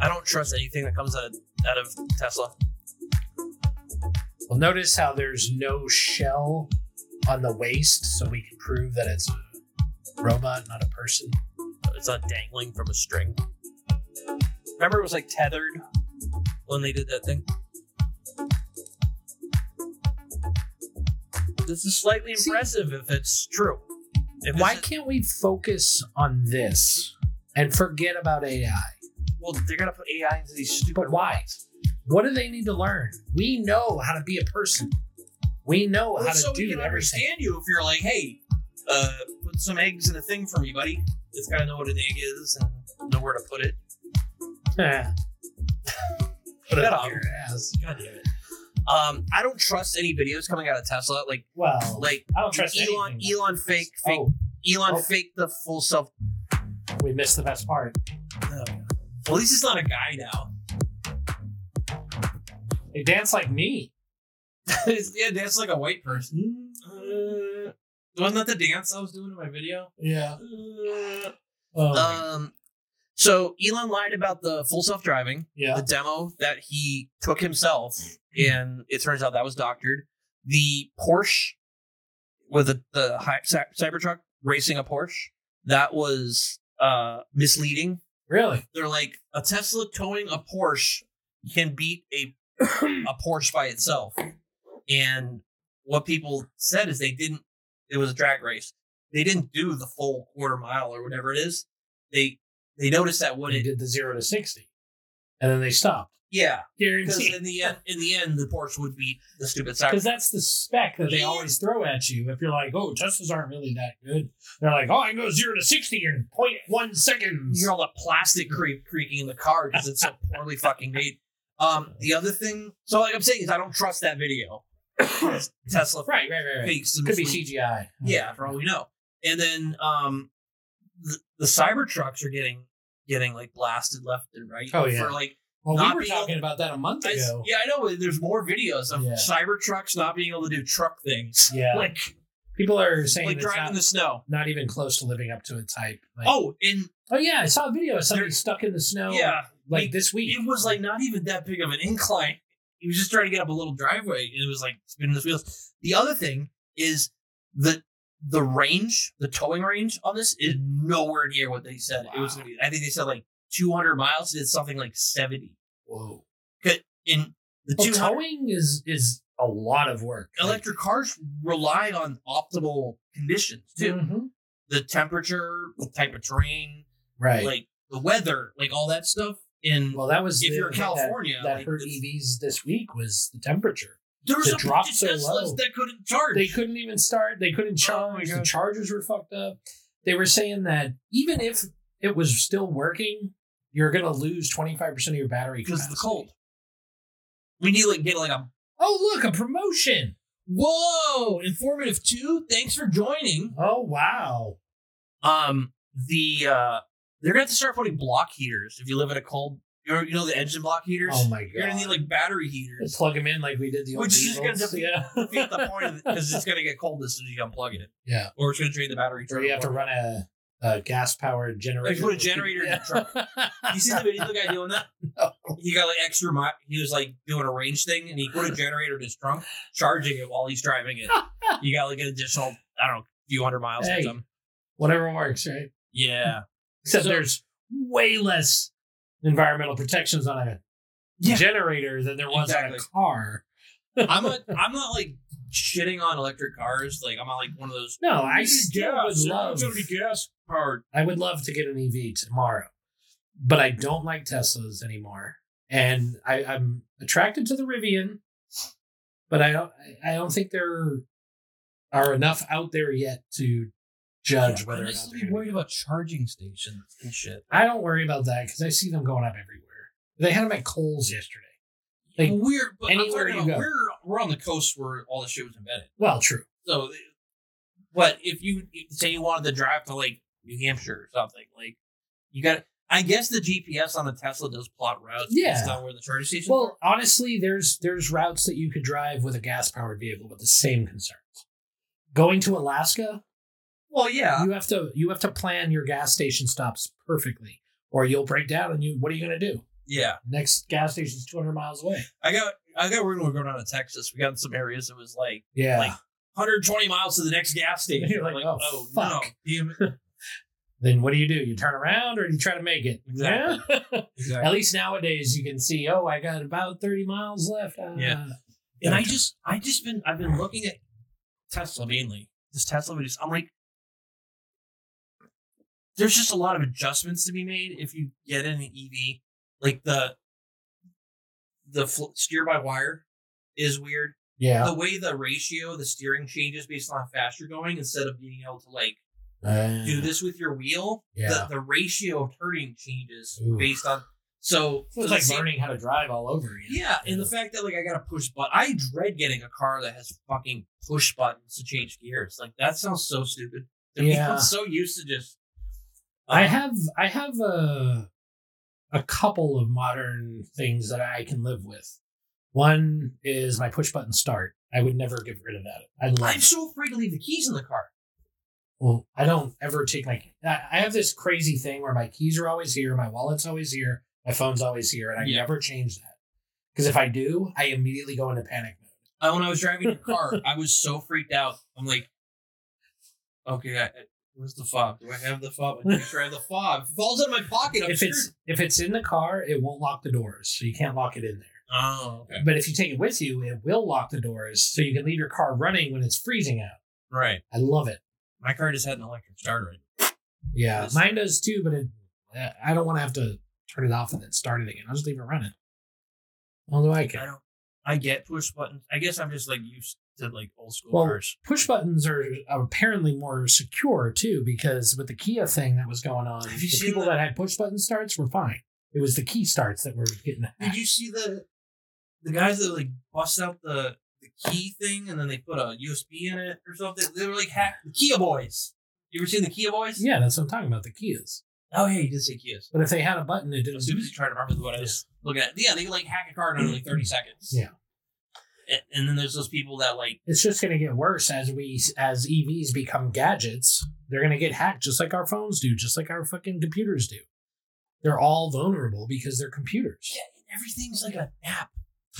C: I don't trust anything that comes out of, out of Tesla.
B: Well, notice how there's no shell on the waist, so we can prove that it's a robot, not a person.
C: It's not dangling from a string. Remember, it was like tethered when they did that thing. This is slightly impressive if it's true. If
B: Why
C: it's-
B: can't we focus on this and forget about AI?
C: Well, they're gonna put AI into these stupid.
B: But why? What do they need to learn? We know how to be a person. We know
C: Well,
B: how to
C: so
B: do
C: we can
B: everything.
C: understand you if you're like, hey, uh, put some eggs in a thing for me, buddy. It's gotta know what an egg is and know where to put it.
B: Yeah.
C: Put it
B: Shut
C: up
B: up.
C: your ass. God damn it. Um, I don't trust any videos coming out of Tesla. Like,
B: Well,
C: like
B: Oh, I don't trust
C: Elon.
B: anything.
C: Elon fake fake.
B: Oh.
C: Elon
B: Oh.
C: fake the full self.
B: We missed the best part.
C: Oh. Well, at least it's not a guy now.
B: They dance like me.
C: yeah, dance like a white person. Uh, wasn't that the dance I was doing in my video?
B: Yeah.
C: Uh,
B: Oh.
C: Um, so Elon lied about the full self driving,
B: Yeah.
C: the demo that he took himself, and it turns out that was doctored. The Porsche with the, the hy- cy- Cybertruck racing a Porsche that was uh, misleading.
B: Really?
C: They're like a Tesla towing a Porsche can beat a a Porsche by itself, and what people said is they didn't. It was a drag race. They didn't do the full quarter mile or whatever it is. They they noticed that when
B: They
C: it
B: did the zero to 60, and then they stopped.
C: yeah because
B: Guaranteed.
C: in the end in the end the Porsche would beat the stupid
B: Because
C: Cybertruck.
B: that's the spec that they always throw at you. If you're like, oh, Teslas aren't really that good, they're like, oh, I can go zero to 60 in 0.1 seconds.
C: You're all the plastic creep creaking in the car because it's so poorly fucking made. Um, the other thing, so like I'm saying, is I don't trust that video. Tesla
B: Right, right, right. right.
C: fakes some
B: Could be
C: misleading-
B: CGI.
C: Yeah, for all we know. And then um, the, the Cybertrucks are getting getting like blasted left and right.
B: Oh, yeah.
C: For like,
B: Well,
C: Not
B: we were
C: being
B: talking
C: able-
B: about that a month
C: I s-
B: ago.
C: yeah, I know. but There's more videos of
B: Yeah.
C: Cybertrucks not being able to do truck things.
B: Yeah.
C: like
B: People are saying
C: like
B: it's
C: driving
B: not,
C: in the snow.
B: not even close to living up to its hype. Like-
C: Oh, and
B: oh, yeah. I saw a video of somebody stuck in the snow.
C: yeah,
B: Like
C: Like,
B: this week.
C: it was like not even that big of an incline. He was just trying to get up a little driveway, and it was like spinning his wheels. The other thing is the the range, the towing range on this is nowhere near what they said. It was. gonna be- I think they said like 200 miles. It's something like 70.
B: Whoa.
C: Good. In the
B: Well,
C: 200
B: towing is is a lot of work.
C: electric cars rely on optimal conditions too.
B: Mhm.
C: The temperature, the type of terrain,
B: Right.
C: Like the weather, like all that stuff. In
B: well, that was
C: if
B: the
C: you're in
B: thing that-
C: California,
B: That,
C: like,
B: hurt
C: it's-
B: EVs this week was the temperature.
C: There was
B: It
C: a
B: dropped
C: bunch of
B: so
C: Teslas
B: low.
C: that couldn't charge.
B: They couldn't even start. They
C: Oh
B: couldn't charge. the
C: God.
B: chargers were fucked up. They were saying that even if it was still working, you're gonna lose twenty five percent of your battery
C: because of the
B: capacity.
C: cold. We need to like get like a
B: Oh look, a promotion!
C: whoa informative two. Thanks for joining.
B: Oh wow!
C: Um, the uh, they're gonna have to start putting block heaters if you live in a cold. You know, you know the engine block heaters.
B: Oh my
C: You're gonna
B: God.
C: need like battery
B: They
C: heaters,
B: plug them in like we did the old
C: which is just gonna
B: diesels.
C: defeat, defeat the point of because it's gonna get cold as soon as you unplug it,
B: yeah.
C: or it's gonna drain the battery.
B: Or you have to run a, a gas powered generator.
C: Like put a generator in the truck. You see the video of the guy doing that? He got like extra mile. He was like doing a range thing, and he put a generator in his trunk, charging it while he's driving it. You got like an additional, I don't know, few hundred miles
B: Hey.
C: or something.
B: Whatever works, right?
C: Yeah,
B: Except
C: So-
B: there's way less environmental protections on a
C: Yeah.
B: generator than there was
C: Exactly.
B: on a car.
C: I'm not. I'm not like shitting on electric cars. Like I'm not like one of those.
B: No, I
C: "Need
B: still would
C: yeah,
B: love-
C: it's gonna be gas powered.
B: I would love to get an EV tomorrow, but I don't like Teslas anymore. And I, I'm attracted to the Rivian, but I don't. I don't think there are enough out there yet to judge
C: Yeah,
B: whether or not
C: I'm just
B: they're
C: be
B: gonna
C: worried about charging stations and shit.
B: I don't worry about that because I see them going up everywhere. They had them at Kohl's yesterday. Like,
C: we're but I'm
B: anywhere
C: talking
B: you
C: about
B: go.
C: we're we're on the coast where all the shit was invented.
B: well, true.
C: So, but if you say you wanted to drive to like New Hampshire or something, like you got, I guess the GPS on the Tesla does plot routes.
B: Yeah.
C: based on where the charging station.
B: Well, honestly, there's there's routes that you could drive with a gas powered vehicle with the same concerns. Going to Alaska,
C: well, yeah,
B: you have to you have to plan your gas station stops perfectly, or you'll break down. And you, what are you going to do?
C: yeah.
B: Next gas station's two hundred miles away.
C: I got, I got worried when we were going down to Texas. We got in some areas it was like,
B: Yeah.
C: like 120 miles to the next gas station.
B: You're like, oh, fuck.
C: no, damn it.
B: Then what do you do? You turn around or you try to make it?
C: Exactly.
B: Yeah?
C: Exactly.
B: At least nowadays you can see. Oh, I got about thirty miles left. Uh,
C: Yeah. And I just, I just been, I've been looking at Tesla mainly. This Tesla, just, I'm like, there's just a lot of adjustments to be made if you get in an EV. Like the, the fl- steer by wire is weird.
B: Yeah.
C: The way the ratio, the steering changes based on how fast you're going instead of being able to like
B: Uh,
C: do this with your wheel,
B: Yeah.
C: the, the ratio of turning changes
B: Ooh.
C: based on. So,
B: it's like learning how to drive all over again.
C: Yeah, and the fact that like I got a push button, I dread getting a car that has fucking push buttons to change gears. Like that sounds so stupid. To me,
B: Yeah.
C: I'm so used to just.
B: I have I have a a couple of modern things that I can live with. One is my push button start. I would never get rid of that. I love.
C: I'm so afraid to leave the keys in the car.
B: Well, I don't ever take my. I I have this crazy thing where my keys are always here, my wallet's always here, my phone's always here, and I
C: Yeah.
B: never change that. Because if I do, I immediately go into panic mode.
C: I, when I was driving a car, I was so freaked out. I'm like, okay, I, I- where's the fob? Do I have the fob? I'm pretty sure I have the fob. If it falls out of my pocket, I'm
B: if
C: screwed.
B: it's if it's in the car, it won't lock the doors, so you can't lock it in there.
C: oh, okay.
B: But if you take it with you, it will lock the doors, so you can leave your car running when it's freezing out.
C: Right.
B: I love it.
C: My car just had an electric starter. in it.
B: Yeah,
C: Yes.
B: mine does too, but it, I don't want to have to turn it off and then start it again. I'll just leave it running. Although I
C: I
B: can.
C: don't. I get push buttons. I guess I'm just like used to like old school
B: Well,
C: cars.
B: push buttons are apparently more secure too, because with the Kia thing that was going on,
C: Have you
B: the
C: seen
B: people
C: the-
B: that had push button starts were fine. It was the key starts that were getting.
C: Did you see the the guys that like bust out the the key thing and then they put a USB in it or something? They were like hack the Kia boys. You ever seen the Kia boys?
B: Yeah, that's what I'm talking about. The Kias.
C: Oh yeah, you did say Kias.
B: But if they had a button, it didn't.
C: As soon as you try to remember what I was looking at, yeah, they like hack a car in like thirty seconds.
B: Yeah.
C: and, and then there's those people that like
B: It's just going to get worse as we as EVs become gadgets. They're going to get hacked just like our phones do, just like our fucking computers do. They're all vulnerable because they're computers.
C: everything's like a app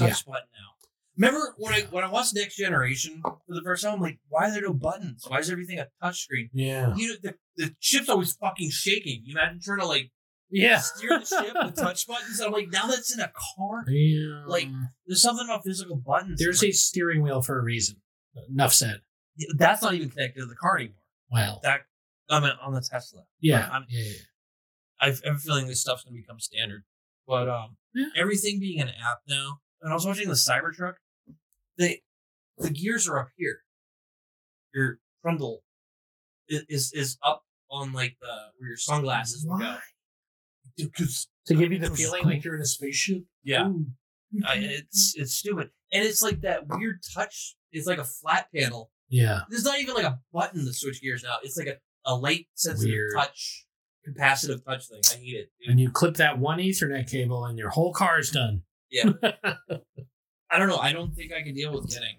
B: Yeah.
C: touch button now. Remember when I when I watched Next Generation for the first time, I'm like, why are there no buttons? Why is everything a touch screen?
B: Yeah.
C: You know, the, the ship's always fucking shaking. You imagine trying to like
B: Yeah.
C: steer the ship with touch buttons. I'm like, now that's in a car.
B: Yeah.
C: Like there's something about physical buttons.
B: There's a
C: Like,
B: steering wheel for a reason. Enough said.
C: that's not even connected to the car anymore.
B: Well,
C: That I mean, on the Tesla.
B: yeah.
C: I'm,
B: yeah, yeah.
C: I have a feeling this stuff's gonna become standard. But um, everything being an app now, and I was watching the Cybertruck. They, the gears are up here. Your frontal i- is is up on like the where your sunglasses will go.
B: Why?
C: Dude, 'cause-
B: To give you the
C: It was
B: feeling
C: cool.
B: like you're in a spaceship.
C: yeah,
B: Ooh.
C: I, it's it's stupid, and it's like that weird touch. It's like a flat panel.
B: Yeah.
C: There's not even like a button to switch gears now. It's like a, a light sensitive
B: Weird.
C: touch, capacitive touch thing. I hate it. dude.
B: And you clip that one Ethernet cable, and your whole car's done.
C: Yeah. I don't know. I don't think I can deal with getting.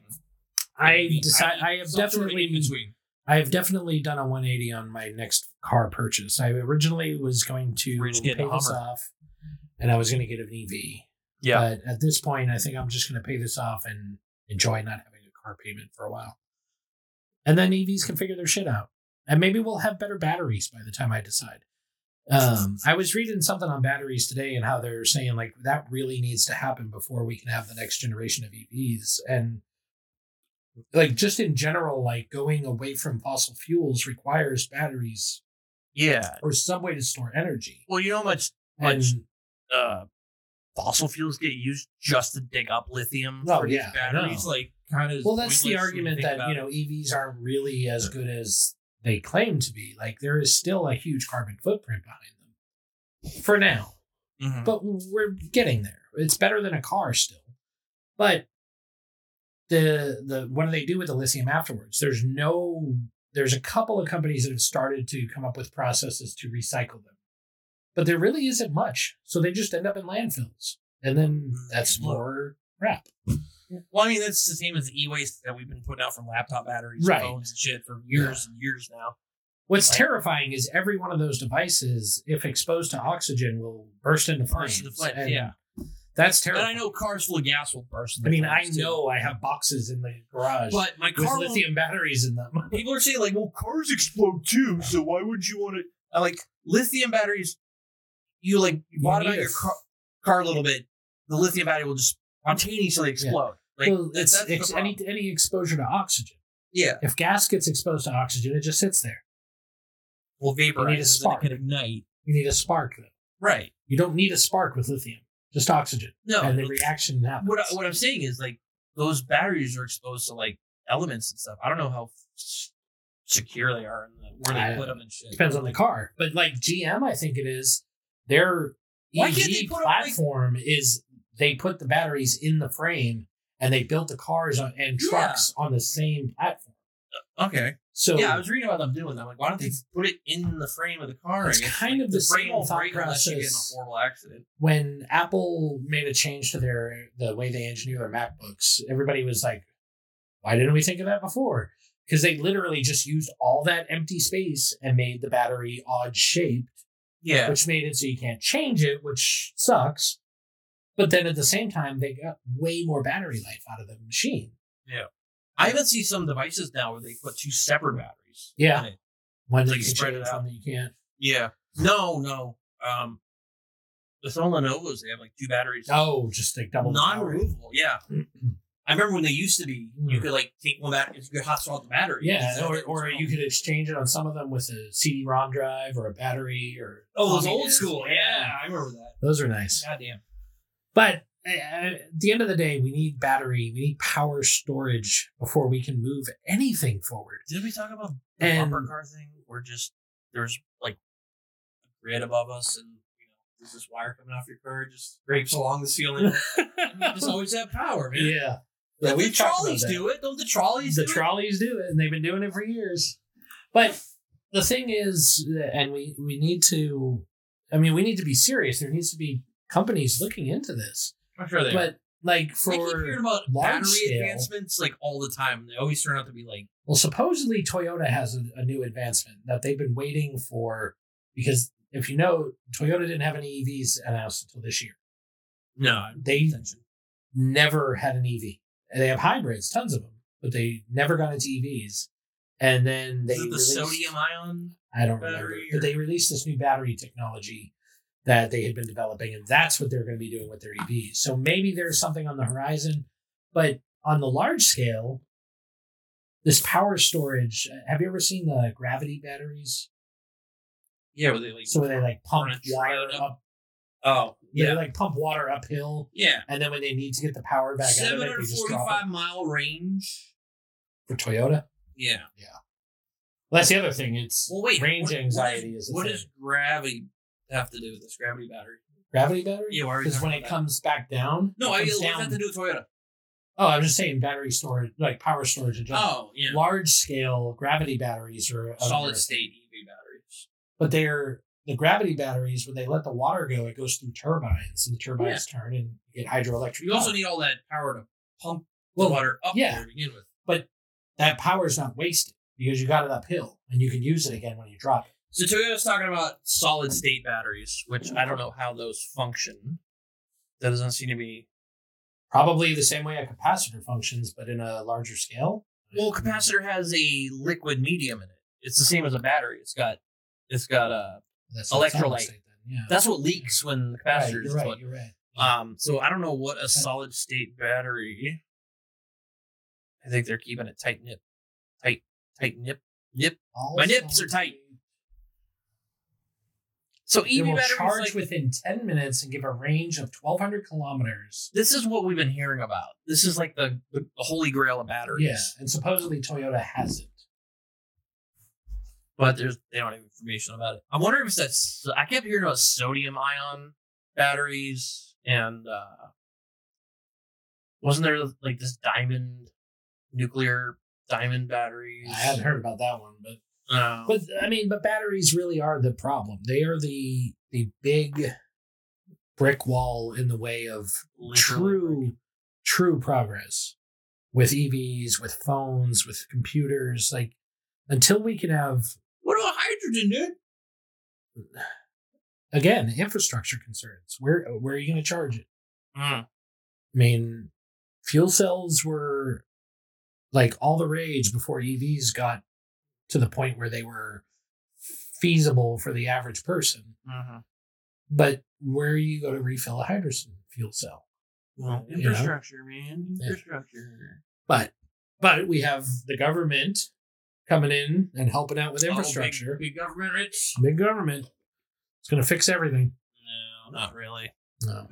B: I decide. I, have
C: some sort of
B: definitely.
C: in between.
B: I have definitely done a 180 on my next car purchase. I originally was going to
C: We're just
B: pay
C: getting a
B: this
C: Hummer.
B: off, and I was going to get an EV. But at this point, I think I'm just going to pay this off and enjoy not having a car payment for a while. And then EVs can figure their shit out. And maybe we'll have better batteries by the time I decide. Um, I was reading something on batteries today and how they're saying like that really needs to happen before we can have the next generation of EVs. And like just in general, like going away from fossil fuels requires batteries
C: Yeah.
B: or some way to store energy.
C: Well, you know how much
B: And
C: much uh, fossil fuels get used just to dig up lithium
B: Oh,
C: for these
B: yeah, I
C: batteries.
B: know.
C: Like kind of.
B: well that's the argument that you know evs aren't really as good as they claim to be like there is still a huge carbon footprint behind them for now
C: Mm-hmm.
B: but we're getting there it's better than a car still but the the what do they do with Elysium afterwards? There's no there's a couple of companies that have started to come up with processes to recycle them. But there really isn't much. So they just end up in landfills. And then that's more crap.
C: Well, I mean, that's the same as the e-waste that we've been putting out from laptop batteries,
B: Right.
C: and phones, and shit for years and years now.
B: What's
C: Like-
B: terrifying is every one of those devices, if exposed to oxygen, will burst into flames.
C: Burst into flames,
B: And
C: yeah.
B: That's
C: And
B: terrifying.
C: I know cars full of gas will
B: I
C: burst. into
B: mean, I
C: flames, too.
B: know I have boxes in the garage
C: But my car
B: with
C: won't-
B: lithium batteries in them.
C: People are saying like, well, cars explode too, so why would you want to? I like lithium batteries. You like you bought it
B: need
C: out
B: a
C: your car, car a little bit. The lithium battery will just spontaneously explode. Like
B: well,
C: that's,
B: it's,
C: that's the
B: it's
C: problem.
B: any any exposure to oxygen.
C: yeah.
B: If gas gets exposed to oxygen, it just sits there.
C: Well, vapor.
B: You need a spark.
C: Can ignite.
B: You need a spark, though.
C: Right.
B: You don't need a spark with lithium, just oxygen.
C: No.
B: and the reaction happens.
C: Oh, What I, what I'm saying is like those batteries are exposed to like elements and stuff. I don't know how s- secure they are and where
B: I-
C: they put them and shit.
B: depends on the car, but like GM, I think it is their
C: Why
B: EV
C: can't they put a-
B: platform is they put the batteries in the frame and they built the cars on, and
C: Yeah.
B: trucks on the same platform.
C: Okay.
B: So
C: yeah, I was reading about them doing that. I'm like, why don't they put it in the frame of the car?
B: It's
C: I guess,
B: kind
C: like,
B: of the same
C: frame will
B: thought
C: break unless You get in
B: process.
C: a horrible accident.
B: when Apple made a change to their the way they engineer their MacBooks, everybody was like, "Why didn't we think of that before?" Because they literally just used all that empty space and made the battery odd shaped,
C: Yeah.
B: which made it so you can't change it, which sucks. But then at the same time, they got way more battery life out of the machine.
C: Yeah. I even see some devices now where they put two separate batteries.
B: Yeah.
C: in it.
B: When
C: Like
B: they
C: spread
B: spread it
C: it out.
B: out, you can't.
C: Yeah. No, no. Um, with some Lenovo's, they have like two batteries.
B: Oh, just like double the power.
C: non-removable. Yeah. I remember when they used to be, you could like take one battery, you could hot swap the battery.
B: Hmm. Yeah, or, or you could exchange it on some of them with a CD-ROM drive or a battery or
C: oh, those
B: I mean,
C: old
B: it's-
C: school. Yeah, I remember that.
B: Those are nice.
C: Goddamn.
B: But uh, at the end of the day, we need battery, we need power storage before we can move anything forward.
C: Did we talk about the
B: And-
C: bumper car thing? Or just there's like a grid above us, and you know there's this wire coming off your car, just scrapes along the ceiling. I mean, just always have power, man.
B: Yeah. But
C: Yeah, the
B: we've talked about
C: trolleys
B: that.
C: do it. Don't the trolleys?
B: The
C: do it?
B: trolleys do it, and they've been doing it for years. But the thing is, uh, and we, we need to, I mean, we need to be serious. There needs to be companies looking into this.
C: I'm sure they.
B: but
C: are.
B: like
C: I keep
B: for
C: hearing about
B: large
C: battery
B: scale-
C: advancements like all the time. They always turn out to be like
B: Well, supposedly Toyota has a, a new advancement that they've been waiting for because if you know, Toyota didn't have any EVs announced until this year.
C: no.
B: They never had an EV. And they have hybrids, tons of them, but they never got into EVs. And then they
C: Is it the
B: released,
C: sodium ion?
B: I don't remember,
C: battery
B: but they released this new battery technology that they had been developing, and that's what they're going to be doing with their EVs. So maybe there's something on the horizon, but on the large scale, this power storage. uh, Have you ever seen the gravity batteries?
C: Yeah, where they like
B: So where they like pump
C: Run a
B: water
C: trailer
B: up,
C: oh
B: yeah. they
C: yeah
B: like pump water uphill,
C: yeah
B: and then when they need to get the power back out of it, they just drop it.
C: 745 mile range.
B: for Toyota.
C: Yeah.
B: Well, that's the other thing. It's
C: Well, wait.
B: range
C: what- what
B: anxiety
C: is-
B: is the
C: what
B: thing.
C: does gravity have to do with this gravity battery?
B: gravity battery.
C: Yeah, why are we
B: because
C: talking
B: when
C: about
B: it
C: that?
B: comes back down,
C: No,
B: it comes
C: I mean, what does that have to do with Toyota?
B: Oh, I'm just saying battery storage, like power storage in general.
C: Oh, yeah.
B: Large scale gravity batteries are a-
C: Solid state EV batteries.
B: but they're the gravity batteries. When they let the water go, it goes through turbines, and the turbines turn and you get hydroelectric.
C: Oh, You also
B: power.
C: need all that power to pump
B: Oh. Well,
C: the water up
B: yeah.
C: there to begin with.
B: but that power is not wasted because you got it uphill, and you can use it again when you drop it.
C: So Toyota's talking about solid state batteries, which I don't know how those function. That doesn't seem to be
B: Probably the same way a capacitor functions, but in a larger scale.
C: Well, capacitor has a liquid medium in it. It's the same as a battery. It's got it's got a
B: That's not solid
C: electrolyte.
B: state then, Yeah.
C: That's what leaks when the
B: Right,
C: capacitor
B: you're
C: is
B: right.
C: put.
B: You're right.
C: Um, so I don't know what a solid state battery. I think they're keeping it tight nip, tight, tight nip, nip. My nips are tight. So
B: It
C: EV
B: will
C: batteries,
B: charge
C: like,
B: within 10 minutes and give a range of 1,200 kilometers.
C: this is what we've been hearing about. This is like the the, the holy grail of batteries.
B: Yeah, and supposedly Toyota has it.
C: but there's they don't have information about it. I'm wondering if that's I kept hearing about sodium ion batteries and uh Wasn't there like this diamond nuclear diamond batteries?
B: I hadn't heard about that one, but
C: Oh.
B: But I mean, but batteries really are the problem. They are the the big brick wall in the way of true true progress with EVs, with phones, with computers. Like until we can have
C: what about hydrogen, dude?
B: again infrastructure concerns. Where where are you going to charge it?
C: Mm.
B: I mean, fuel cells were like all the rage before EVs got to the point where they were feasible for the average person.
C: Mhm.
B: But where are you going to refill a hydrogen fuel cell?
C: Well,
B: You know?
C: infrastructure, man. Infrastructure.
B: But but we have the government coming in and helping out with infrastructure.
C: Oh, big, big government rich?
B: big, government. It's going to fix everything.
C: No, not really.
B: No.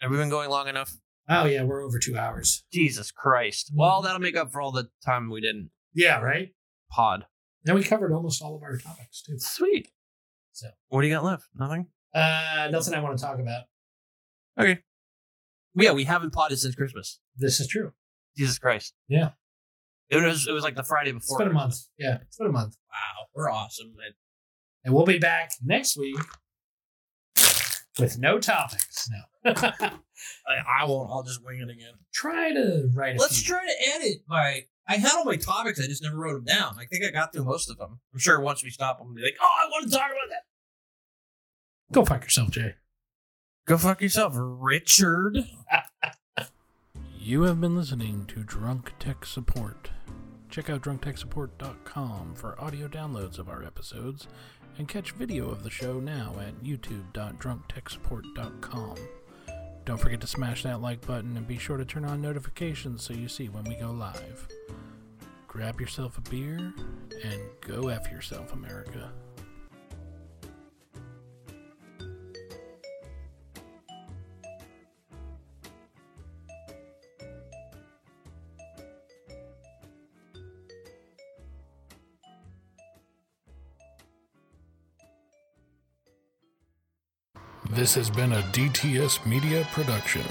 C: Have we been going long enough?
B: Oh yeah, we're over two hours.
C: Jesus Christ. Well, that'll make up for all the time we didn't
B: Yeah, right.
C: pod.
B: Now we covered almost all of our topics too.
C: Sweet.
B: So
C: What do you got left? Nothing?
B: uh, nothing I want to talk about.
C: Okay. Yeah, we haven't potted since Christmas.
B: This is true.
C: Jesus Christ.
B: Yeah.
C: It was it was like the Friday before.
B: It's been a month.
C: Christmas.
B: Yeah, it's been a month.
C: Wow, we're awesome. man.
B: And we'll be back next week with no topics. No.
C: I, I won't. I'll just wing it again.
B: Try to write a
C: Let's
B: few.
C: try to edit my. I had all my topics. I just never wrote them down. I think I got through most of them. I'm sure once we stop, I'm gonna be like, "Oh, I want to talk about that."
B: Go fuck yourself, Jay.
C: Go fuck yourself, Richard.
B: You have been listening to Drunk Tech Support. Check out drunktechsupport.com for audio downloads of our episodes and catch video of the show now at youtube.drunktechsupport.com. Don't forget to smash that like button and be sure to turn on notifications so you see when we go live. Grab yourself a beer and go F yourself, America. This has been a DTS Media production.